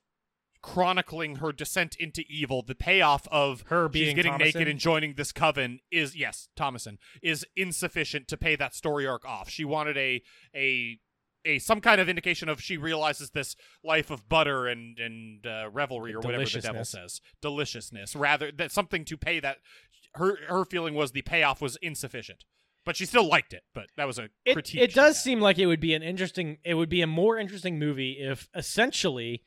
[SPEAKER 1] chronicling her descent into evil, the payoff of
[SPEAKER 3] Her
[SPEAKER 1] she's
[SPEAKER 3] being
[SPEAKER 1] getting naked
[SPEAKER 3] Thomason?
[SPEAKER 1] and joining this coven is yes, Thomason, is insufficient to pay that story arc off. She wanted a a a some kind of indication of she realizes this life of butter and and uh, revelry or whatever the devil
[SPEAKER 3] Deliciousness.
[SPEAKER 1] says deliciousness rather that something to pay that her her feeling was the payoff was insufficient but she still liked it but that was a
[SPEAKER 3] it,
[SPEAKER 1] critique
[SPEAKER 3] it
[SPEAKER 1] she
[SPEAKER 3] does
[SPEAKER 1] had.
[SPEAKER 3] seem like it would be an interesting it would be a more interesting movie if essentially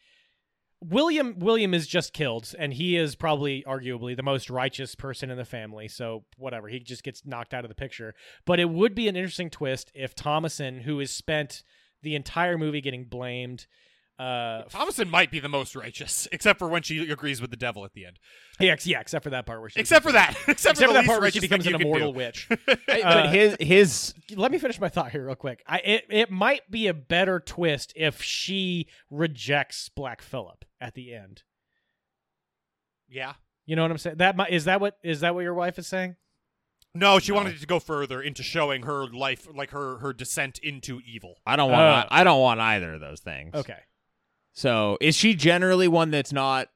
[SPEAKER 3] william william is just killed and he is probably arguably the most righteous person in the family so whatever he just gets knocked out of the picture but it would be an interesting twist if thomason who has spent the entire movie getting blamed uh
[SPEAKER 1] Thomason might be the most righteous, *laughs* except for when she agrees with the devil at the end.
[SPEAKER 3] yeah, ex- yeah E, except for that part where she
[SPEAKER 1] Except for that. *laughs* Except,
[SPEAKER 3] except
[SPEAKER 1] for
[SPEAKER 3] for
[SPEAKER 1] the
[SPEAKER 3] that
[SPEAKER 1] least
[SPEAKER 3] part where she
[SPEAKER 1] righteous
[SPEAKER 3] becomes
[SPEAKER 1] thing
[SPEAKER 3] an
[SPEAKER 1] you can do.
[SPEAKER 3] immortal witch
[SPEAKER 2] I-
[SPEAKER 3] uh,
[SPEAKER 2] but his his
[SPEAKER 3] let me finish my thought here real quick. I it, it might be a better twist if she rejects Black Phillip at the end.
[SPEAKER 1] Yeah.
[SPEAKER 3] You know what I'm saying? That might, is that what is that what your wife is saying?
[SPEAKER 1] No, she wanted it to go further into showing her life, like her her descent into evil.
[SPEAKER 2] I don't want
[SPEAKER 3] Uh.
[SPEAKER 2] I don't want either of those things.
[SPEAKER 3] Okay.
[SPEAKER 2] So is she generally one that's not?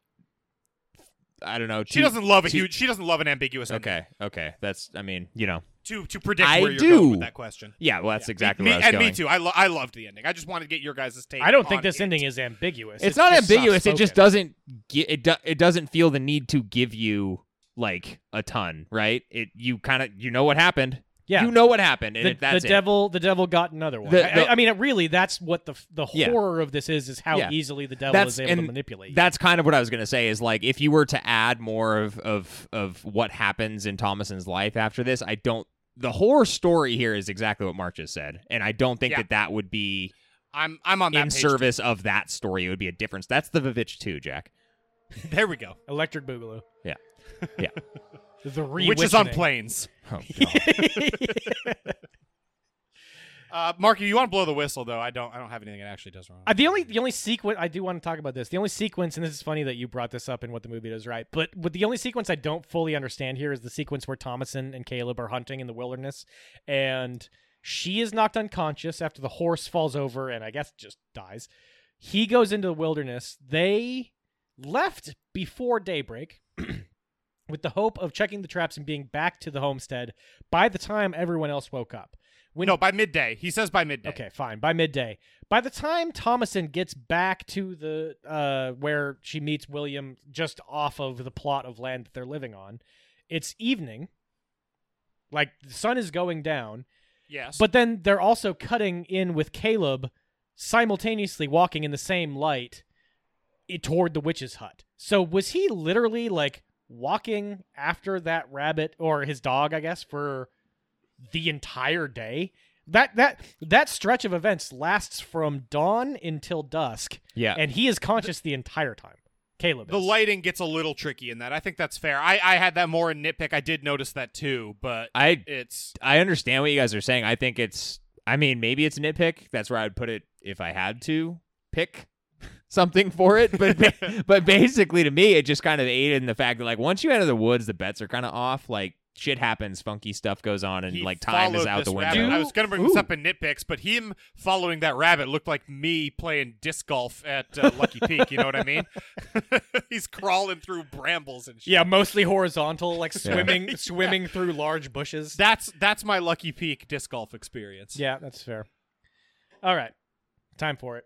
[SPEAKER 2] I don't know.
[SPEAKER 1] She
[SPEAKER 2] too-
[SPEAKER 1] doesn't love a
[SPEAKER 2] to-
[SPEAKER 1] huge. She doesn't love an ambiguous. ending.
[SPEAKER 2] Okay. Okay. That's. I mean, you know.
[SPEAKER 1] To to predict
[SPEAKER 2] I
[SPEAKER 1] where you're going
[SPEAKER 2] do.
[SPEAKER 1] with that question.
[SPEAKER 2] Yeah. Well, that's
[SPEAKER 1] Yeah.
[SPEAKER 2] exactly
[SPEAKER 1] me,
[SPEAKER 2] where I was
[SPEAKER 1] and
[SPEAKER 2] going.
[SPEAKER 1] me too. I lo- I loved the ending. I just wanted to get your guys' take.
[SPEAKER 3] I don't
[SPEAKER 1] on
[SPEAKER 3] think this
[SPEAKER 1] it.
[SPEAKER 3] ending is ambiguous.
[SPEAKER 2] It's, not
[SPEAKER 3] just
[SPEAKER 2] ambiguous. It just
[SPEAKER 3] soft-spoken.
[SPEAKER 2] doesn't. Get, it do, It doesn't feel the need to give you like a ton, right? It. You kind of. You know what happened.
[SPEAKER 3] Yeah.
[SPEAKER 2] You know what happened, and
[SPEAKER 3] the,
[SPEAKER 2] it, that's it.
[SPEAKER 3] the devil, the devil got another one.
[SPEAKER 2] The-
[SPEAKER 3] I-
[SPEAKER 2] the-
[SPEAKER 3] I, I mean, it really, that's what the f- the
[SPEAKER 2] Yeah.
[SPEAKER 3] horror of this is: is how
[SPEAKER 2] Yeah.
[SPEAKER 3] easily the devil
[SPEAKER 2] That's-
[SPEAKER 3] is able to
[SPEAKER 2] and
[SPEAKER 3] manipulate. you.
[SPEAKER 2] That's kind of what I was gonna say. Is like if you were to add more of of of what happens in Thomason's life after this, I don't. The horror story here is exactly what Mark just said, and I don't think
[SPEAKER 1] Yeah.
[SPEAKER 2] that that would be
[SPEAKER 1] I'm I'm on that
[SPEAKER 2] in
[SPEAKER 1] page,
[SPEAKER 2] service of that story. It would be a difference. That's the Vivitch too, Jack.
[SPEAKER 1] too. There we go.
[SPEAKER 3] electric boogaloo. *laughs*
[SPEAKER 2] Yeah. Yeah.
[SPEAKER 3] the re
[SPEAKER 1] Which is on planes.
[SPEAKER 2] Oh,
[SPEAKER 1] *laughs*
[SPEAKER 2] God.
[SPEAKER 3] *laughs*
[SPEAKER 1] Uh, Marky, you want to blow the whistle though? I don't. I don't have anything that actually does wrong.
[SPEAKER 3] Uh, the only the only sequence I do want to talk about this. The only sequence, and this is funny that you brought this up and what the movie does right, but with the only sequence I don't fully understand here is the sequence where Thomason and Caleb are hunting in the wilderness, and she is knocked unconscious after the horse falls over and I guess just dies. He goes into the wilderness. They left before daybreak. *clears throat* With the hope of checking the traps and being back to the homestead by the time everyone else woke up. When
[SPEAKER 1] no, by midday. He says by midday.
[SPEAKER 3] Okay, fine. By midday. By the time Thomason gets back to the uh where she meets William just off of the plot of land that they're living on, it's evening. Like the sun is going down,
[SPEAKER 1] Yes.
[SPEAKER 3] but then they're also cutting in with Caleb simultaneously walking in the same light i- toward the witch's hut. So was he literally like walking after that rabbit or his dog, I guess, for the entire day? That that that stretch of events lasts from dawn until dusk,
[SPEAKER 2] Yeah.
[SPEAKER 3] and he is conscious the entire time. Caleb,
[SPEAKER 1] the
[SPEAKER 3] is.
[SPEAKER 1] lighting gets a little tricky in that. I think that's fair. I, I had that more in nitpick. I did notice that too, but
[SPEAKER 2] I
[SPEAKER 1] it's
[SPEAKER 2] I understand what you guys are saying. I think it's I mean, maybe it's nitpick. That's where I'd put it if I had to pick *laughs* something for it.
[SPEAKER 1] *laughs*
[SPEAKER 2] But ba- but basically to me it just kind of aided in the fact that like once you enter the woods, the bets are kind of off. Like shit happens, funky stuff goes on and
[SPEAKER 1] he
[SPEAKER 2] like time is
[SPEAKER 1] followed
[SPEAKER 2] out
[SPEAKER 1] this
[SPEAKER 2] the window.
[SPEAKER 1] rabbit. I was gonna bring this
[SPEAKER 3] Ooh.
[SPEAKER 1] up in nitpicks, but him following that rabbit looked like me playing disc golf at uh, Lucky Peak. You know what I mean? *laughs* He's crawling through brambles and shit.
[SPEAKER 3] yeah, mostly horizontal, like swimming swimming through large bushes.
[SPEAKER 1] That's that's my Lucky Peak disc golf experience.
[SPEAKER 3] Yeah, that's fair. All right. Time for it.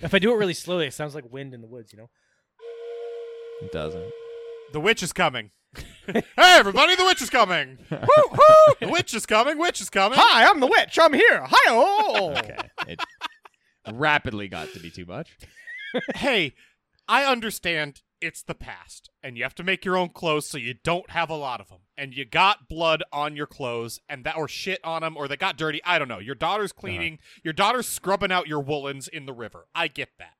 [SPEAKER 3] If I do it really slowly, it sounds like wind in the woods, you *laughs* know?
[SPEAKER 2] It doesn't.
[SPEAKER 1] The witch is coming. *laughs* hey everybody, the witch is coming. Woo, woo! The witch is coming. Witch is coming.
[SPEAKER 3] Hi, I'm the witch. I'm here. Hi, oh.
[SPEAKER 2] Okay. It rapidly got to be too much.
[SPEAKER 1] hey, I understand it's the past, and you have to make your own clothes so you don't have a lot of them. And you got blood on your clothes, and that or shit on them, or they got dirty. I don't know. Your daughter's
[SPEAKER 2] Uh-huh.
[SPEAKER 1] cleaning, your daughter's scrubbing out your woolens in the river. I get that.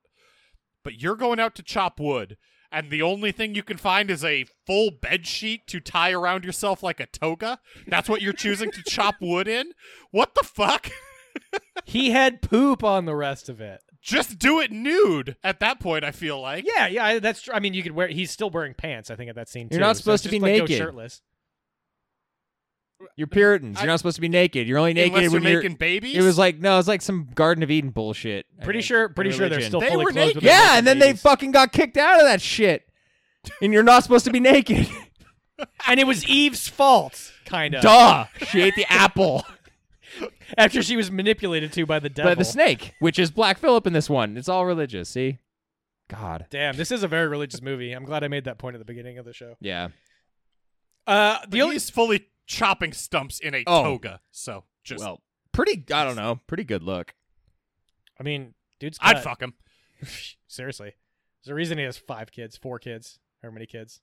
[SPEAKER 1] But you're going out to chop wood, and the only thing you can find is a full bed sheet to tie around yourself like a toga. That's what you're choosing to chop wood in? What the fuck? *laughs*
[SPEAKER 3] He had poop on the rest of it.
[SPEAKER 1] Just do it nude at that point, I feel like.
[SPEAKER 3] Yeah, yeah, I- that's true. I mean, you could wear. He's still wearing pants. I think at that scene.
[SPEAKER 2] You're
[SPEAKER 3] too,
[SPEAKER 2] not
[SPEAKER 3] so
[SPEAKER 2] supposed
[SPEAKER 3] it's
[SPEAKER 2] to
[SPEAKER 3] just
[SPEAKER 2] be
[SPEAKER 3] like, go
[SPEAKER 2] naked.
[SPEAKER 3] shirtless.
[SPEAKER 1] *laughs*
[SPEAKER 2] You're Puritans.
[SPEAKER 1] I-
[SPEAKER 2] You're not supposed to be naked. You're only naked
[SPEAKER 1] Unless you're
[SPEAKER 2] when you're
[SPEAKER 1] making babies.
[SPEAKER 2] It was like no, it's like some Garden of Eden bullshit. I
[SPEAKER 3] Pretty
[SPEAKER 2] think.
[SPEAKER 3] sure. Pretty sure they're
[SPEAKER 2] Religion.
[SPEAKER 3] still
[SPEAKER 1] They
[SPEAKER 3] fully
[SPEAKER 1] were
[SPEAKER 3] clothed.
[SPEAKER 1] naked.
[SPEAKER 3] with their
[SPEAKER 2] Yeah,
[SPEAKER 3] naked
[SPEAKER 2] and then they
[SPEAKER 3] babies.
[SPEAKER 2] fucking got kicked out of that
[SPEAKER 3] *laughs*
[SPEAKER 2] shit. And you're not supposed to be naked.
[SPEAKER 3] And it was Eve's fault, kind of. *laughs*
[SPEAKER 2] Duh. She ate the *laughs* apple
[SPEAKER 3] After she was manipulated to by the devil.
[SPEAKER 2] by the snake, which is Black Phillip in this one. It's all religious, see? God.
[SPEAKER 3] Damn, this is a very religious movie. I'm glad I made that point at the beginning of the show.
[SPEAKER 2] Yeah.
[SPEAKER 3] Uh,
[SPEAKER 1] But
[SPEAKER 3] the only
[SPEAKER 1] he's fully chopping stumps in a
[SPEAKER 2] Oh.
[SPEAKER 1] toga. So just
[SPEAKER 2] well, pretty I don't know, pretty good look.
[SPEAKER 3] I mean, dude's
[SPEAKER 1] I'd
[SPEAKER 3] cut.
[SPEAKER 1] fuck him.
[SPEAKER 3] *sighs* Seriously. There's a reason he has five kids, four kids, how many kids?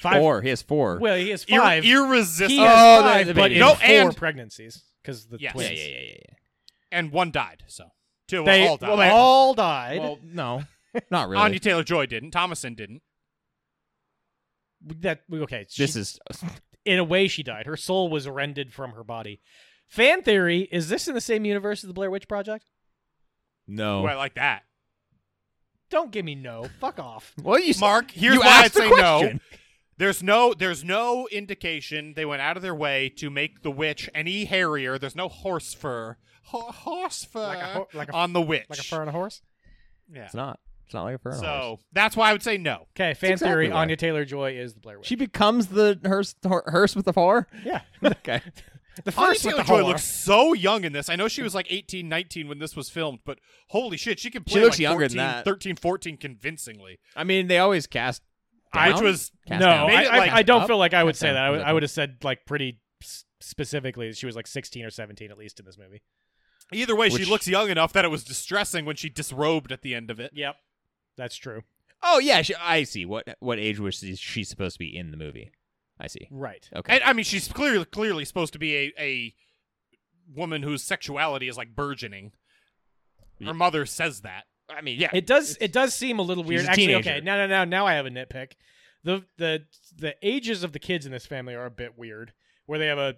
[SPEAKER 3] Five.
[SPEAKER 2] Four. He has four.
[SPEAKER 3] Well, he has
[SPEAKER 1] Ir-
[SPEAKER 3] five.
[SPEAKER 1] irresistible.
[SPEAKER 2] Oh,
[SPEAKER 3] he has
[SPEAKER 2] the-
[SPEAKER 3] five,
[SPEAKER 2] the
[SPEAKER 3] but
[SPEAKER 2] baby.
[SPEAKER 3] in
[SPEAKER 1] No,
[SPEAKER 3] four
[SPEAKER 1] and-
[SPEAKER 3] pregnancies because the
[SPEAKER 1] Yes.
[SPEAKER 2] yeah,
[SPEAKER 3] twins.
[SPEAKER 2] yeah, yeah, yeah, yeah.
[SPEAKER 1] and one died. So two
[SPEAKER 3] They
[SPEAKER 1] all died.
[SPEAKER 3] well, they all died.
[SPEAKER 2] Well,
[SPEAKER 3] *laughs*
[SPEAKER 2] no. Not really.
[SPEAKER 1] Anya Taylor Joy didn't. Thomason didn't.
[SPEAKER 3] that okay. She,
[SPEAKER 2] this is
[SPEAKER 3] in a way she died. Her soul was rended from her body. Fan theory is this in the same universe as the Blair Witch Project?
[SPEAKER 2] no.
[SPEAKER 3] Oh.
[SPEAKER 1] Ooh, I like that.
[SPEAKER 3] Don't give me no. Fuck off.
[SPEAKER 2] Well, you s-
[SPEAKER 1] Mark, here's
[SPEAKER 2] you
[SPEAKER 1] why I
[SPEAKER 2] asked the
[SPEAKER 1] say no.
[SPEAKER 2] question.
[SPEAKER 1] There's no there's no indication they went out of their way to make the witch any hairier. There's no horse fur. Ho- horse fur
[SPEAKER 3] Like a ho- like a-
[SPEAKER 1] on the witch.
[SPEAKER 3] Like a fur on a horse.
[SPEAKER 1] Yeah.
[SPEAKER 2] It's not. It's not like a fur. on a horse.
[SPEAKER 1] So that's why I would say no.
[SPEAKER 3] Okay, fan
[SPEAKER 2] exactly
[SPEAKER 3] theory.
[SPEAKER 2] right.
[SPEAKER 3] Anya Taylor Joy is the Blair Witch.
[SPEAKER 2] she becomes the hearse hor- hearse with the
[SPEAKER 3] *laughs*
[SPEAKER 2] four? *laughs*
[SPEAKER 3] yeah,
[SPEAKER 2] okay.
[SPEAKER 3] the
[SPEAKER 1] Anya
[SPEAKER 3] first with
[SPEAKER 1] Taylor
[SPEAKER 3] the
[SPEAKER 1] Joy
[SPEAKER 3] whore.
[SPEAKER 1] looks so young in this. I know she was like 18, 19 when this was filmed, but holy shit, she can
[SPEAKER 2] She
[SPEAKER 1] play
[SPEAKER 2] looks
[SPEAKER 1] like
[SPEAKER 2] younger
[SPEAKER 1] 14,
[SPEAKER 2] than that.
[SPEAKER 1] 13, 14 convincingly.
[SPEAKER 2] I mean, they always cast
[SPEAKER 1] Which
[SPEAKER 2] down?
[SPEAKER 1] was-
[SPEAKER 2] Cast
[SPEAKER 3] no,
[SPEAKER 2] down.
[SPEAKER 1] Made
[SPEAKER 3] I,
[SPEAKER 1] it,
[SPEAKER 3] I,
[SPEAKER 1] like,
[SPEAKER 3] I don't
[SPEAKER 2] up,
[SPEAKER 3] feel like I would
[SPEAKER 2] cast
[SPEAKER 3] say
[SPEAKER 2] down,
[SPEAKER 3] that. I would, I
[SPEAKER 2] whatever.
[SPEAKER 3] would have said like pretty s- specifically that she was like 16 or 17 at least in this movie.
[SPEAKER 1] Either way,
[SPEAKER 2] Which-
[SPEAKER 1] she looks young enough that it was distressing when she disrobed at the end of it.
[SPEAKER 3] Yep, that's true.
[SPEAKER 2] Oh yeah, she, I see. What what age was she, she supposed to be in the movie? I see.
[SPEAKER 3] Right.
[SPEAKER 2] Okay.
[SPEAKER 1] And, I mean, she's clearly clearly supposed to be a, a woman whose sexuality is like burgeoning. Her mother says that. I mean, yeah,
[SPEAKER 3] It does. It does seem a little weird.
[SPEAKER 2] a
[SPEAKER 3] Actually,
[SPEAKER 2] teenager.
[SPEAKER 3] okay. Now, now, now, now I have a nitpick. The the the ages of the kids in this family are a bit weird. Where they have a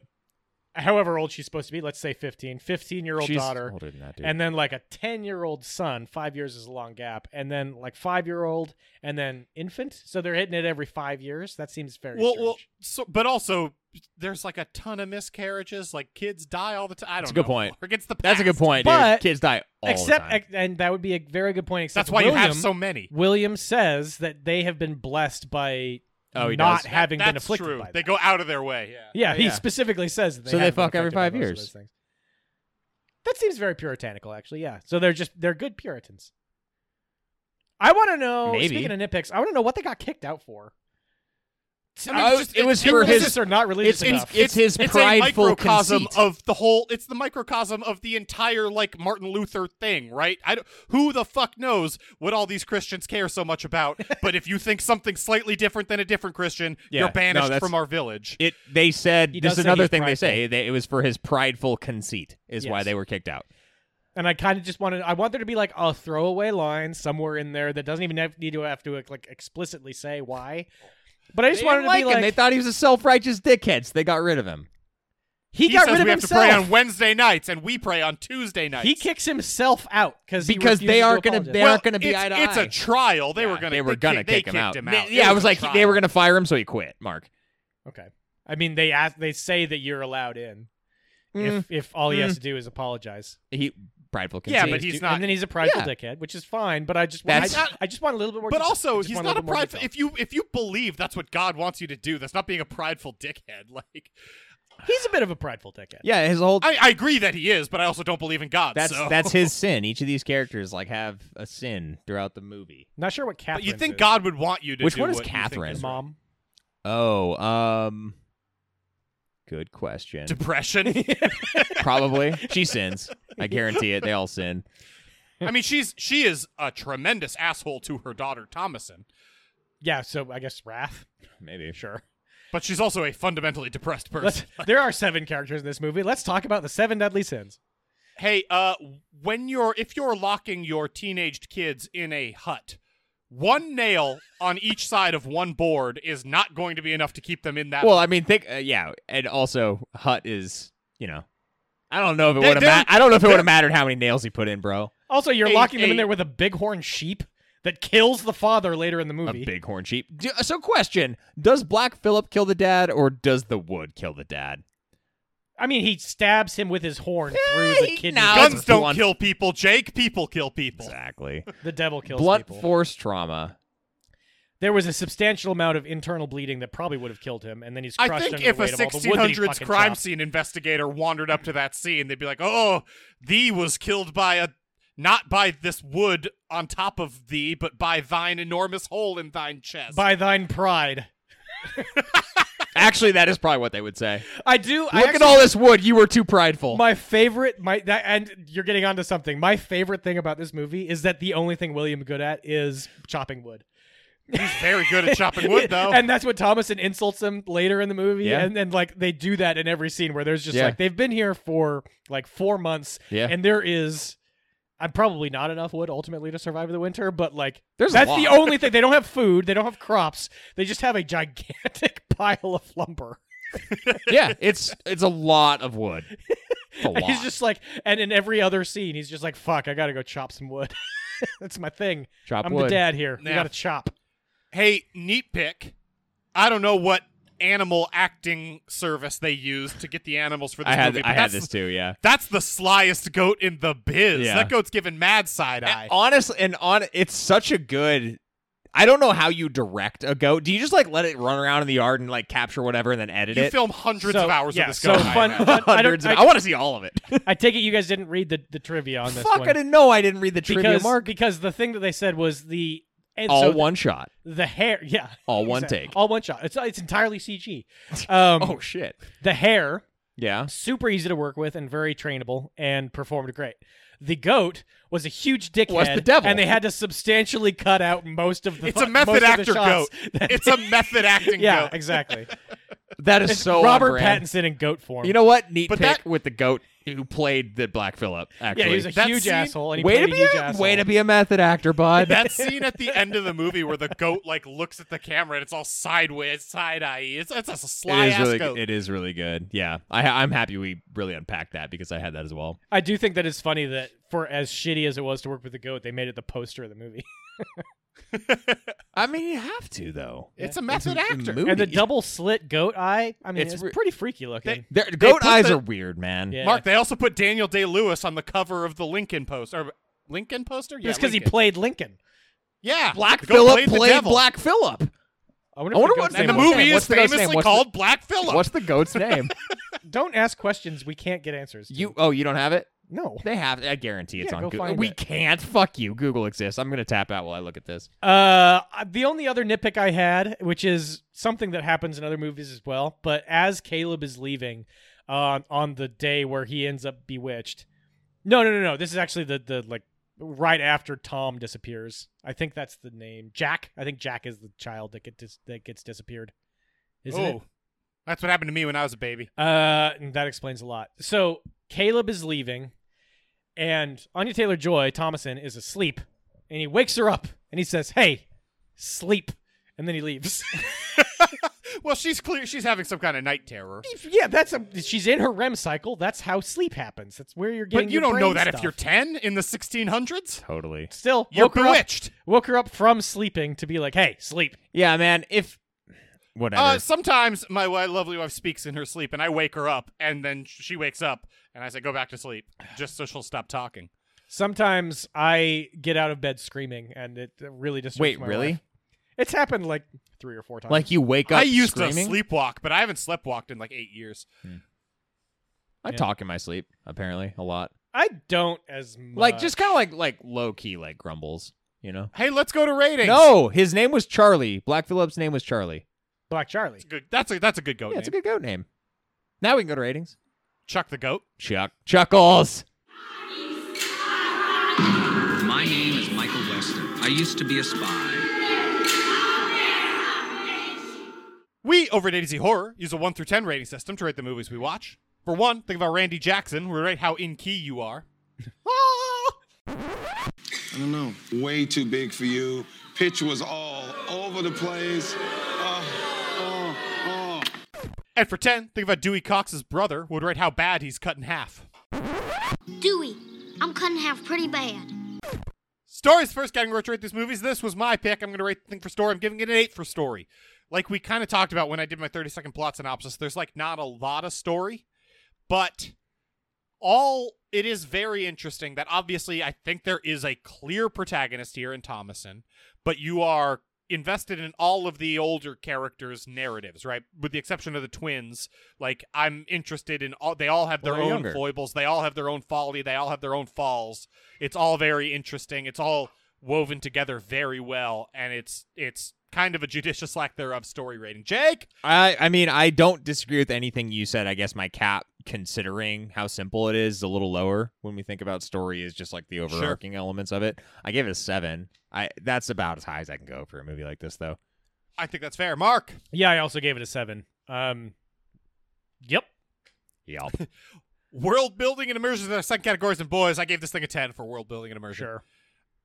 [SPEAKER 3] however old she's supposed to be. Let's say 15. 15 year old
[SPEAKER 2] She's
[SPEAKER 3] daughter.
[SPEAKER 2] older than that, dude.
[SPEAKER 3] and then like a 10 year old son five years is a long gap and then like five year old and then infant so they're hitting it every five years that seems very
[SPEAKER 1] well,
[SPEAKER 3] strange.
[SPEAKER 1] well, so, but also there's like a ton of miscarriages. Like kids die all the time. I don't.
[SPEAKER 2] That's a good
[SPEAKER 1] know.
[SPEAKER 2] point.
[SPEAKER 1] Against the
[SPEAKER 2] That's a good
[SPEAKER 1] past.
[SPEAKER 2] point,
[SPEAKER 3] But-
[SPEAKER 2] dude. Kids die all
[SPEAKER 3] except
[SPEAKER 2] the time.
[SPEAKER 3] and that would be a very good point except
[SPEAKER 1] That's why
[SPEAKER 3] william,
[SPEAKER 1] you have so many.
[SPEAKER 3] william says that they have been blessed by
[SPEAKER 2] Oh, he
[SPEAKER 3] not
[SPEAKER 2] does. That-
[SPEAKER 3] having been
[SPEAKER 1] That's
[SPEAKER 3] afflicted
[SPEAKER 1] true.
[SPEAKER 3] by that.
[SPEAKER 1] They go out of their way. Yeah.
[SPEAKER 3] yeah, he
[SPEAKER 2] Yeah.
[SPEAKER 3] specifically says that they
[SPEAKER 2] So they
[SPEAKER 3] have been
[SPEAKER 2] fuck every
[SPEAKER 3] affected by
[SPEAKER 2] five
[SPEAKER 3] most of
[SPEAKER 2] years.
[SPEAKER 3] those things. that seems very puritanical actually yeah so they're just they're good puritans i want to know
[SPEAKER 2] Maybe.
[SPEAKER 3] speaking of nitpicks i want to know what they got kicked out for
[SPEAKER 1] I mean,
[SPEAKER 2] I-
[SPEAKER 1] it's just-
[SPEAKER 2] Oh, it was for
[SPEAKER 1] it's
[SPEAKER 2] his-
[SPEAKER 1] just-
[SPEAKER 3] Religious or not religious
[SPEAKER 2] it's-
[SPEAKER 3] enough.
[SPEAKER 2] it's his
[SPEAKER 1] it's
[SPEAKER 2] prideful
[SPEAKER 1] a microcosm
[SPEAKER 2] conceit.
[SPEAKER 1] of the whole it's the microcosm of the entire like martin luther thing right i don't, who the fuck knows what all these christians care so much about
[SPEAKER 2] *laughs*
[SPEAKER 1] but if you think something slightly different than a different christian
[SPEAKER 2] Yeah,
[SPEAKER 1] you're
[SPEAKER 2] no,
[SPEAKER 1] banished
[SPEAKER 2] that's-
[SPEAKER 1] from our village
[SPEAKER 2] It. They said
[SPEAKER 3] He
[SPEAKER 2] this
[SPEAKER 3] does
[SPEAKER 2] is
[SPEAKER 3] say
[SPEAKER 2] another
[SPEAKER 3] he's
[SPEAKER 2] thing they say. They, it was for his prideful conceit is why
[SPEAKER 3] Yes.
[SPEAKER 2] they were kicked out.
[SPEAKER 3] and I kind of just wanted I want there to be like a throwaway line somewhere in there that doesn't even have, need to have to like explicitly say why. But I just
[SPEAKER 2] They
[SPEAKER 3] wanted
[SPEAKER 2] didn't
[SPEAKER 3] to
[SPEAKER 2] like
[SPEAKER 3] be like
[SPEAKER 2] him. They thought he was a self-righteous dickhead. So they got rid of him.
[SPEAKER 3] he,
[SPEAKER 1] he
[SPEAKER 3] got
[SPEAKER 1] says
[SPEAKER 3] rid of
[SPEAKER 1] we have
[SPEAKER 3] himself.
[SPEAKER 1] to pray on wednesday nights and we pray on tuesday nights
[SPEAKER 3] he kicks himself out because
[SPEAKER 2] Because they aren't
[SPEAKER 3] going
[SPEAKER 2] gonna-
[SPEAKER 3] to
[SPEAKER 2] they
[SPEAKER 1] well,
[SPEAKER 2] aren't gonna be
[SPEAKER 1] it's,
[SPEAKER 2] eye to
[SPEAKER 1] it's
[SPEAKER 2] eye.
[SPEAKER 1] a trial they
[SPEAKER 2] Yeah,
[SPEAKER 1] were gonna
[SPEAKER 2] They were
[SPEAKER 1] kick-
[SPEAKER 2] gonna
[SPEAKER 1] they
[SPEAKER 2] kick him out.
[SPEAKER 1] kicked
[SPEAKER 2] They-
[SPEAKER 1] out.
[SPEAKER 2] Yeah, I was
[SPEAKER 1] a
[SPEAKER 2] like they
[SPEAKER 1] trial.
[SPEAKER 2] were gonna fire him, so he quit. Mark.
[SPEAKER 3] Okay. I mean, they ask, they say that you're allowed in if if all he has to do is apologize.
[SPEAKER 2] He prideful conceit.
[SPEAKER 1] Yeah, but he's not-
[SPEAKER 3] And then he's a prideful
[SPEAKER 2] Yeah.
[SPEAKER 3] dickhead, which is fine. But I just want,
[SPEAKER 2] That's-
[SPEAKER 3] I, I just want a little bit more.
[SPEAKER 1] but
[SPEAKER 3] detail. I
[SPEAKER 1] also
[SPEAKER 3] just
[SPEAKER 1] he's
[SPEAKER 3] want a
[SPEAKER 1] not a
[SPEAKER 3] little bit more
[SPEAKER 1] prideful
[SPEAKER 3] detail.
[SPEAKER 1] if you if you believe that's what god wants you to do that's not being a prideful dickhead *laughs* like
[SPEAKER 3] he's a bit of a prideful dickhead.
[SPEAKER 2] yeah, his whole
[SPEAKER 1] i, I agree that he is but i also don't believe in god
[SPEAKER 2] that's
[SPEAKER 1] so.
[SPEAKER 2] that's his sin. Each of these characters like have a sin throughout the movie.
[SPEAKER 3] Not sure what
[SPEAKER 1] But
[SPEAKER 3] Catherine.
[SPEAKER 1] you think God would want you to
[SPEAKER 2] Which
[SPEAKER 1] do
[SPEAKER 2] one is
[SPEAKER 1] what you think
[SPEAKER 2] Catherine?
[SPEAKER 1] is
[SPEAKER 3] mom?
[SPEAKER 2] Oh, um, good question.
[SPEAKER 1] Depression.
[SPEAKER 2] Probably she sins. I guarantee it. They all sin.
[SPEAKER 1] I mean, she's she is a tremendous asshole to her daughter Thomason,
[SPEAKER 3] Yeah. So I guess Wrath.
[SPEAKER 2] Maybe
[SPEAKER 3] Sure.
[SPEAKER 1] but she's also a fundamentally depressed
[SPEAKER 3] Let's,
[SPEAKER 1] person.
[SPEAKER 3] there are seven characters in this movie. Let's talk about the seven deadly sins.
[SPEAKER 1] *laughs* hey, uh, when you're if you're locking your teenaged kids in a hut, one nail on each side of one board is not going to be enough to keep them in that.
[SPEAKER 2] Well, I mean, think uh, yeah, and also Hut is you know, I don't know if it
[SPEAKER 1] They-
[SPEAKER 2] would have
[SPEAKER 1] they're-
[SPEAKER 2] ma- I don't know if it
[SPEAKER 1] they're-
[SPEAKER 2] would have mattered how many nails he put in, bro.
[SPEAKER 3] Also, you're
[SPEAKER 1] Eight-
[SPEAKER 3] locking them
[SPEAKER 1] eight.
[SPEAKER 3] in there with a bighorn sheep that kills the father later in the
[SPEAKER 2] A
[SPEAKER 3] movie.
[SPEAKER 2] bighorn sheep. D- uh, So, question: Does Black Phillip kill the dad, or does the wood kill the dad?
[SPEAKER 3] I mean, he stabs him with his horn
[SPEAKER 2] Yeah,
[SPEAKER 3] through the
[SPEAKER 2] he-
[SPEAKER 3] kidney.
[SPEAKER 2] no, it's-
[SPEAKER 1] guns don't
[SPEAKER 2] Blunt-
[SPEAKER 1] kill people, Jake. People kill people.
[SPEAKER 2] Exactly.
[SPEAKER 3] The devil kills
[SPEAKER 2] Blunt
[SPEAKER 3] people.
[SPEAKER 2] force trauma.
[SPEAKER 3] there was a substantial amount of internal bleeding that probably would have killed him, and then he's crushed
[SPEAKER 1] I think
[SPEAKER 3] under
[SPEAKER 1] if
[SPEAKER 3] the
[SPEAKER 1] a
[SPEAKER 3] weight of all the wood that he
[SPEAKER 1] 1600s
[SPEAKER 3] fucking
[SPEAKER 1] crime
[SPEAKER 3] chopped.
[SPEAKER 1] scene investigator wandered up to that scene, they'd be like, "Oh, thee was killed by a not by this wood on top of thee, but by thine enormous hole in thine chest."
[SPEAKER 3] by thine pride.
[SPEAKER 2] Actually, that is probably what they would say.
[SPEAKER 3] I do. I
[SPEAKER 2] Look at
[SPEAKER 3] actually-
[SPEAKER 2] all this wood. You were too prideful.
[SPEAKER 3] My favorite, my that, and you're getting onto something. My favorite thing about this movie is that the only thing William good at is chopping wood.
[SPEAKER 1] He's very good at chopping *laughs* wood, though.
[SPEAKER 3] *laughs* and that's what Thomason insults him later in the movie.
[SPEAKER 2] Yeah.
[SPEAKER 3] And then like they do that in every scene where there's just
[SPEAKER 2] Yeah.
[SPEAKER 3] like they've been here for like four months
[SPEAKER 2] yeah.
[SPEAKER 3] and there is I'm probably not enough wood ultimately to survive the winter, but like
[SPEAKER 2] There's a
[SPEAKER 3] that's the
[SPEAKER 2] lot.
[SPEAKER 3] only thing. They don't have food, they don't have crops, they just have a gigantic *laughs* pile of lumber.
[SPEAKER 2] yeah. It's it's a lot of wood. It's a
[SPEAKER 3] And
[SPEAKER 2] *laughs* lot.
[SPEAKER 3] he's just like and in every other scene he's just like, fuck, I gotta go chop some wood. *laughs* that's my thing.
[SPEAKER 2] Chop
[SPEAKER 3] I'm
[SPEAKER 2] wood.
[SPEAKER 3] the dad here. You
[SPEAKER 1] Yeah.
[SPEAKER 3] gotta chop.
[SPEAKER 1] hey, neat pick. I don't know what animal acting service they used to get the animals for this
[SPEAKER 2] I had
[SPEAKER 1] movie. But
[SPEAKER 2] I had
[SPEAKER 1] that's,
[SPEAKER 2] this too. Yeah.
[SPEAKER 1] That's the slyest goat in the biz.
[SPEAKER 2] Yeah.
[SPEAKER 1] That goat's given mad side eye.
[SPEAKER 2] And honestly, and on it's such a good. I don't know how you direct a goat. Do you just like let it run around in the yard and like capture whatever and then edit
[SPEAKER 1] You
[SPEAKER 2] it?
[SPEAKER 1] film hundreds
[SPEAKER 3] So-
[SPEAKER 1] of hours
[SPEAKER 3] yeah,
[SPEAKER 1] of this
[SPEAKER 3] so
[SPEAKER 1] goat. *laughs*
[SPEAKER 3] *laughs* fun-
[SPEAKER 1] I imagine.
[SPEAKER 3] I- I don't-
[SPEAKER 2] *laughs* Hundreds. of,
[SPEAKER 3] I-
[SPEAKER 2] I want to see all of *laughs* it.
[SPEAKER 3] I take it you guys didn't read the, the trivia on this
[SPEAKER 2] Fuck!
[SPEAKER 3] one.
[SPEAKER 2] I didn't know. I didn't read the trivia.
[SPEAKER 3] because,
[SPEAKER 2] Mark.
[SPEAKER 3] because the thing that they said was the and
[SPEAKER 2] all
[SPEAKER 3] so the-
[SPEAKER 2] one shot.
[SPEAKER 3] the hair yeah
[SPEAKER 2] All one
[SPEAKER 3] exactly.
[SPEAKER 2] take.
[SPEAKER 3] all one shot it's it's entirely cg
[SPEAKER 2] *laughs*
[SPEAKER 3] um
[SPEAKER 2] oh shit.
[SPEAKER 3] the hair
[SPEAKER 2] Yeah.
[SPEAKER 3] super easy to work with and very trainable and performed great the goat was a huge dickhead
[SPEAKER 2] Was the devil.
[SPEAKER 3] and they had to substantially cut out most of the
[SPEAKER 1] It's a method
[SPEAKER 3] most of the
[SPEAKER 1] actor
[SPEAKER 3] shots
[SPEAKER 1] goat.
[SPEAKER 3] that-
[SPEAKER 1] It's a method acting
[SPEAKER 3] yeah *laughs*
[SPEAKER 1] goat.
[SPEAKER 2] *laughs*
[SPEAKER 3] exactly
[SPEAKER 2] That is
[SPEAKER 3] It's
[SPEAKER 2] so on
[SPEAKER 3] robert
[SPEAKER 2] brand.
[SPEAKER 3] pattinson in goat form
[SPEAKER 2] You know what? Neat
[SPEAKER 1] But
[SPEAKER 2] pick
[SPEAKER 1] that-
[SPEAKER 2] with the goat who played the Black Phillip. Actually,
[SPEAKER 3] yeah he was a
[SPEAKER 1] That
[SPEAKER 3] huge
[SPEAKER 1] scene-
[SPEAKER 3] asshole and he
[SPEAKER 2] way to
[SPEAKER 3] played
[SPEAKER 2] be
[SPEAKER 3] a huge
[SPEAKER 2] a
[SPEAKER 3] asshole
[SPEAKER 2] way to be a method actor, bud.
[SPEAKER 1] that scene at the end of the movie where the goat like looks at the camera and it's all sideways, side eye. It's it's a sly
[SPEAKER 2] *laughs* it is
[SPEAKER 1] ass
[SPEAKER 2] really
[SPEAKER 1] goat.
[SPEAKER 2] it is really good. Yeah, I, I'm happy we really unpacked that because I had that as well.
[SPEAKER 3] i do think that it's funny that for as shitty as it was to work with the goat they made it the poster of the movie *laughs*
[SPEAKER 2] I mean, you have to though.
[SPEAKER 1] It's a method actor.
[SPEAKER 3] and the double slit goat eye i mean
[SPEAKER 2] It's
[SPEAKER 3] it's,
[SPEAKER 2] re-
[SPEAKER 3] pretty freaky looking
[SPEAKER 1] They-
[SPEAKER 2] Their goat
[SPEAKER 1] put
[SPEAKER 2] eyes
[SPEAKER 1] the-
[SPEAKER 2] are weird, man.
[SPEAKER 3] Yeah.
[SPEAKER 1] Mark, they also put Daniel Day Lewis on the cover of the Lincoln poster. Or Lincoln poster? Yeah,
[SPEAKER 3] Just because he
[SPEAKER 1] Lincoln.
[SPEAKER 3] played Lincoln.
[SPEAKER 1] Yeah,
[SPEAKER 2] Black
[SPEAKER 1] the goat
[SPEAKER 2] Phillip
[SPEAKER 1] played the
[SPEAKER 2] played
[SPEAKER 1] devil.
[SPEAKER 2] Black Phillip.
[SPEAKER 3] wonder,
[SPEAKER 2] I wonder what
[SPEAKER 1] And the
[SPEAKER 2] What's the
[SPEAKER 1] movie
[SPEAKER 2] name?
[SPEAKER 1] is
[SPEAKER 2] What's the guy's name?
[SPEAKER 1] famously
[SPEAKER 2] What's the-
[SPEAKER 1] called Black Phillip.
[SPEAKER 2] *laughs* What's the goat's name?
[SPEAKER 3] Don't ask questions we can't get answers. to.
[SPEAKER 2] you oh you don't have it?
[SPEAKER 3] No.
[SPEAKER 2] They have. I guarantee it's
[SPEAKER 3] Yeah,
[SPEAKER 2] on
[SPEAKER 3] go
[SPEAKER 2] Google.
[SPEAKER 3] find
[SPEAKER 2] We
[SPEAKER 3] it.
[SPEAKER 2] can't. Fuck you. Google exists. I'm gonna tap out while I look at this.
[SPEAKER 3] Uh, the only other nitpick I had, which is something that happens in other movies as well, but as Caleb is leaving, uh, on the day where he ends up bewitched. No, no, no, no. This is actually the the like right after Tom disappears. I think that's the name. Jack. I think Jack is the child that get dis- that gets disappeared. Isn't it?
[SPEAKER 1] Oh, that's what happened to me when I was a
[SPEAKER 3] *laughs*
[SPEAKER 1] baby. *laughs*
[SPEAKER 3] Uh, and that explains a lot. So Caleb is leaving, and Anya Taylor Joy Thomason is asleep, and he wakes her up, and he says, "Hey, sleep," and then
[SPEAKER 1] *laughs*
[SPEAKER 3] he leaves. *laughs*
[SPEAKER 1] well, she's clear. She's having some kind of night terror.
[SPEAKER 3] yeah, that's a. She's in her REM cycle. That's how sleep happens. That's where you're getting.
[SPEAKER 1] But you
[SPEAKER 3] your
[SPEAKER 1] don't know
[SPEAKER 3] brain
[SPEAKER 1] that if
[SPEAKER 3] stuff.
[SPEAKER 1] you're 10 in the 1600s.
[SPEAKER 2] Totally.
[SPEAKER 3] still
[SPEAKER 1] You're
[SPEAKER 3] woke her up-
[SPEAKER 1] bewitched.
[SPEAKER 3] woke her up from sleeping to be like, "Hey, sleep."
[SPEAKER 2] Yeah, man. If whatever.
[SPEAKER 1] Uh, sometimes my wi- lovely wife speaks in her sleep, and I wake her up, and then sh- she wakes up, and I say, "Go back to sleep," just so she'll stop talking.
[SPEAKER 3] Sometimes I get out of bed screaming, and it really disturbs
[SPEAKER 2] Wait,
[SPEAKER 3] my
[SPEAKER 2] really?
[SPEAKER 3] life. It's happened like three or four times.
[SPEAKER 2] Like you wake up?
[SPEAKER 1] I used
[SPEAKER 2] screaming?
[SPEAKER 1] to sleepwalk, but I haven't sleptwalked in like eight years.
[SPEAKER 2] I
[SPEAKER 3] Yeah.
[SPEAKER 2] talk in my sleep. Apparently, a lot.
[SPEAKER 3] I don't as much.
[SPEAKER 2] Like just kind of like like low key like grumbles. You know.
[SPEAKER 1] Hey, let's go to ratings.
[SPEAKER 2] No, his name was Charlie. Black Phillips' name was Charlie.
[SPEAKER 3] Black Charlie.
[SPEAKER 1] That's a good. That's a that's a good goat.
[SPEAKER 2] Yeah, it's a
[SPEAKER 1] name.
[SPEAKER 2] good goat name. Now we can go to ratings.
[SPEAKER 1] Chuck the goat.
[SPEAKER 2] Chuck. Chuckles.
[SPEAKER 8] My name is Michael Weston. I used to be a spy.
[SPEAKER 1] We over at ADZ Horror use a one through ten rating system to rate the movies we watch. For one, think about Randy Jackson. We rate how in key you are.
[SPEAKER 9] I don't know. Way too big for you. Pitch was all over the place. Uh, uh, uh.
[SPEAKER 1] And for ten, think about Dewey Cox's brother. Would rate how bad he's cut in half.
[SPEAKER 10] Dewey, I'm cutting half pretty bad.
[SPEAKER 1] Story's first category to rate these movies. This was my pick. I'm going to rate the thing for story. I'm giving it an 8 for story. Like we kind of talked about when I did my 30 second plot synopsis, there's like not a lot of story, but all it is very interesting that obviously I think there is a clear protagonist here in Thomason, but you are invested in all of the older characters' narratives, right? With the exception of the twins, like I'm interested in all they all have their
[SPEAKER 2] Well,
[SPEAKER 1] own
[SPEAKER 2] they're younger.
[SPEAKER 1] foibles, they all have their own folly, they all have their own falls. It's all very interesting. It's all woven together very well and it's it's kind of a judicious lack thereof story rating. Jake,
[SPEAKER 2] I I mean I don't disagree with anything you said. I guess my cap, considering how simple it is, is a little lower when we think about story is just like the overarching elements of it. I gave it a seven. I that's about as high as I can go for a movie like this, though.
[SPEAKER 1] I think that's fair. Mark,
[SPEAKER 3] Yeah, I also gave it a seven. Um, yep.
[SPEAKER 2] Yep.
[SPEAKER 1] world building and immersion are our second categories and boys. I gave this thing a 10 for world building and immersion.
[SPEAKER 3] Sure.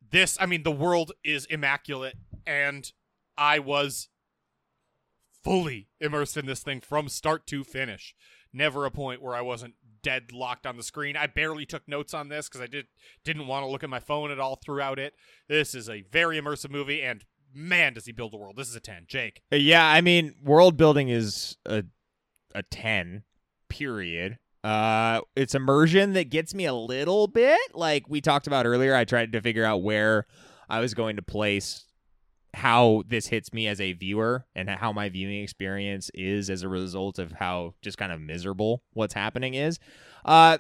[SPEAKER 1] This, I mean, the world is immaculate and I was fully immersed in this thing from start to finish. Never a point where I wasn't deadlocked on the screen. I barely took notes on this because I did didn't want to look at my phone at all throughout it. This is a very immersive movie, and man, does he build a world. This is a ten. Jake,
[SPEAKER 2] Uh, Yeah, I mean, world building is a a 10 period. Uh it's immersion that gets me a little bit. Like we talked about earlier, I tried to figure out where I was going to place how this hits me as a viewer and how my viewing experience is as a result of how just kind of miserable what's happening is. Uh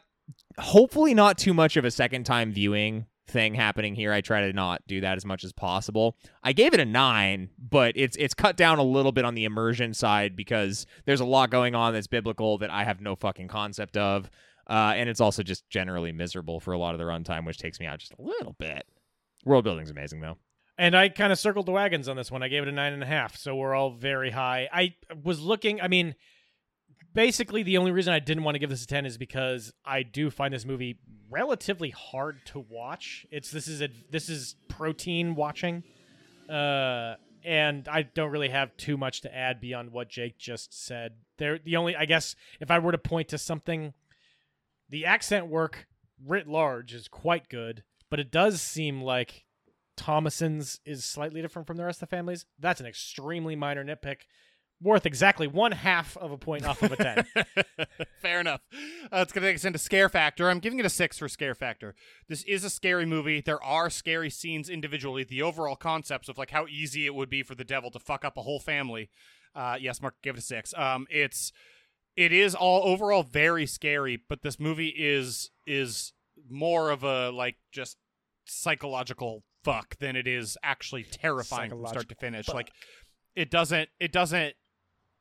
[SPEAKER 2] hopefully not too much of a second time viewing thing happening here. I try to not do that as much as possible. I gave it a nine, but it's it's cut down a little bit on the immersion side because there's a lot going on that's biblical that I have no fucking concept of, uh, and it's also just generally miserable for a lot of the runtime, which takes me out just a little bit. World building's amazing though.
[SPEAKER 3] And I kind of circled the wagons on this one. I gave it a nine and a half, so we're all very high. I was looking. I mean, basically, the only reason I didn't want to give this a ten is because I do find this movie relatively hard to watch. It's this is a this is protein watching, uh, and I don't really have too much to add beyond what Jake just said. There, the only I guess if I were to point to something, the accent work writ large is quite good, but it does seem like Thomason's is slightly different from the rest of the families. That's an extremely minor nitpick, worth exactly one half of a point off of
[SPEAKER 1] *laughs*
[SPEAKER 3] a ten.
[SPEAKER 1] fair enough. Uh, it's gonna take us into scare factor. I'm giving it a six for scare factor. This is a scary movie. There are scary scenes individually. The overall concepts of like how easy it would be for the devil to fuck up a whole family. Uh, yes, Mark, give it a six. Um, it's it is all overall very scary, but this movie is is more of a like just psychological fuck than it is actually terrifying from start to
[SPEAKER 3] Psychological
[SPEAKER 1] finish.
[SPEAKER 3] fuck.
[SPEAKER 1] Like it doesn't it doesn't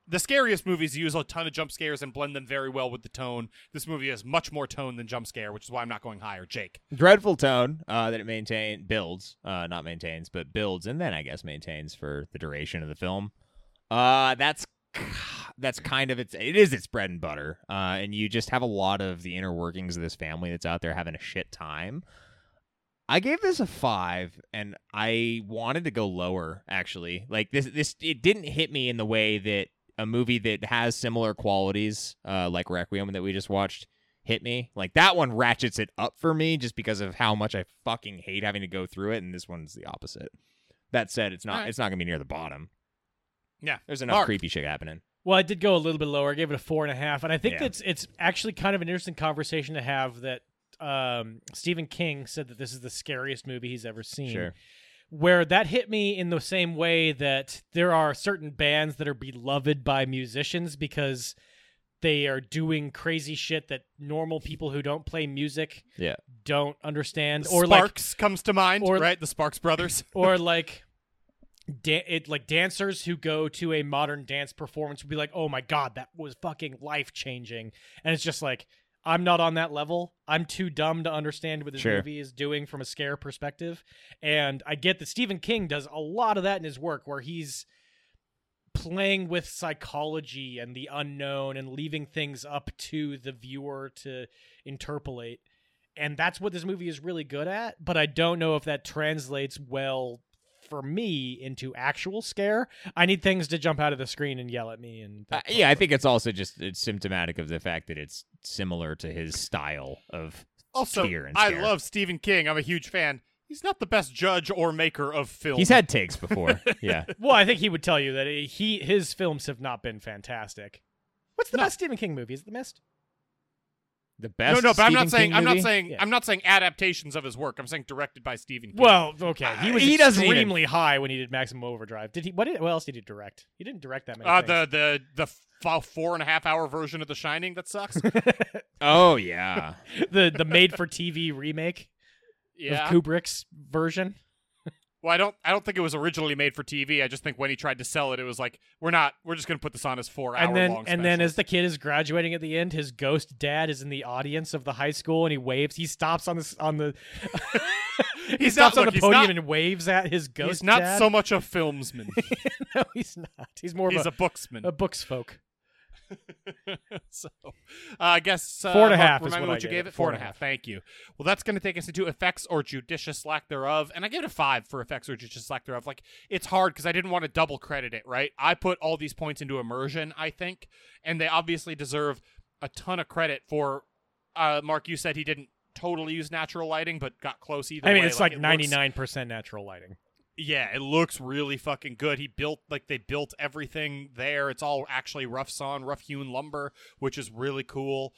[SPEAKER 1] the scariest movies use a ton of jump scares and blend them very well with the tone. This movie has much more tone than jump scare, which is why I'm not going higher. Jake.
[SPEAKER 2] dreadful tone uh, that it maintain builds, uh, not maintains, but builds, and then I guess maintains for the duration of the film. Uh, that's that's kind of its it is its bread and butter, uh, and you just have a lot of the inner workings of this family that's out there having a shit time. I gave this a five, and I wanted to go lower. Actually, like this, this it didn't hit me in the way that a movie that has similar qualities, uh, like Requiem that we just watched, hit me. Like that one ratchets it up for me just because of how much I fucking hate having to go through it, and this one's the opposite. That said, it's not
[SPEAKER 1] Alright.
[SPEAKER 2] it's not gonna be near the bottom.
[SPEAKER 1] Yeah.
[SPEAKER 2] There's enough
[SPEAKER 1] Mark.
[SPEAKER 2] creepy shit happening.
[SPEAKER 3] Well, I did go a little bit lower. I gave it a four and a half, and I think
[SPEAKER 2] Yeah.
[SPEAKER 3] that's it's actually kind of an interesting conversation to have. That um, Stephen King said that this is the scariest movie he's ever seen.
[SPEAKER 2] Sure.
[SPEAKER 3] Where that hit me in the same way that there are certain bands that are beloved by musicians because they are doing crazy shit that normal people who don't play music
[SPEAKER 2] Yeah.
[SPEAKER 3] don't understand or like
[SPEAKER 1] Sparks comes to mind,
[SPEAKER 3] or-
[SPEAKER 1] right? The Sparks brothers.
[SPEAKER 3] or like da- it like dancers who go to a modern dance performance would be like oh my god that was fucking life changing and it's just like i'm not on that level i'm too dumb to understand what this
[SPEAKER 2] Sure.
[SPEAKER 3] movie is doing from a scare perspective and i get that stephen king does a lot of that in his work where he's playing with psychology and the unknown and leaving things up to the viewer to interpolate and that's what this movie is really good at but i don't know if that translates well for me into actual scare i need things to jump out of the screen and yell at me and
[SPEAKER 2] Uh,
[SPEAKER 3] that
[SPEAKER 2] yeah, I think it's also just it's symptomatic of the fact that it's similar to his style of
[SPEAKER 1] *laughs* Also,
[SPEAKER 2] fear and
[SPEAKER 1] I
[SPEAKER 2] scare.
[SPEAKER 1] love Stephen King. I'm a huge fan. He's not the best judge or maker of film.
[SPEAKER 2] He's had
[SPEAKER 1] *laughs*
[SPEAKER 2] takes before. yeah.
[SPEAKER 3] well i think he would tell you that he his films have not been fantastic what's the
[SPEAKER 1] No.
[SPEAKER 3] best stephen king movie is it the mist
[SPEAKER 2] The
[SPEAKER 1] no,
[SPEAKER 2] best
[SPEAKER 1] no, but I'm
[SPEAKER 2] Stephen
[SPEAKER 1] not saying.
[SPEAKER 2] King
[SPEAKER 1] I'm not
[SPEAKER 2] movie?
[SPEAKER 1] saying.
[SPEAKER 3] Yeah.
[SPEAKER 1] I'm not saying adaptations of his work. I'm saying directed by Stephen. King.
[SPEAKER 3] well okay he
[SPEAKER 2] Uh,
[SPEAKER 3] was
[SPEAKER 2] he doesn't even-
[SPEAKER 3] extremely high when he did maximum overdrive did he what, did, what else did he direct he didn't direct that many
[SPEAKER 1] uh,
[SPEAKER 3] things.
[SPEAKER 1] the the the f- four and a half hour version of The Shining that
[SPEAKER 3] *laughs*
[SPEAKER 1] sucks.
[SPEAKER 2] Oh yeah.
[SPEAKER 3] the the made for tv remake
[SPEAKER 1] yeah.
[SPEAKER 3] of kubrick's version
[SPEAKER 1] Well, I don't. I don't think it was originally made for TV. I just think when he tried to sell it, it was like we're not. We're just gonna put this on as four hour
[SPEAKER 3] and then
[SPEAKER 1] long.
[SPEAKER 3] and then as the kid is graduating at the end his ghost dad is in the audience of the high school and he waves he stops on this
[SPEAKER 1] *laughs*
[SPEAKER 3] on the *laughs* he
[SPEAKER 1] He's
[SPEAKER 3] stops
[SPEAKER 1] not-
[SPEAKER 3] on
[SPEAKER 1] look,
[SPEAKER 3] the
[SPEAKER 1] he's
[SPEAKER 3] podium
[SPEAKER 1] not-
[SPEAKER 3] and waves at his ghost
[SPEAKER 1] he's not
[SPEAKER 3] dad.
[SPEAKER 1] so much a filmsman.
[SPEAKER 3] *laughs* no he's not he's more
[SPEAKER 1] He's
[SPEAKER 3] of
[SPEAKER 1] a
[SPEAKER 3] a,
[SPEAKER 1] booksman. *laughs*
[SPEAKER 3] a, books folk
[SPEAKER 1] so uh, I guess uh,
[SPEAKER 3] Four and a
[SPEAKER 1] Mark,
[SPEAKER 3] half is
[SPEAKER 1] Remind me
[SPEAKER 3] what I
[SPEAKER 1] what you
[SPEAKER 3] gave
[SPEAKER 1] gave
[SPEAKER 3] it.
[SPEAKER 1] it. Four and a half. Thank you. Well, that's going to take us into effects or judicious lack thereof, and I gave it a five for effects or judicious lack thereof. Like it's hard because I didn't want to double credit it. Right, I put all these points into immersion. I think, and they obviously deserve a ton of credit for. Uh, Mark, you said he didn't totally use natural lighting, but got close either.
[SPEAKER 3] i mean
[SPEAKER 1] way.
[SPEAKER 3] it's like
[SPEAKER 1] it looks-
[SPEAKER 3] 99% natural lighting
[SPEAKER 1] yeah, it looks really fucking good. He built like they built everything there. It's all actually rough sawn, rough hewn lumber, which is really cool.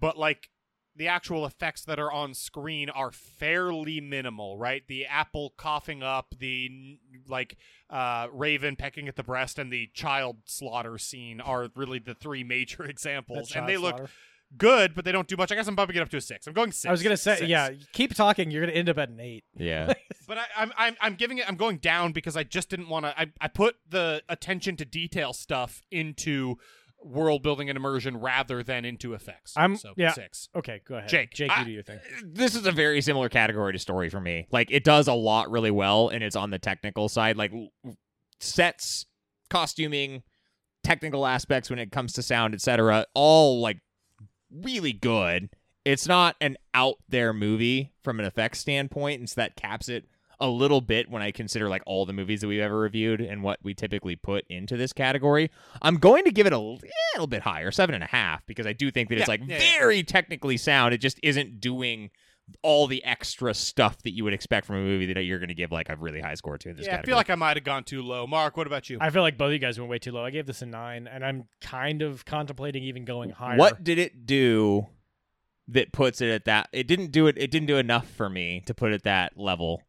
[SPEAKER 1] But like the actual effects that are on screen are fairly minimal, right? The apple coughing up, the like uh raven pecking at the breast and the child slaughter scene are really the three major *laughs*
[SPEAKER 3] That
[SPEAKER 1] examples. And
[SPEAKER 3] child
[SPEAKER 1] they look
[SPEAKER 3] slaughter.
[SPEAKER 1] good, but they don't do much. I guess I'm bumping it up to a 6. I'm going 6.
[SPEAKER 3] i was gonna say
[SPEAKER 1] Six.
[SPEAKER 3] yeah keep talking you're gonna end up at an eight
[SPEAKER 2] Yeah.
[SPEAKER 1] But I, I'm I'm I'm giving it. I'm going down because I just didn't want to. I I put the attention to detail stuff into world building and immersion rather than into effects.
[SPEAKER 3] I'm-
[SPEAKER 1] so
[SPEAKER 3] yeah.
[SPEAKER 1] six.
[SPEAKER 3] okay go ahead
[SPEAKER 1] Jake,
[SPEAKER 3] jake
[SPEAKER 2] I-
[SPEAKER 3] you do your thing
[SPEAKER 2] this is a very similar category to story for me. Like it does a lot really well, and it's on the technical side, like l- sets, costuming, technical aspects when it comes to sound, etc. All like really good. It's not an out there movie from an effects standpoint, and so that caps it a little bit when I consider like all the movies that we've ever reviewed and what we typically put into this category. I'm going to give it a little bit higher, seven and a half, because I do think that it's
[SPEAKER 1] Yeah,
[SPEAKER 2] like
[SPEAKER 1] yeah, yeah.
[SPEAKER 2] very technically sound. It just isn't doing all the extra stuff that you would expect from a movie that you're going to give like a really high score to in this
[SPEAKER 1] Yeah, I
[SPEAKER 2] category.
[SPEAKER 1] feel like I might have gone too low. Mark, what about you?
[SPEAKER 3] I feel like both of you guys went way too low. I gave this a nine, and I'm kind of contemplating even going higher.
[SPEAKER 2] What did it do that puts it at that? It didn't do it. It didn't do enough for me to put it that level.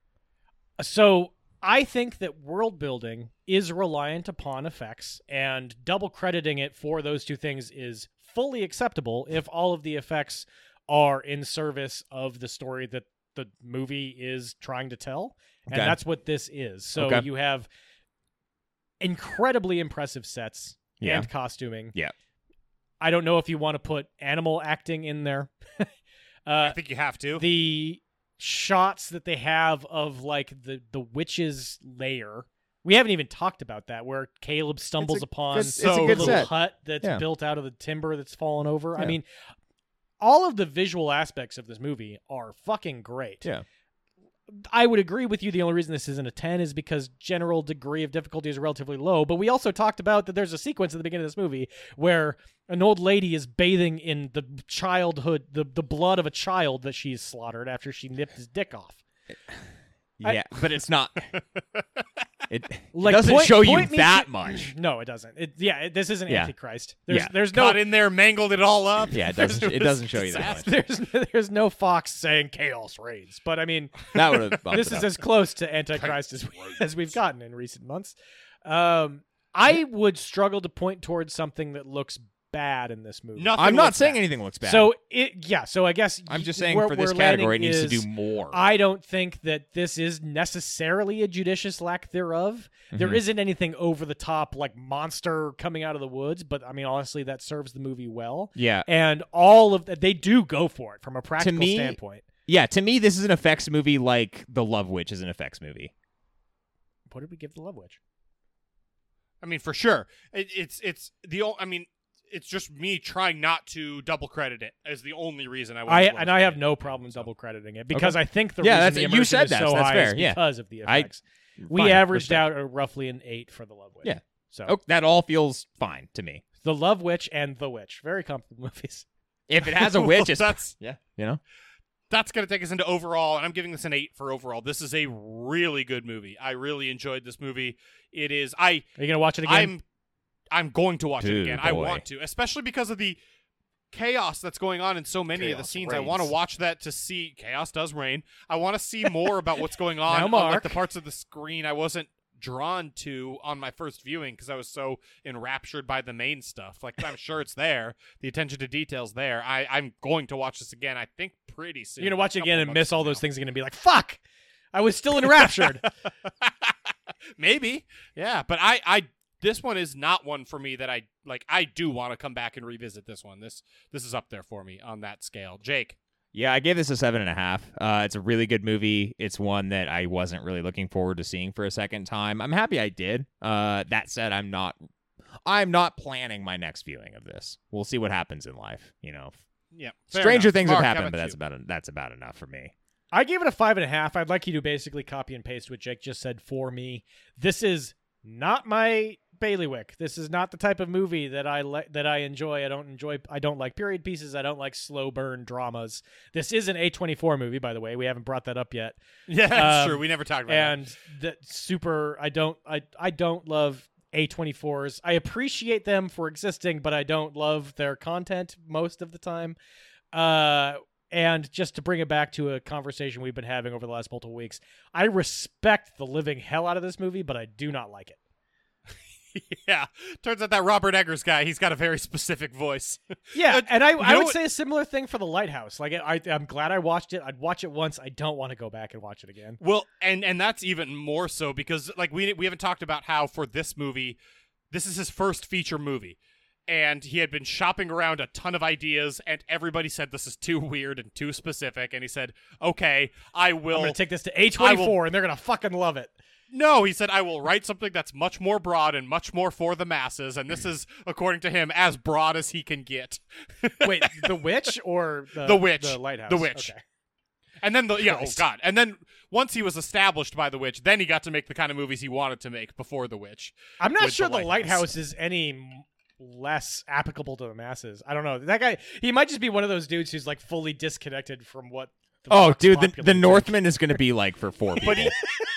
[SPEAKER 3] So I think that world building is reliant upon effects, and double crediting it for those two things is fully acceptable if all of the effects are in service of the story that the movie is trying to tell. And
[SPEAKER 2] Okay.
[SPEAKER 3] that's what this is. So
[SPEAKER 2] Okay.
[SPEAKER 3] you have incredibly impressive sets
[SPEAKER 2] Yeah.
[SPEAKER 3] and costuming.
[SPEAKER 2] Yeah.
[SPEAKER 3] I don't know if you want to put animal acting in there. *laughs*
[SPEAKER 1] I
[SPEAKER 3] uh,
[SPEAKER 1] think you have to.
[SPEAKER 3] the shots that they have of like the the witch's lair. We haven't even talked about that where Caleb stumbles
[SPEAKER 2] a-
[SPEAKER 3] upon
[SPEAKER 2] it's- it's
[SPEAKER 1] a
[SPEAKER 3] the
[SPEAKER 1] good
[SPEAKER 3] little
[SPEAKER 2] set.
[SPEAKER 3] hut that's
[SPEAKER 2] Yeah.
[SPEAKER 3] built out of the timber that's fallen over. I
[SPEAKER 2] Yeah.
[SPEAKER 3] mean, all of the visual aspects of this movie are fucking great.
[SPEAKER 2] Yeah.
[SPEAKER 3] I would agree with you. The only reason this isn't a 10 is because general degree of difficulty is relatively low. But we also talked about that there's a sequence at the beginning of this movie where an old lady is bathing in the childhood, the, the blood of a child that she's slaughtered after she nipped his dick off. I-
[SPEAKER 2] yeah, but it's
[SPEAKER 3] *laughs*
[SPEAKER 2] not. It, it
[SPEAKER 3] Like,
[SPEAKER 2] doesn't
[SPEAKER 3] point-
[SPEAKER 2] show you
[SPEAKER 3] point me
[SPEAKER 2] that
[SPEAKER 3] to-
[SPEAKER 2] much.
[SPEAKER 3] *laughs* No, it doesn't. It, yeah, it, this isn't
[SPEAKER 2] Yeah.
[SPEAKER 3] Antichrist. There's,
[SPEAKER 2] Yeah.
[SPEAKER 3] there's no
[SPEAKER 1] Got in there, mangled it all up.
[SPEAKER 2] Yeah, it
[SPEAKER 1] *laughs*
[SPEAKER 2] doesn't. It doesn't show you
[SPEAKER 3] *laughs*
[SPEAKER 2] that much.
[SPEAKER 3] there's there's no fox saying chaos reigns. But I mean,
[SPEAKER 2] That would have.
[SPEAKER 3] this is as close to Antichrist as, we, as we've gotten in recent months. Um, I would struggle to point towards something that looks bad in this movie.
[SPEAKER 1] Nothing
[SPEAKER 2] I'm not
[SPEAKER 1] looks
[SPEAKER 2] saying
[SPEAKER 1] bad.
[SPEAKER 2] anything looks bad.
[SPEAKER 3] So it, yeah. So I guess
[SPEAKER 2] I'm
[SPEAKER 3] y-
[SPEAKER 2] just saying
[SPEAKER 3] where
[SPEAKER 2] for this
[SPEAKER 3] we're landing
[SPEAKER 2] category, it needs to
[SPEAKER 3] is,
[SPEAKER 2] do more.
[SPEAKER 3] I don't think that this is necessarily a judicious lack thereof. There
[SPEAKER 2] Mhm.
[SPEAKER 3] isn't anything over the top like monster coming out of the woods, but I mean honestly, that serves the movie well.
[SPEAKER 2] yeah,
[SPEAKER 3] And all of that, they do go for it from a practical
[SPEAKER 2] me-
[SPEAKER 3] standpoint.
[SPEAKER 2] yeah. To me, this is an effects movie, like The Love Witch is an effects movie.
[SPEAKER 3] What did we give the Love Witch?
[SPEAKER 1] I mean, for sure. It, it's it's the only. I mean, it's just me trying not to double credit it is the only reason I.
[SPEAKER 3] I
[SPEAKER 1] wouldn't
[SPEAKER 3] and
[SPEAKER 1] lower
[SPEAKER 3] I
[SPEAKER 1] it.
[SPEAKER 3] have no problem double crediting it because I think the
[SPEAKER 2] Yeah,
[SPEAKER 3] reason
[SPEAKER 2] that's-
[SPEAKER 3] the
[SPEAKER 2] you
[SPEAKER 3] immersion
[SPEAKER 2] said
[SPEAKER 3] is
[SPEAKER 2] that's-
[SPEAKER 3] so
[SPEAKER 2] that's
[SPEAKER 3] high is
[SPEAKER 2] fair, yeah.
[SPEAKER 3] because of the
[SPEAKER 2] I-
[SPEAKER 3] effects. we
[SPEAKER 2] Fine,
[SPEAKER 3] averaged
[SPEAKER 2] respect.
[SPEAKER 3] out a, roughly an eight for the Love Witch.
[SPEAKER 2] Yeah.
[SPEAKER 3] So
[SPEAKER 2] Oh, that all feels fine to me.
[SPEAKER 3] the Love Witch and the Witch, very comfortable *laughs* movies.
[SPEAKER 2] If it has a
[SPEAKER 3] *laughs*
[SPEAKER 1] Well, *laughs*
[SPEAKER 2] witch, it's
[SPEAKER 1] that's
[SPEAKER 2] yeah. You know,
[SPEAKER 1] that's going to take us into overall, and I'm giving this an eight for overall. This is a really good movie. I really enjoyed this movie. It is. I
[SPEAKER 3] Are you gonna watch it again?
[SPEAKER 1] I'm I'm going to watch it
[SPEAKER 2] Dude,
[SPEAKER 1] again. I
[SPEAKER 2] boy.
[SPEAKER 1] want to, especially because of the chaos that's going on in so many of the
[SPEAKER 7] Chaos
[SPEAKER 1] scenes. I
[SPEAKER 7] reigns.
[SPEAKER 1] want to watch that to see chaos does rain. I want to see more about what's
[SPEAKER 3] *laughs*
[SPEAKER 1] going on,
[SPEAKER 3] Now,
[SPEAKER 1] on like
[SPEAKER 3] Mark.
[SPEAKER 1] the parts of the screen I wasn't drawn to on my first viewing because I was so enraptured by the main stuff. Like I'm sure it's there. The attention to details there. I I'm going to watch this again. I think pretty soon.
[SPEAKER 3] You're gonna watch it
[SPEAKER 1] a
[SPEAKER 3] again
[SPEAKER 1] couple
[SPEAKER 3] and
[SPEAKER 1] months
[SPEAKER 3] miss
[SPEAKER 1] from
[SPEAKER 3] all those
[SPEAKER 1] now.
[SPEAKER 3] things. You're gonna be like, "Fuck, I
[SPEAKER 2] *laughs*
[SPEAKER 3] was still enraptured."
[SPEAKER 1] *laughs* Maybe. Yeah, but I I this one is not one for me that I like I do want to come back and revisit this one. This this is up there for me on that scale. Jake.
[SPEAKER 2] Yeah, I gave this a seven and a half. Uh, it's a really good movie. It's one that I wasn't really looking forward to seeing for a second time. I'm happy I did. Uh, that said, I'm not. I'm not planning my next viewing of this. We'll see what happens in life. You know,
[SPEAKER 1] Yeah.
[SPEAKER 2] stranger things have happened, but that's about that's about enough for me.
[SPEAKER 3] I gave it a five and a half. I'd like you to basically copy and paste what Jake just said for me. This is not my bailiwick. This is not the type of movie that I like that I enjoy. I don't enjoy. I don't like period pieces. I don't like slow burn dramas. This is an A twenty four movie, by the way. We haven't brought that up yet.
[SPEAKER 1] Yeah, that's
[SPEAKER 3] Um,
[SPEAKER 1] true. We never talked about that.
[SPEAKER 3] and that super i don't i i don't love a24s i appreciate them for existing but i don't love their content most of the time uh and just to bring it back to a conversation we've been having over the last multiple weeks i respect the living hell out of this movie but i do not like it
[SPEAKER 1] *laughs* Yeah. Turns out that Robert Eggers guy, he's got a very specific voice.
[SPEAKER 3] yeah
[SPEAKER 1] Uh,
[SPEAKER 3] and i, I
[SPEAKER 1] know
[SPEAKER 3] would
[SPEAKER 1] what-
[SPEAKER 3] say a similar thing for the lighthouse like I, i'm glad i watched it i'd watch it once i don't want to go back and watch it again
[SPEAKER 1] Well, and and that's even more so because like we we haven't talked about how for this movie, this is his first feature movie, and he had been shopping around a ton of ideas, and everybody said this is too weird and too specific, and he said, "Okay, I
[SPEAKER 3] i'm
[SPEAKER 1] will."
[SPEAKER 3] gonna take this to a24 and they're gonna fucking love it
[SPEAKER 1] no, he said, "I will write something that's much more broad and much more for the masses," and this is, according to him, as broad as he can get.
[SPEAKER 3] Wait, the witch or the,
[SPEAKER 1] The witch.
[SPEAKER 3] The lighthouse.
[SPEAKER 1] The witch.
[SPEAKER 3] Okay.
[SPEAKER 1] And then the yeah, oh
[SPEAKER 3] Christ.
[SPEAKER 1] god. And then once he was established by the witch, then he got to make the kind of movies he wanted to make before the witch.
[SPEAKER 3] I'm not
[SPEAKER 1] With
[SPEAKER 3] sure
[SPEAKER 1] the
[SPEAKER 3] the lighthouse.
[SPEAKER 1] lighthouse.
[SPEAKER 3] is any m- less applicable to the masses. I don't know. That guy, he might just be one of those dudes who's like fully disconnected from what. The
[SPEAKER 2] Oh,
[SPEAKER 3] fuck's
[SPEAKER 2] dude, the,
[SPEAKER 3] popular.
[SPEAKER 2] the Northman is going to be like for four people.
[SPEAKER 1] *laughs* but he,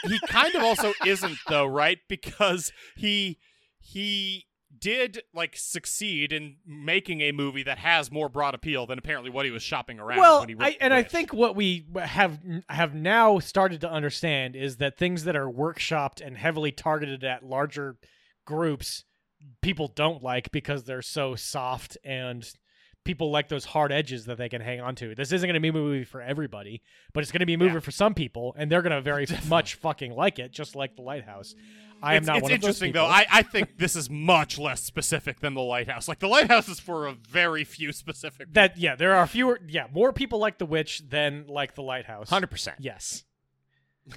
[SPEAKER 1] he kind of also isn't though right because he he did like succeed in making a movie that has more broad appeal than apparently what he was shopping around
[SPEAKER 3] Well,
[SPEAKER 1] when he wrote
[SPEAKER 3] I,
[SPEAKER 1] The
[SPEAKER 3] and I
[SPEAKER 1] Witch.
[SPEAKER 3] think what we have have now started to understand is that things that are workshopped and heavily targeted at larger groups, people don't like because they're so soft and people like those hard edges that they can hang on to. This isn't going to be a movie for everybody, but it's going to be a movie for some people, and they're going
[SPEAKER 1] *laughs*
[SPEAKER 3] to very much fucking like it, just like The Lighthouse. I am
[SPEAKER 1] it's,
[SPEAKER 3] not
[SPEAKER 1] it's
[SPEAKER 3] one of those
[SPEAKER 1] interesting
[SPEAKER 3] people.
[SPEAKER 1] though. I, I think this is much less specific than the lighthouse. Like the lighthouse is for a very few specific.
[SPEAKER 3] that yeah, there are fewer yeah more people like The Witch than like The Lighthouse.
[SPEAKER 2] Hundred percent.
[SPEAKER 3] Yes.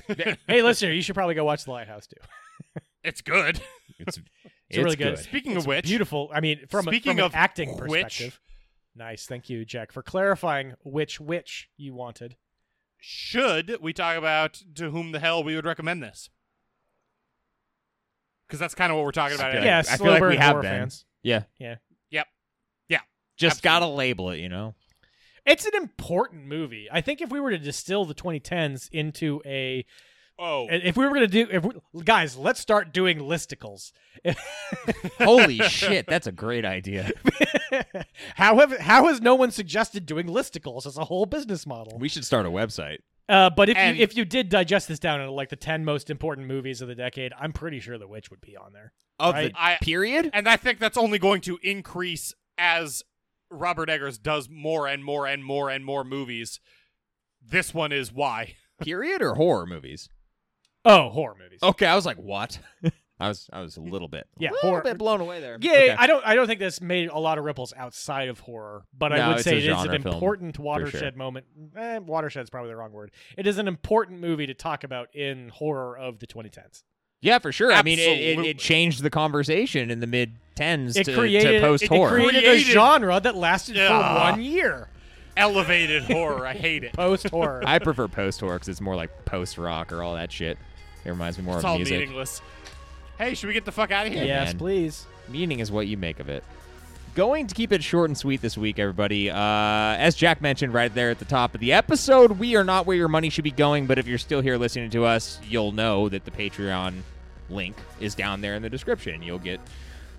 [SPEAKER 3] hey, listener, you should probably go watch The Lighthouse too.
[SPEAKER 1] *laughs* It's good.
[SPEAKER 2] It's,
[SPEAKER 3] *laughs* It's, really good.
[SPEAKER 1] Speaking
[SPEAKER 3] It's
[SPEAKER 1] of which,
[SPEAKER 3] beautiful. I mean, from
[SPEAKER 1] speaking
[SPEAKER 3] a, from
[SPEAKER 1] of
[SPEAKER 3] an acting
[SPEAKER 1] which-
[SPEAKER 3] perspective. Nice, thank you, Jack, for clarifying which witch you wanted.
[SPEAKER 1] should we talk about to whom the hell we would recommend this? Because that's kind of what we're talking about.
[SPEAKER 2] I feel
[SPEAKER 1] anyway.
[SPEAKER 2] like-
[SPEAKER 3] yeah,
[SPEAKER 2] I feel like
[SPEAKER 3] slow
[SPEAKER 2] we
[SPEAKER 3] burn
[SPEAKER 2] have
[SPEAKER 3] horror
[SPEAKER 2] been.
[SPEAKER 3] fans.
[SPEAKER 2] Yeah.
[SPEAKER 3] Yeah.
[SPEAKER 1] Yep. Yeah.
[SPEAKER 2] Just gotta label it, you know.
[SPEAKER 3] It's an important movie. I think if we were to distill the 2010s into a,
[SPEAKER 1] Oh,
[SPEAKER 3] if we were going to do, if we, guys, let's start doing listicles. *laughs*
[SPEAKER 1] *laughs*
[SPEAKER 2] Holy shit, that's a great idea.
[SPEAKER 3] how have how has no one suggested doing listicles as a whole business model?
[SPEAKER 2] We should start a website.
[SPEAKER 3] Uh, but if
[SPEAKER 1] And-
[SPEAKER 3] you if you did digest this down into like the 10 most important movies of the decade, I'm pretty sure The Witch would be on there.
[SPEAKER 2] Of
[SPEAKER 3] Right.
[SPEAKER 2] the
[SPEAKER 1] I-
[SPEAKER 2] period?
[SPEAKER 1] and I think that's only going to increase as Robert Eggers does more and more and more and more movies. This one is why. *laughs*
[SPEAKER 2] Period or horror movies?
[SPEAKER 3] Oh, horror movies.
[SPEAKER 2] Okay, I was like, *laughs* what? I was I was a little bit
[SPEAKER 3] Yeah,
[SPEAKER 2] little
[SPEAKER 3] horror-
[SPEAKER 2] bit blown away there.
[SPEAKER 3] Yeah,
[SPEAKER 2] Okay.
[SPEAKER 3] I don't. I don't think this made a lot of ripples outside of horror, but
[SPEAKER 2] No,
[SPEAKER 3] I would
[SPEAKER 2] it's
[SPEAKER 3] say
[SPEAKER 2] a
[SPEAKER 3] it is an
[SPEAKER 2] genre film,
[SPEAKER 3] important watershed
[SPEAKER 2] sure.
[SPEAKER 3] moment. Eh, watershed's probably the wrong word. It is an important movie to talk about in horror of the 2010s.
[SPEAKER 2] yeah, for sure. I mean, it- it, it,
[SPEAKER 1] Absolutely.
[SPEAKER 2] changed the conversation in the mid tens to,
[SPEAKER 3] It created
[SPEAKER 2] post
[SPEAKER 3] it
[SPEAKER 2] horror.
[SPEAKER 3] created,
[SPEAKER 1] Created-
[SPEAKER 3] a genre that lasted
[SPEAKER 1] Yeah.
[SPEAKER 3] for one year.
[SPEAKER 1] Elevated horror. I hate it.
[SPEAKER 3] Post horror.
[SPEAKER 2] *laughs* I prefer post horror because it's more like post rock or all that shit. It reminds me more
[SPEAKER 1] It's
[SPEAKER 2] of
[SPEAKER 1] all
[SPEAKER 2] music.
[SPEAKER 1] meaningless. Hey, should we get the fuck out of here?
[SPEAKER 3] yes,
[SPEAKER 2] man.
[SPEAKER 3] please.
[SPEAKER 2] Meaning is what you make of it. Going to keep it short and sweet this week, everybody. Uh, as Jack mentioned right there at the top of the episode, we are not where your money should be going, but if you're still here listening to us, you'll know that the Patreon link is down there in the description. You'll get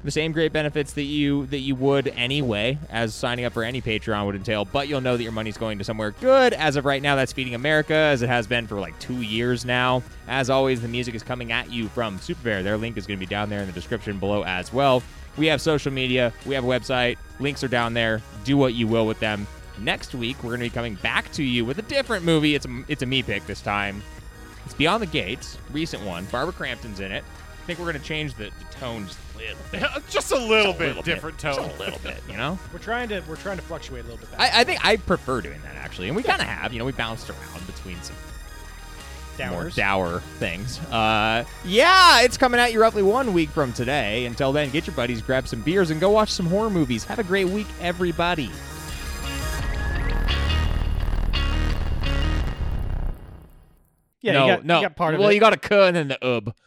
[SPEAKER 2] the same great benefits that you that you would anyway as signing up for any Patreon would entail, but you'll know that your money's going to somewhere good. As of right now, that's Feeding America, as it has been for like two years now. As always, the music is coming at you from Super Bear. Their link is going to be down there in the description below as well. We have social media, we have a website, links are down there. Do what you will with them. Next week, we're going to be coming back to you with a different movie. It's a, it's a me pick this time. It's Beyond the Gates, recent one. Barbara Crampton's in it. I think we're going to change the, the tones a little bit
[SPEAKER 1] *laughs* Just a little bit
[SPEAKER 2] little bit.
[SPEAKER 1] different
[SPEAKER 2] just
[SPEAKER 1] tone.
[SPEAKER 2] a little bit, you know.
[SPEAKER 3] We're trying to we're trying to fluctuate a little bit.
[SPEAKER 2] *laughs*
[SPEAKER 3] That
[SPEAKER 2] I, I think I prefer doing that actually, and we kind of have, you know, we bounced around between some more
[SPEAKER 3] downers.
[SPEAKER 2] dour things. Uh, yeah, it's coming at you roughly one week from today. Until then, get your buddies, grab some beers, and go watch some horror movies. Have a great week, everybody.
[SPEAKER 3] yeah,
[SPEAKER 2] no,
[SPEAKER 3] you got,
[SPEAKER 2] no.
[SPEAKER 3] you got part of
[SPEAKER 2] well,
[SPEAKER 3] it.
[SPEAKER 2] you got a k and then the ub.